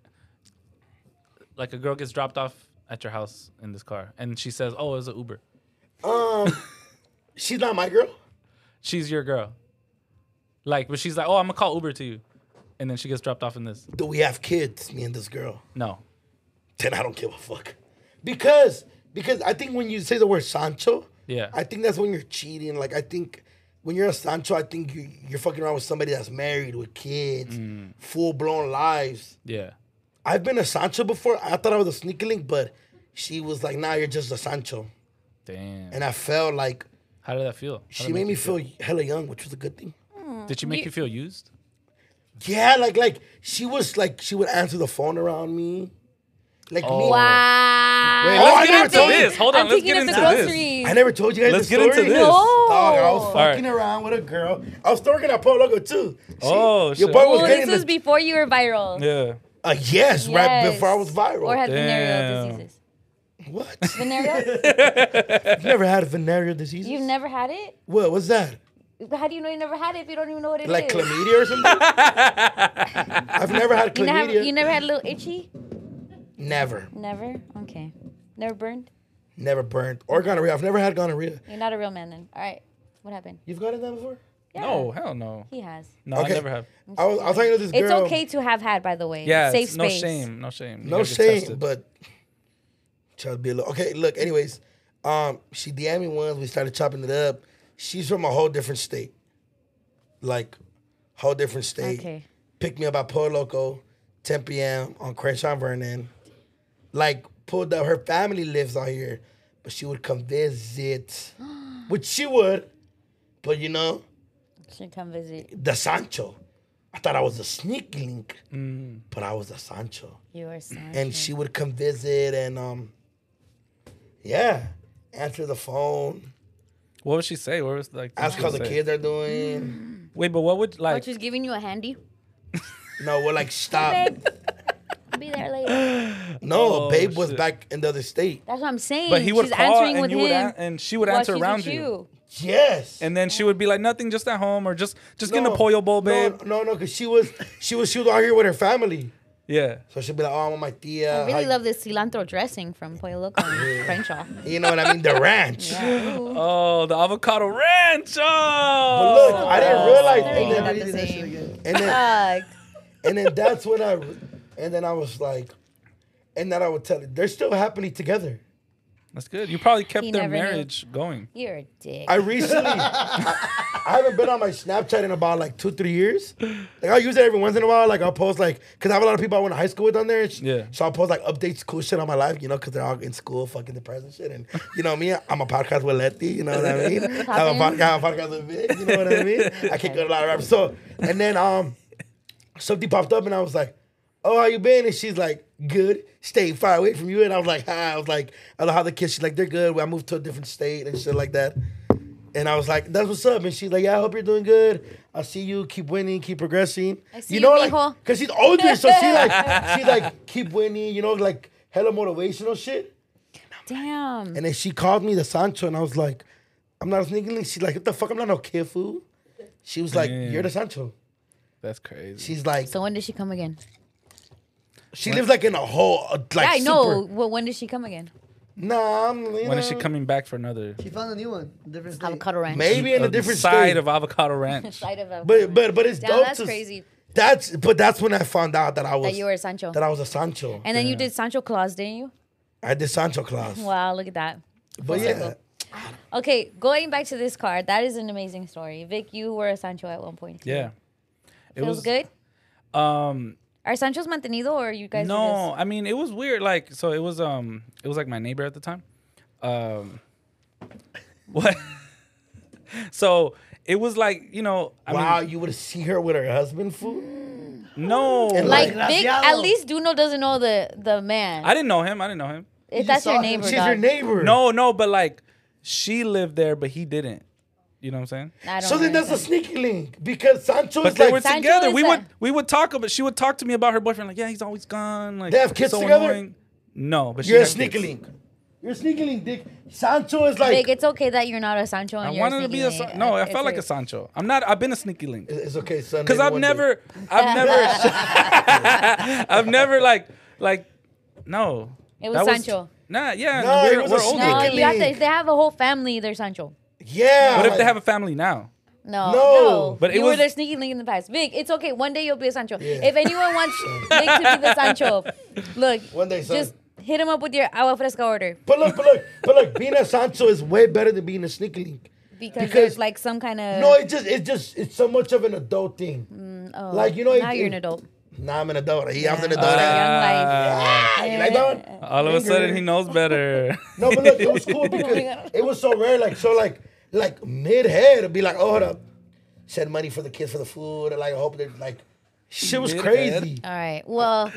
[SPEAKER 5] like a girl gets dropped off at your house in this car?" And she says, "Oh, it was an Uber."
[SPEAKER 2] Um, she's not my girl.
[SPEAKER 5] She's your girl. Like, but she's like, "Oh, I'm gonna call Uber to you," and then she gets dropped off in this.
[SPEAKER 2] Do we have kids? Me and this girl.
[SPEAKER 5] No,
[SPEAKER 2] Then I don't give a fuck. Because because I think when you say the word Sancho,
[SPEAKER 5] Yeah.
[SPEAKER 2] I think that's when you're cheating. Like I think when you're a Sancho, I think you you're fucking around with somebody that's married with kids,
[SPEAKER 5] Mm.
[SPEAKER 2] full blown lives.
[SPEAKER 5] yeah,
[SPEAKER 2] I've been a Sancho before. I thought I was a sneaky link, but she was like, "Nah, you're just a Sancho,"
[SPEAKER 5] damn.
[SPEAKER 2] and I felt like
[SPEAKER 5] How did that feel? How
[SPEAKER 2] she
[SPEAKER 5] did it
[SPEAKER 2] made
[SPEAKER 5] make
[SPEAKER 2] me
[SPEAKER 5] you
[SPEAKER 2] feel hella young, which was a good thing.
[SPEAKER 5] Did she make
[SPEAKER 4] You-
[SPEAKER 5] you feel used?
[SPEAKER 2] Yeah, like like she was like she would answer the phone around me, like me.
[SPEAKER 5] Oh.
[SPEAKER 4] Wow.
[SPEAKER 5] Wait,
[SPEAKER 2] let's get
[SPEAKER 4] Ah. I'm
[SPEAKER 2] into
[SPEAKER 4] picking-
[SPEAKER 5] this. Hold on,
[SPEAKER 4] I'm
[SPEAKER 5] let's
[SPEAKER 4] picking
[SPEAKER 5] get
[SPEAKER 4] up
[SPEAKER 5] into
[SPEAKER 4] the
[SPEAKER 5] this.
[SPEAKER 4] groceries.
[SPEAKER 2] I never told you guys
[SPEAKER 5] Let's
[SPEAKER 2] this
[SPEAKER 5] get into
[SPEAKER 2] story.
[SPEAKER 5] this. No.
[SPEAKER 2] Dog, I was
[SPEAKER 5] right.
[SPEAKER 2] fucking around with a girl. I was twerking at Polo Loco too. See,
[SPEAKER 5] Oh,
[SPEAKER 2] your
[SPEAKER 5] shit.
[SPEAKER 2] boy was
[SPEAKER 4] Ooh,
[SPEAKER 2] getting
[SPEAKER 4] this was
[SPEAKER 2] the-
[SPEAKER 4] before you were viral.
[SPEAKER 5] Yeah.
[SPEAKER 2] uh, yes, right
[SPEAKER 4] Yes.
[SPEAKER 2] before I was viral.
[SPEAKER 4] Or had venereal
[SPEAKER 5] Damn.
[SPEAKER 4] diseases.
[SPEAKER 2] what?
[SPEAKER 4] Venereal?
[SPEAKER 2] I've never had venereal disease.
[SPEAKER 4] You've never had it?
[SPEAKER 2] What was that?
[SPEAKER 4] How do you know you never had it if you don't even know what it is?
[SPEAKER 2] Like chlamydia or something?
[SPEAKER 5] (laughs)
[SPEAKER 2] I've never had
[SPEAKER 4] You never,
[SPEAKER 2] chlamydia.
[SPEAKER 4] you never had a
[SPEAKER 2] (laughs)
[SPEAKER 4] little itchy?
[SPEAKER 2] never,
[SPEAKER 4] Never? Okay. Never burned?
[SPEAKER 2] never burned or gonorrhea. I've never had gonorrhea.
[SPEAKER 4] You're not a real man then. All right. What happened?
[SPEAKER 2] You've gotten that before?
[SPEAKER 4] Yeah.
[SPEAKER 5] No, hell no.
[SPEAKER 4] He has.
[SPEAKER 5] No,
[SPEAKER 2] Okay.
[SPEAKER 5] I never have.
[SPEAKER 2] I was, I was talking to this girl.
[SPEAKER 4] It's okay to have had, by the way.
[SPEAKER 5] Yeah,
[SPEAKER 4] Safe
[SPEAKER 5] it's no
[SPEAKER 4] space.
[SPEAKER 5] shame, no shame. You
[SPEAKER 2] No
[SPEAKER 5] gotta get
[SPEAKER 2] shame,
[SPEAKER 5] tested.
[SPEAKER 2] but try to be a little okay. Look, anyways, um, she DM me once. We started chopping it up. She's from a whole different state, like whole different state.
[SPEAKER 4] Okay.
[SPEAKER 2] Picked me up at Polo Loco, 10 p.m. on Crenshaw and Vernon. Like pulled up. Her family lives out here, but she would come visit, which she would. But you know,
[SPEAKER 4] Should come visit.
[SPEAKER 2] the Sancho. I thought I was a sneaky link, but I was a Sancho
[SPEAKER 4] You are sad.
[SPEAKER 2] and she would come visit and um yeah answer the phone
[SPEAKER 5] What would she say? What was like?
[SPEAKER 2] ask
[SPEAKER 5] she
[SPEAKER 2] how the
[SPEAKER 5] say?
[SPEAKER 2] kids are
[SPEAKER 4] Mm.
[SPEAKER 2] doing
[SPEAKER 5] Wait, but what would like?
[SPEAKER 4] Oh, she's giving you a
[SPEAKER 2] (laughs)
[SPEAKER 4] handy.
[SPEAKER 2] no we're like stop
[SPEAKER 4] Babe, I'll be there later.
[SPEAKER 2] no
[SPEAKER 5] Oh,
[SPEAKER 2] babe was
[SPEAKER 5] shit.
[SPEAKER 2] back in the other state
[SPEAKER 4] That's what I'm saying.
[SPEAKER 5] But he would
[SPEAKER 4] she's
[SPEAKER 5] call
[SPEAKER 4] answering
[SPEAKER 5] and
[SPEAKER 4] with
[SPEAKER 5] you
[SPEAKER 4] him.
[SPEAKER 5] would an- and she would
[SPEAKER 4] while
[SPEAKER 5] answer
[SPEAKER 4] she's
[SPEAKER 5] around
[SPEAKER 4] with
[SPEAKER 5] you.
[SPEAKER 2] yes
[SPEAKER 5] and then she would be like, "Nothing, just at home, or just just
[SPEAKER 2] no,
[SPEAKER 5] getting a pollo bowl, babe."
[SPEAKER 2] no no no because she was she was she was out here with her family
[SPEAKER 5] Yeah,
[SPEAKER 2] so she'd be like oh i'm with my tia
[SPEAKER 4] I really
[SPEAKER 2] How-
[SPEAKER 4] love this cilantro dressing from Pollo Loco
[SPEAKER 2] (laughs)
[SPEAKER 4] and Crenshaw.
[SPEAKER 2] you know what i mean the ranch
[SPEAKER 4] Yeah. Ooh.
[SPEAKER 5] Oh, the avocado ranch.
[SPEAKER 2] But
[SPEAKER 5] Oh,
[SPEAKER 2] look, I didn't
[SPEAKER 4] They're
[SPEAKER 2] realize,
[SPEAKER 4] not
[SPEAKER 2] and
[SPEAKER 4] that
[SPEAKER 2] then,
[SPEAKER 4] the
[SPEAKER 6] did that shit
[SPEAKER 4] same.
[SPEAKER 6] again.
[SPEAKER 2] and then
[SPEAKER 4] Fuck.
[SPEAKER 2] and then that's when I, and then I was like, and then I would tell her they're still happily together.
[SPEAKER 5] that's good. You probably kept
[SPEAKER 4] He
[SPEAKER 5] their
[SPEAKER 4] never knew.
[SPEAKER 5] marriage going.
[SPEAKER 4] You're a dick.
[SPEAKER 2] I recently, I, I haven't been on my Snapchat in about like two, three years. Like I use it every once in a while. Like I'll post like, cause I have a lot of people I went to high school with on there. and sh-
[SPEAKER 5] Yeah.
[SPEAKER 2] So I'll post like updates, cool shit on my life, you know, cause they're all in school, fucking depressed and shit. And you know me, I'm a podcast with Letty, you know what I mean? I have a podcast, I have a podcast with Vic, you know what I mean? I kick out a lot of rap. So, and then um, something popped up and I was like, oh, how you been? And she's like, good. Stayed far away from you. And I was like, hi. I was like, I love how the kids, she's like, they're good. I moved to a different state and shit like that. And I was like, that's what's up. And she's like, yeah, I hope you're doing good. I see you. Keep winning. Keep progressing.
[SPEAKER 4] I see you, mijo.
[SPEAKER 2] Because she's older. So she
[SPEAKER 4] (laughs)
[SPEAKER 2] like, she like, keep winning, you know, like hella motivational shit.
[SPEAKER 4] Damn.
[SPEAKER 2] And then she called me the Sancho, and I was like, I'm not thinking. She's like, what the fuck? I'm not no kid fool. She was like,
[SPEAKER 5] Damn.
[SPEAKER 2] you're the Sancho.
[SPEAKER 5] That's crazy.
[SPEAKER 2] She's like,
[SPEAKER 4] So when does she come again?
[SPEAKER 2] she lives like in a whole, uh, like,
[SPEAKER 4] Yeah, I know.
[SPEAKER 2] super-
[SPEAKER 4] Well, when does she come again?
[SPEAKER 2] Nah, I'm, you
[SPEAKER 5] when is she
[SPEAKER 2] know,
[SPEAKER 5] coming back for another
[SPEAKER 6] She found a new one, different state. (laughs)
[SPEAKER 4] Avocado ranch.
[SPEAKER 2] Maybe in a
[SPEAKER 5] of the
[SPEAKER 2] different
[SPEAKER 5] side
[SPEAKER 2] state.
[SPEAKER 5] of avocado
[SPEAKER 4] (laughs)
[SPEAKER 5] ranch?
[SPEAKER 4] Side of a-
[SPEAKER 2] but but but it's
[SPEAKER 4] Damn,
[SPEAKER 2] dope.
[SPEAKER 4] that's
[SPEAKER 2] to-
[SPEAKER 4] crazy.
[SPEAKER 2] That's but that's when I found out that I was
[SPEAKER 4] That you were Sancho.
[SPEAKER 2] that I was a Sancho.
[SPEAKER 4] and then you did Sancho Claus, didn't you?
[SPEAKER 2] I did Sancho class.
[SPEAKER 4] Wow, look at that.
[SPEAKER 2] but yeah,
[SPEAKER 4] Okay, going back to this car, that is an amazing story. Vic, you were a Sancho at one point.
[SPEAKER 5] yeah, it
[SPEAKER 4] Feels good?
[SPEAKER 5] Um,
[SPEAKER 4] Are Sancho's mantenido or you guys? are
[SPEAKER 5] no,
[SPEAKER 4] just-
[SPEAKER 5] I mean it was weird. Like, so it was um, it was like my neighbor at the time. Um, (laughs) what? (laughs) so it was like you know, I
[SPEAKER 2] wow,
[SPEAKER 5] mean,
[SPEAKER 2] you would see her with her husband food.
[SPEAKER 5] no,
[SPEAKER 4] like
[SPEAKER 6] Like,
[SPEAKER 4] Vic,
[SPEAKER 6] Graciano.
[SPEAKER 4] at least Duno doesn't know the the man.
[SPEAKER 5] I didn't know him. I didn't know him.
[SPEAKER 4] if that's
[SPEAKER 6] saw
[SPEAKER 4] your
[SPEAKER 6] him.
[SPEAKER 4] neighbor,
[SPEAKER 2] She's
[SPEAKER 4] dog.
[SPEAKER 2] your neighbor.
[SPEAKER 5] No, no, but like she lived there, but he didn't. You know what I'm saying?
[SPEAKER 4] I don't
[SPEAKER 2] So then that's a
[SPEAKER 4] understand.
[SPEAKER 2] sneaky link because Sancho
[SPEAKER 5] But
[SPEAKER 2] is
[SPEAKER 5] they
[SPEAKER 2] like
[SPEAKER 5] were
[SPEAKER 4] Sancho
[SPEAKER 5] together.
[SPEAKER 4] is
[SPEAKER 5] We
[SPEAKER 4] a-
[SPEAKER 5] would we would talk about. She would talk to me about her boyfriend. Like, yeah, he's always gone. Like,
[SPEAKER 2] They have kids
[SPEAKER 5] so
[SPEAKER 2] together?
[SPEAKER 5] annoying." No, but she
[SPEAKER 2] you're a
[SPEAKER 5] had
[SPEAKER 2] sneaky
[SPEAKER 5] kids.
[SPEAKER 2] link. You're a sneaky link, Dick. Sancho is like
[SPEAKER 4] Vic, it's okay that you're not a Sancho. And
[SPEAKER 5] I
[SPEAKER 4] you're
[SPEAKER 5] wanted to be a
[SPEAKER 4] sneaky
[SPEAKER 5] Sa-
[SPEAKER 4] link.
[SPEAKER 5] no. I
[SPEAKER 4] It's
[SPEAKER 5] felt like
[SPEAKER 4] your-
[SPEAKER 5] a Sancho. I'm not. I've been a sneaky link
[SPEAKER 2] it's okay, son.
[SPEAKER 5] because
[SPEAKER 2] maybe
[SPEAKER 5] I've
[SPEAKER 2] one day.
[SPEAKER 5] never. I've (laughs) never. I've never like like. No.
[SPEAKER 4] It was
[SPEAKER 5] That
[SPEAKER 4] Sancho.
[SPEAKER 5] Nah, yeah,
[SPEAKER 2] No, he
[SPEAKER 5] we're,
[SPEAKER 2] was
[SPEAKER 5] we're
[SPEAKER 2] a
[SPEAKER 5] older.
[SPEAKER 4] No,
[SPEAKER 2] Look at
[SPEAKER 4] you have
[SPEAKER 2] me.
[SPEAKER 4] to. They have a whole family. They're Sancho.
[SPEAKER 2] (laughs)
[SPEAKER 4] (laughs)
[SPEAKER 2] Yeah.
[SPEAKER 5] What if they
[SPEAKER 2] like-
[SPEAKER 5] have a family now?
[SPEAKER 4] No,
[SPEAKER 2] No.
[SPEAKER 4] no.
[SPEAKER 5] But it
[SPEAKER 4] you
[SPEAKER 5] was-
[SPEAKER 4] were their sneaky link in the past. Vic, it's okay. One day you'll be a Sancho. If anyone
[SPEAKER 2] (laughs)
[SPEAKER 4] wants Vic to be the Sancho, look.
[SPEAKER 2] One day, son.
[SPEAKER 4] Just hit him up with your agua fresca order
[SPEAKER 2] But look, but look, but look. Being a Sancho is way better than being a sneaky link.
[SPEAKER 4] because,
[SPEAKER 2] Because-
[SPEAKER 4] there's like some kind of.
[SPEAKER 2] No, it just, it just, it's so much of an adult thing.
[SPEAKER 4] oh,
[SPEAKER 2] like, you know,
[SPEAKER 4] now
[SPEAKER 2] it-
[SPEAKER 4] you're
[SPEAKER 2] it-
[SPEAKER 4] an adult.
[SPEAKER 2] Nah, I'm an adult. He, I'm an adult.
[SPEAKER 4] Young life.
[SPEAKER 5] Ah,
[SPEAKER 2] Ah, you like that one?
[SPEAKER 5] all of a sudden, he knows better.
[SPEAKER 2] No, but look, it was cool because
[SPEAKER 4] God.
[SPEAKER 2] it was so rare. Like so, like like mid head, it'd be like, oh, hold up, send money for the kids for the food, and like I hope they're like, shit was
[SPEAKER 5] Mid-head?
[SPEAKER 2] crazy.
[SPEAKER 4] All right. Well,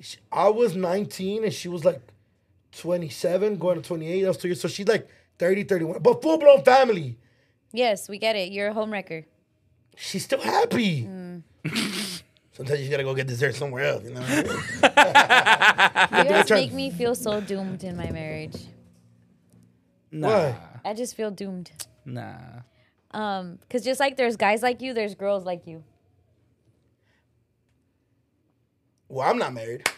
[SPEAKER 2] Sh- I was 19 and she was like 27, going to 28. That was two years. So she's like 30, 31, but full blown family.
[SPEAKER 4] yes, we get it. You're a homewrecker.
[SPEAKER 2] She's still happy. (laughs) Sometimes you gotta go get dessert somewhere else, you know. what I mean?
[SPEAKER 4] You guys
[SPEAKER 2] try-
[SPEAKER 4] make me feel so doomed in my marriage.
[SPEAKER 5] (laughs) nah,
[SPEAKER 4] I just feel doomed.
[SPEAKER 5] nah.
[SPEAKER 4] Um, cause just like there's guys like you, there's girls like you.
[SPEAKER 2] Well, I'm not married.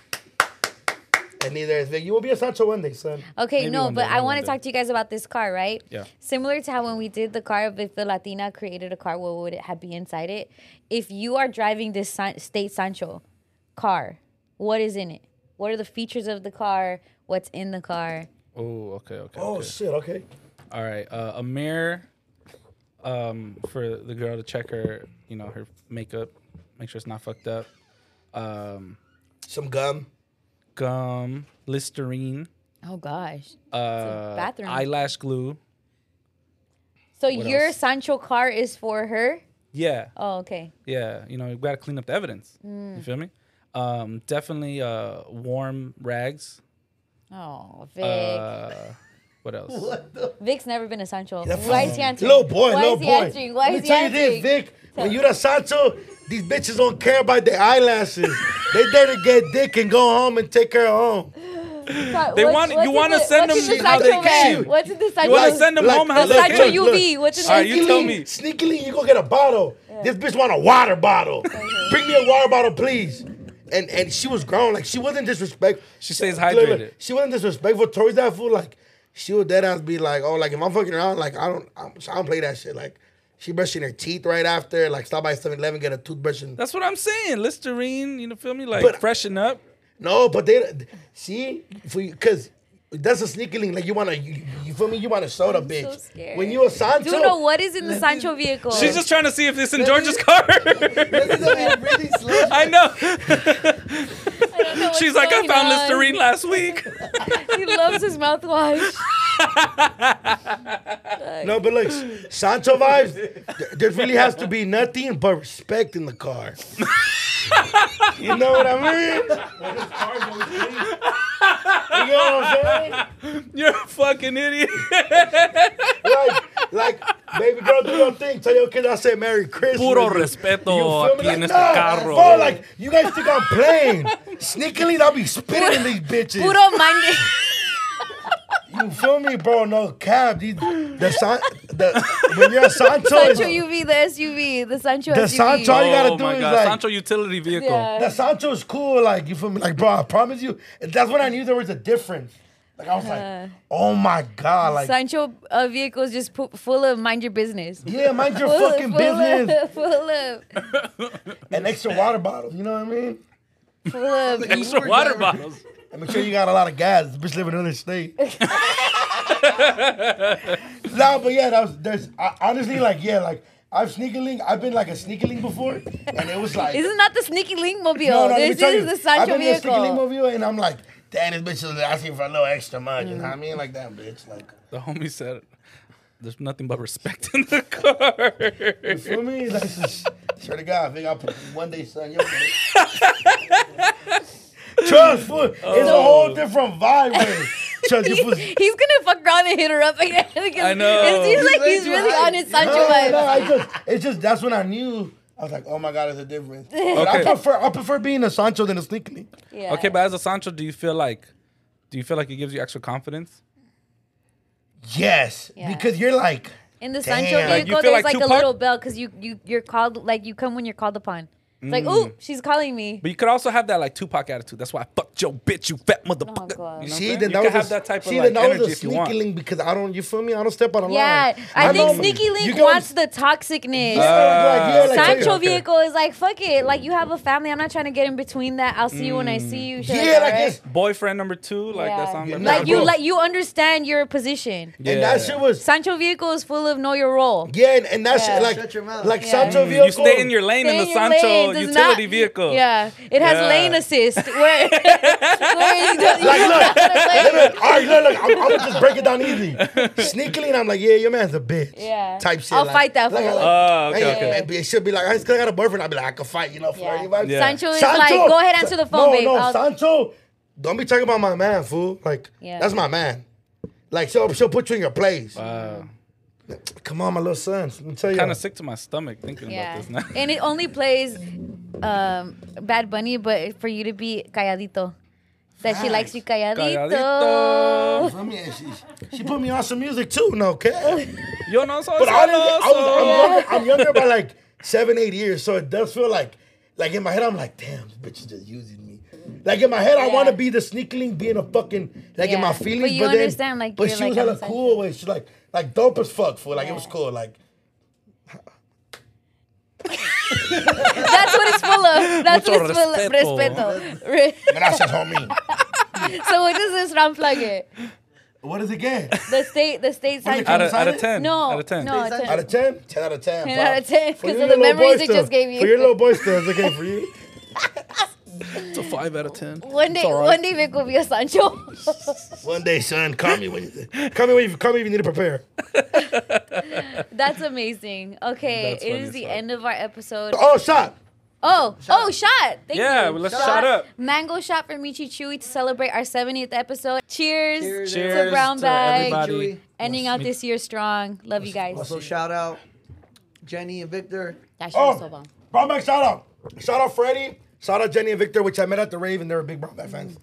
[SPEAKER 2] And neither is Vic. You will be a Sancho one day, son.
[SPEAKER 4] Okay,
[SPEAKER 5] Maybe
[SPEAKER 4] no,
[SPEAKER 5] one
[SPEAKER 4] but
[SPEAKER 5] day,
[SPEAKER 4] I
[SPEAKER 5] one
[SPEAKER 4] want
[SPEAKER 5] day.
[SPEAKER 4] to talk to you guys about this car, right?
[SPEAKER 5] Yeah.
[SPEAKER 4] Similar to how when we did the car, if the Latina created a car, what would it have be inside it? If you are driving this San- state Sancho car, what is in it? What are the features of the car? What's in the car?
[SPEAKER 5] Oh, okay, okay.
[SPEAKER 2] Oh
[SPEAKER 5] okay.
[SPEAKER 2] shit, okay.
[SPEAKER 5] All right, uh, a mirror um, for the girl to check her, you know, her makeup, make sure it's not fucked up. Um,
[SPEAKER 2] Some gum.
[SPEAKER 5] gum, Listerine,
[SPEAKER 4] Oh gosh.
[SPEAKER 5] uh,
[SPEAKER 4] bathroom.
[SPEAKER 5] eyelash glue.
[SPEAKER 4] So
[SPEAKER 5] What
[SPEAKER 4] your
[SPEAKER 5] else?
[SPEAKER 4] Sancho car is for her?
[SPEAKER 5] Yeah,
[SPEAKER 4] Oh, okay.
[SPEAKER 5] yeah. You know, you gotta clean up the evidence. You feel me? Um, definitely uh, warm rags.
[SPEAKER 4] Oh, Vic.
[SPEAKER 5] Uh, what else?
[SPEAKER 6] What the?
[SPEAKER 4] Vic's never been a Sancho. Why is he answering?
[SPEAKER 2] Little boy,
[SPEAKER 4] Why
[SPEAKER 2] little
[SPEAKER 4] is he
[SPEAKER 2] boy.
[SPEAKER 4] answering? Why
[SPEAKER 2] Let
[SPEAKER 4] is
[SPEAKER 2] me
[SPEAKER 4] he
[SPEAKER 2] tell you
[SPEAKER 4] answering?
[SPEAKER 2] this, Vic. When you the Sancho, these bitches don't care about their eyelashes. they there to get dick and go home and take her home.
[SPEAKER 4] What-
[SPEAKER 5] They
[SPEAKER 4] what's-
[SPEAKER 5] want- you
[SPEAKER 4] what's in
[SPEAKER 5] wanna
[SPEAKER 4] the-
[SPEAKER 5] send
[SPEAKER 4] what's in
[SPEAKER 5] them
[SPEAKER 4] the
[SPEAKER 5] how
[SPEAKER 2] they
[SPEAKER 4] Sancho
[SPEAKER 2] can.
[SPEAKER 4] van? What's in the Sancho?
[SPEAKER 5] wanna send them home how
[SPEAKER 4] The
[SPEAKER 5] they
[SPEAKER 4] Sancho
[SPEAKER 5] Sancho
[SPEAKER 2] look.
[SPEAKER 4] UV. What's in the
[SPEAKER 5] All right, you
[SPEAKER 4] Sancho
[SPEAKER 5] tell
[SPEAKER 4] UV?
[SPEAKER 5] me.
[SPEAKER 2] Sneakily, you go get a bottle. This bitch want a water
[SPEAKER 4] (laughs)
[SPEAKER 2] bottle. Bring me a water bottle, please. And and she was grown. Like she wasn't disrespectful.
[SPEAKER 5] She stays
[SPEAKER 2] Look, look,
[SPEAKER 5] hydrated.
[SPEAKER 2] she wasn't disrespectful towards that fool. Like she would dead ass be like, oh, like if I'm fucking around, like I don't, I'm, I don't play that shit. Like she brushing her teeth right after. Like stop by 7-Eleven, get a toothbrush and
[SPEAKER 5] That's what I'm saying. Listerine, you know, feel me? Like
[SPEAKER 2] But-
[SPEAKER 5] freshen up.
[SPEAKER 2] No, but they see for you because that's a sneaky link. Like you wanna, you, you feel me? You want a soda,
[SPEAKER 4] I'm so
[SPEAKER 2] bitch.
[SPEAKER 4] scared.
[SPEAKER 2] when you a Sancho,
[SPEAKER 4] Do you know what is in the Sancho vehicle?
[SPEAKER 2] Oh.
[SPEAKER 5] She's just trying to see if it's in George's car. (laughs)
[SPEAKER 6] really slow.
[SPEAKER 4] (laughs)
[SPEAKER 5] I know.
[SPEAKER 4] I don't know what's
[SPEAKER 5] She's like, I
[SPEAKER 4] going
[SPEAKER 5] found
[SPEAKER 4] on."
[SPEAKER 5] Listerine last week. (laughs)
[SPEAKER 4] He loves his
[SPEAKER 2] (laughs)
[SPEAKER 4] mouthwash.
[SPEAKER 2] No, but look, Sancho vibes. th- There really has to be nothing but respect in the car. you know what I mean? you know what I'm saying?
[SPEAKER 5] You're a fucking idiot.
[SPEAKER 2] Like, like, baby girl, do your thing. Tell your kids I said Merry Christmas.
[SPEAKER 5] Puro respeto
[SPEAKER 2] You feel me?
[SPEAKER 5] aquí
[SPEAKER 2] Like,
[SPEAKER 5] en este
[SPEAKER 2] no,
[SPEAKER 5] carro.
[SPEAKER 2] bro, like, you guys think I'm playing. Sneakily, I'll be spitting these bitches.
[SPEAKER 4] Puro
[SPEAKER 2] (laughs)
[SPEAKER 4] mande.
[SPEAKER 2] You feel me, bro? No cap. These, the, San, the when you're a Sancho,
[SPEAKER 4] Sancho
[SPEAKER 2] is-
[SPEAKER 4] UV, the SUV, the Sancho
[SPEAKER 2] The
[SPEAKER 4] SUV.
[SPEAKER 2] Sancho- all you gotta do is, like-
[SPEAKER 5] Oh Sancho utility vehicle.
[SPEAKER 4] Yeah.
[SPEAKER 2] the Sancho is cool. Like you feel me? Like bro, I promise you. and That's when I knew there was a difference. Like I was
[SPEAKER 4] Uh.
[SPEAKER 2] like, oh my god, like
[SPEAKER 4] Sancho uh, vehicle is just pu- full of mind your business.
[SPEAKER 2] yeah, mind
[SPEAKER 4] (laughs)
[SPEAKER 2] your
[SPEAKER 4] Full-
[SPEAKER 2] fucking
[SPEAKER 4] full
[SPEAKER 2] business.
[SPEAKER 4] Of, (laughs) full of,
[SPEAKER 2] An extra water bottle. You know what I mean?
[SPEAKER 4] full
[SPEAKER 6] (laughs)
[SPEAKER 4] of.
[SPEAKER 5] Extra water bottles.
[SPEAKER 2] And make sure you got a lot of gas. This bitch live in another
[SPEAKER 4] (laughs)
[SPEAKER 2] state. (laughs) nah, but yeah, that was there's I, honestly like yeah, like I've sneakerling. I've been like a sneakerling before, and it was like
[SPEAKER 4] This is not the sneaky link mobile.
[SPEAKER 2] let me
[SPEAKER 4] this
[SPEAKER 2] tell
[SPEAKER 4] is
[SPEAKER 2] you,
[SPEAKER 4] the Sancho
[SPEAKER 2] I've been
[SPEAKER 4] vehicle.
[SPEAKER 2] to Sticky Limo View and I'm like, damn, this bitch is asking for a little extra money. You know what I mean? Like that bitch. Like,
[SPEAKER 5] The homie said, "There's nothing but respect in the car."
[SPEAKER 2] you feel me? Like, just, swear to God, Vic, I'll put one day, son. You'll get it. (laughs) Trust, fool. It's a whole different vibe. man. Trust, you fool.
[SPEAKER 4] He's gonna fuck around and hit her up again. (laughs)
[SPEAKER 5] I know.
[SPEAKER 4] It's- He's,
[SPEAKER 5] He's
[SPEAKER 4] like
[SPEAKER 6] way
[SPEAKER 4] he's
[SPEAKER 6] too
[SPEAKER 4] really
[SPEAKER 6] high.
[SPEAKER 4] on his Sancho
[SPEAKER 2] No, (laughs) no,
[SPEAKER 4] vibes.
[SPEAKER 2] no, I just, it's just that's when I knew. I was like, oh my God, there's a (laughs) difference. But I
[SPEAKER 5] Okay.
[SPEAKER 2] prefer I prefer being a Sancho than a Sneaky.
[SPEAKER 4] Yeah.
[SPEAKER 5] okay, but as a Sancho, do you feel like, do you feel like it gives you extra confidence?
[SPEAKER 2] Yes,
[SPEAKER 4] Yeah.
[SPEAKER 2] because you're like,
[SPEAKER 4] in the
[SPEAKER 2] Damn.
[SPEAKER 4] Sancho
[SPEAKER 2] Like,
[SPEAKER 5] you
[SPEAKER 4] vehicle,
[SPEAKER 5] feel
[SPEAKER 4] there's
[SPEAKER 5] like
[SPEAKER 4] like a
[SPEAKER 5] Tupac?
[SPEAKER 4] little bell because you you you're called like you come when you're called upon. It's like, ooh, she's calling me.
[SPEAKER 5] But you could also have that like Tupac attitude. That's why I fucked your bitch, you fat motherfucker.
[SPEAKER 4] Oh, God.
[SPEAKER 5] you know
[SPEAKER 2] See,
[SPEAKER 5] what
[SPEAKER 2] then
[SPEAKER 5] I'm saying?
[SPEAKER 2] that
[SPEAKER 5] you could
[SPEAKER 2] was a,
[SPEAKER 5] have that type of
[SPEAKER 2] see,
[SPEAKER 5] like
[SPEAKER 2] then that
[SPEAKER 5] energy
[SPEAKER 2] was a
[SPEAKER 5] if you want.
[SPEAKER 2] sneaky link because I don't. You feel me? I don't step on a line.
[SPEAKER 4] Yeah, I,
[SPEAKER 2] know-
[SPEAKER 4] think Sneaky
[SPEAKER 2] you Uh,
[SPEAKER 4] Link
[SPEAKER 2] get what I'm-
[SPEAKER 4] wants the toxicness.
[SPEAKER 2] Yeah, like, yeah, like,
[SPEAKER 4] Sancho
[SPEAKER 5] okay.
[SPEAKER 4] vehicle is like, fuck it. Like, you have a family. I'm not trying to get in between that. I'll see you when I see you. shit
[SPEAKER 2] Yeah,
[SPEAKER 4] that,
[SPEAKER 2] like
[SPEAKER 4] right?
[SPEAKER 2] this.
[SPEAKER 5] Boyfriend number two, like
[SPEAKER 4] Yeah.
[SPEAKER 5] that sounds like,
[SPEAKER 2] Nah,
[SPEAKER 4] Like you,
[SPEAKER 2] bro.
[SPEAKER 4] like you understand your position.
[SPEAKER 2] And that shit was
[SPEAKER 4] Sancho vehicle is full of know your role.
[SPEAKER 2] yeah, and, and that
[SPEAKER 4] Yeah.
[SPEAKER 2] shit like
[SPEAKER 6] Shut your mouth.
[SPEAKER 2] like
[SPEAKER 4] Yeah.
[SPEAKER 2] Sancho
[SPEAKER 5] Mm,
[SPEAKER 2] vehicle.
[SPEAKER 5] You stay in your lane in
[SPEAKER 4] Stay
[SPEAKER 5] the
[SPEAKER 4] in your
[SPEAKER 5] Sancho
[SPEAKER 4] lane, does
[SPEAKER 5] utility
[SPEAKER 4] not-
[SPEAKER 5] vehicle.
[SPEAKER 4] Yeah, it has
[SPEAKER 5] Yeah.
[SPEAKER 4] lane assist. Where, (laughs) where you don't, you
[SPEAKER 2] Like,
[SPEAKER 4] don't
[SPEAKER 2] look,
[SPEAKER 4] gotta play.
[SPEAKER 2] Look, look, all right, look, look, I'm, I'm gonna just break it
[SPEAKER 5] (laughs)
[SPEAKER 2] down easy. Sneakily, and I'm like, yeah, your man's a bitch.
[SPEAKER 4] Yeah.
[SPEAKER 2] Type shit.
[SPEAKER 4] I'll
[SPEAKER 2] like-
[SPEAKER 4] fight that
[SPEAKER 2] like,
[SPEAKER 4] fool.
[SPEAKER 2] like,
[SPEAKER 5] Oh, okay,
[SPEAKER 2] hey,
[SPEAKER 5] okay.
[SPEAKER 2] man, but it should be like, I still got a boyfriend. I'll be like, I can fight, you know,
[SPEAKER 4] Yeah.
[SPEAKER 2] flirty vibes.
[SPEAKER 5] Yeah.
[SPEAKER 4] Sancho is like, go ahead answer the phone,
[SPEAKER 2] no,
[SPEAKER 4] babe.
[SPEAKER 2] No,
[SPEAKER 4] I'll-
[SPEAKER 2] Sancho, don't be talking about my man, fool. Like,
[SPEAKER 4] Yeah.
[SPEAKER 2] that's my man. Like, she'll, she'll put you in your place.
[SPEAKER 5] Wow.
[SPEAKER 2] Come on, my little son. Let me tell you.
[SPEAKER 5] Kind of sick to my stomach thinking
[SPEAKER 4] yeah,
[SPEAKER 5] about this now. (laughs)
[SPEAKER 4] and it only plays um, Bad Bunny, but for you to be calladito, that she likes you calladito.
[SPEAKER 5] Calladito.
[SPEAKER 2] I mean, she, she put me on some music too, no okay? (laughs)
[SPEAKER 5] Yo no soy
[SPEAKER 2] But I didn't, I
[SPEAKER 5] celoso.
[SPEAKER 2] was, I'm, younger, I'm younger by like seven, eight years, so it does feel like, like in my head, I'm like, damn, this bitch is just using me. Like in my head, I
[SPEAKER 4] Yeah.
[SPEAKER 2] want to be the sneakling, being a fucking like in
[SPEAKER 4] Yeah.
[SPEAKER 2] my
[SPEAKER 4] But
[SPEAKER 2] feelings.
[SPEAKER 4] you
[SPEAKER 2] but then-
[SPEAKER 4] understand, like,
[SPEAKER 2] but
[SPEAKER 4] you're,
[SPEAKER 2] she
[SPEAKER 4] like,
[SPEAKER 2] was hella
[SPEAKER 4] outside.
[SPEAKER 2] cool with. She like, like dope as fuck for like
[SPEAKER 4] Yeah.
[SPEAKER 2] it was cool. Like
[SPEAKER 4] That's what it's full
[SPEAKER 5] (laughs)
[SPEAKER 4] of. That's
[SPEAKER 5] Mucho
[SPEAKER 4] what it's full of.
[SPEAKER 5] respeto.
[SPEAKER 4] Respeto. Re- (laughs)
[SPEAKER 2] gracias, homie.
[SPEAKER 4] so what does this round plug it?
[SPEAKER 2] (laughs) What is it get?
[SPEAKER 4] The state, the state
[SPEAKER 2] What do you
[SPEAKER 4] Sancho.
[SPEAKER 5] out of, out of
[SPEAKER 2] Decided?
[SPEAKER 5] ten.
[SPEAKER 4] No,
[SPEAKER 5] out of ten.
[SPEAKER 4] no,
[SPEAKER 6] State
[SPEAKER 4] ten.
[SPEAKER 2] Out of ten? Ten out of ten.
[SPEAKER 4] 10 (laughs)
[SPEAKER 2] pop.
[SPEAKER 4] out of 10,
[SPEAKER 2] For
[SPEAKER 4] 'cause
[SPEAKER 2] you
[SPEAKER 4] of the
[SPEAKER 2] little boy
[SPEAKER 4] memories it
[SPEAKER 2] stuff.
[SPEAKER 4] just gave you.
[SPEAKER 2] For your little boy still, it's okay for you.
[SPEAKER 5] It's a five out of ten.
[SPEAKER 4] One day, one day Vic will be a Sancho.
[SPEAKER 2] (laughs)
[SPEAKER 4] (laughs)
[SPEAKER 2] One day, son, call me when (laughs) you call me when you call me if you need to prepare.
[SPEAKER 4] That's amazing. Okay,
[SPEAKER 5] That's
[SPEAKER 4] it
[SPEAKER 5] funny
[SPEAKER 4] is
[SPEAKER 5] as
[SPEAKER 4] the
[SPEAKER 5] fuck.
[SPEAKER 4] end of our episode.
[SPEAKER 2] Oh, shot.
[SPEAKER 4] Oh, oh, shot! Thank
[SPEAKER 5] Yeah,
[SPEAKER 4] you.
[SPEAKER 5] well, let's shot up.
[SPEAKER 4] Mango shot for Michi Chewy to celebrate our 70th episode. Cheers,
[SPEAKER 6] Cheers.
[SPEAKER 5] Cheers
[SPEAKER 4] to Brown
[SPEAKER 5] to
[SPEAKER 4] Bag.
[SPEAKER 5] everybody.
[SPEAKER 6] Chewy.
[SPEAKER 4] Ending out this year strong. Love you guys.
[SPEAKER 6] Also, shout out Jenny and Victor.
[SPEAKER 4] That shit was so
[SPEAKER 2] Oh,
[SPEAKER 4] bomb.
[SPEAKER 2] Brown Bag shout out. Shout out Freddie. Shout out Jenny and Victor, which I met at the rave, and they were big Brown Bag fans.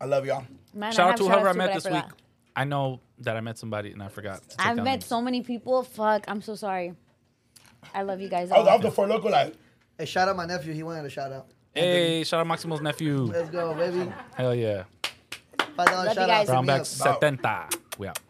[SPEAKER 2] I love y'all.
[SPEAKER 4] Man, I
[SPEAKER 5] Shout out
[SPEAKER 4] have
[SPEAKER 5] to whoever
[SPEAKER 4] shout-outs
[SPEAKER 5] I
[SPEAKER 4] too,
[SPEAKER 5] met
[SPEAKER 4] but
[SPEAKER 5] this week.
[SPEAKER 4] forgot.
[SPEAKER 5] I know that I met somebody and I forgot. to take
[SPEAKER 4] I've
[SPEAKER 5] down
[SPEAKER 4] met
[SPEAKER 5] names.
[SPEAKER 4] so many people. Fuck, I'm so sorry. I love you guys.
[SPEAKER 2] I was
[SPEAKER 4] all.
[SPEAKER 2] off the four local like
[SPEAKER 6] Hey, shout out my nephew. He wanted a shout out.
[SPEAKER 5] Hey, shout out Maximo's nephew.
[SPEAKER 6] Let's go, baby.
[SPEAKER 5] Hell yeah.
[SPEAKER 6] Five dollar
[SPEAKER 4] you
[SPEAKER 6] shout
[SPEAKER 4] guys.
[SPEAKER 6] out.
[SPEAKER 4] Brown
[SPEAKER 5] Brown back
[SPEAKER 6] Hit me up.
[SPEAKER 2] Wow.
[SPEAKER 5] 70. We out.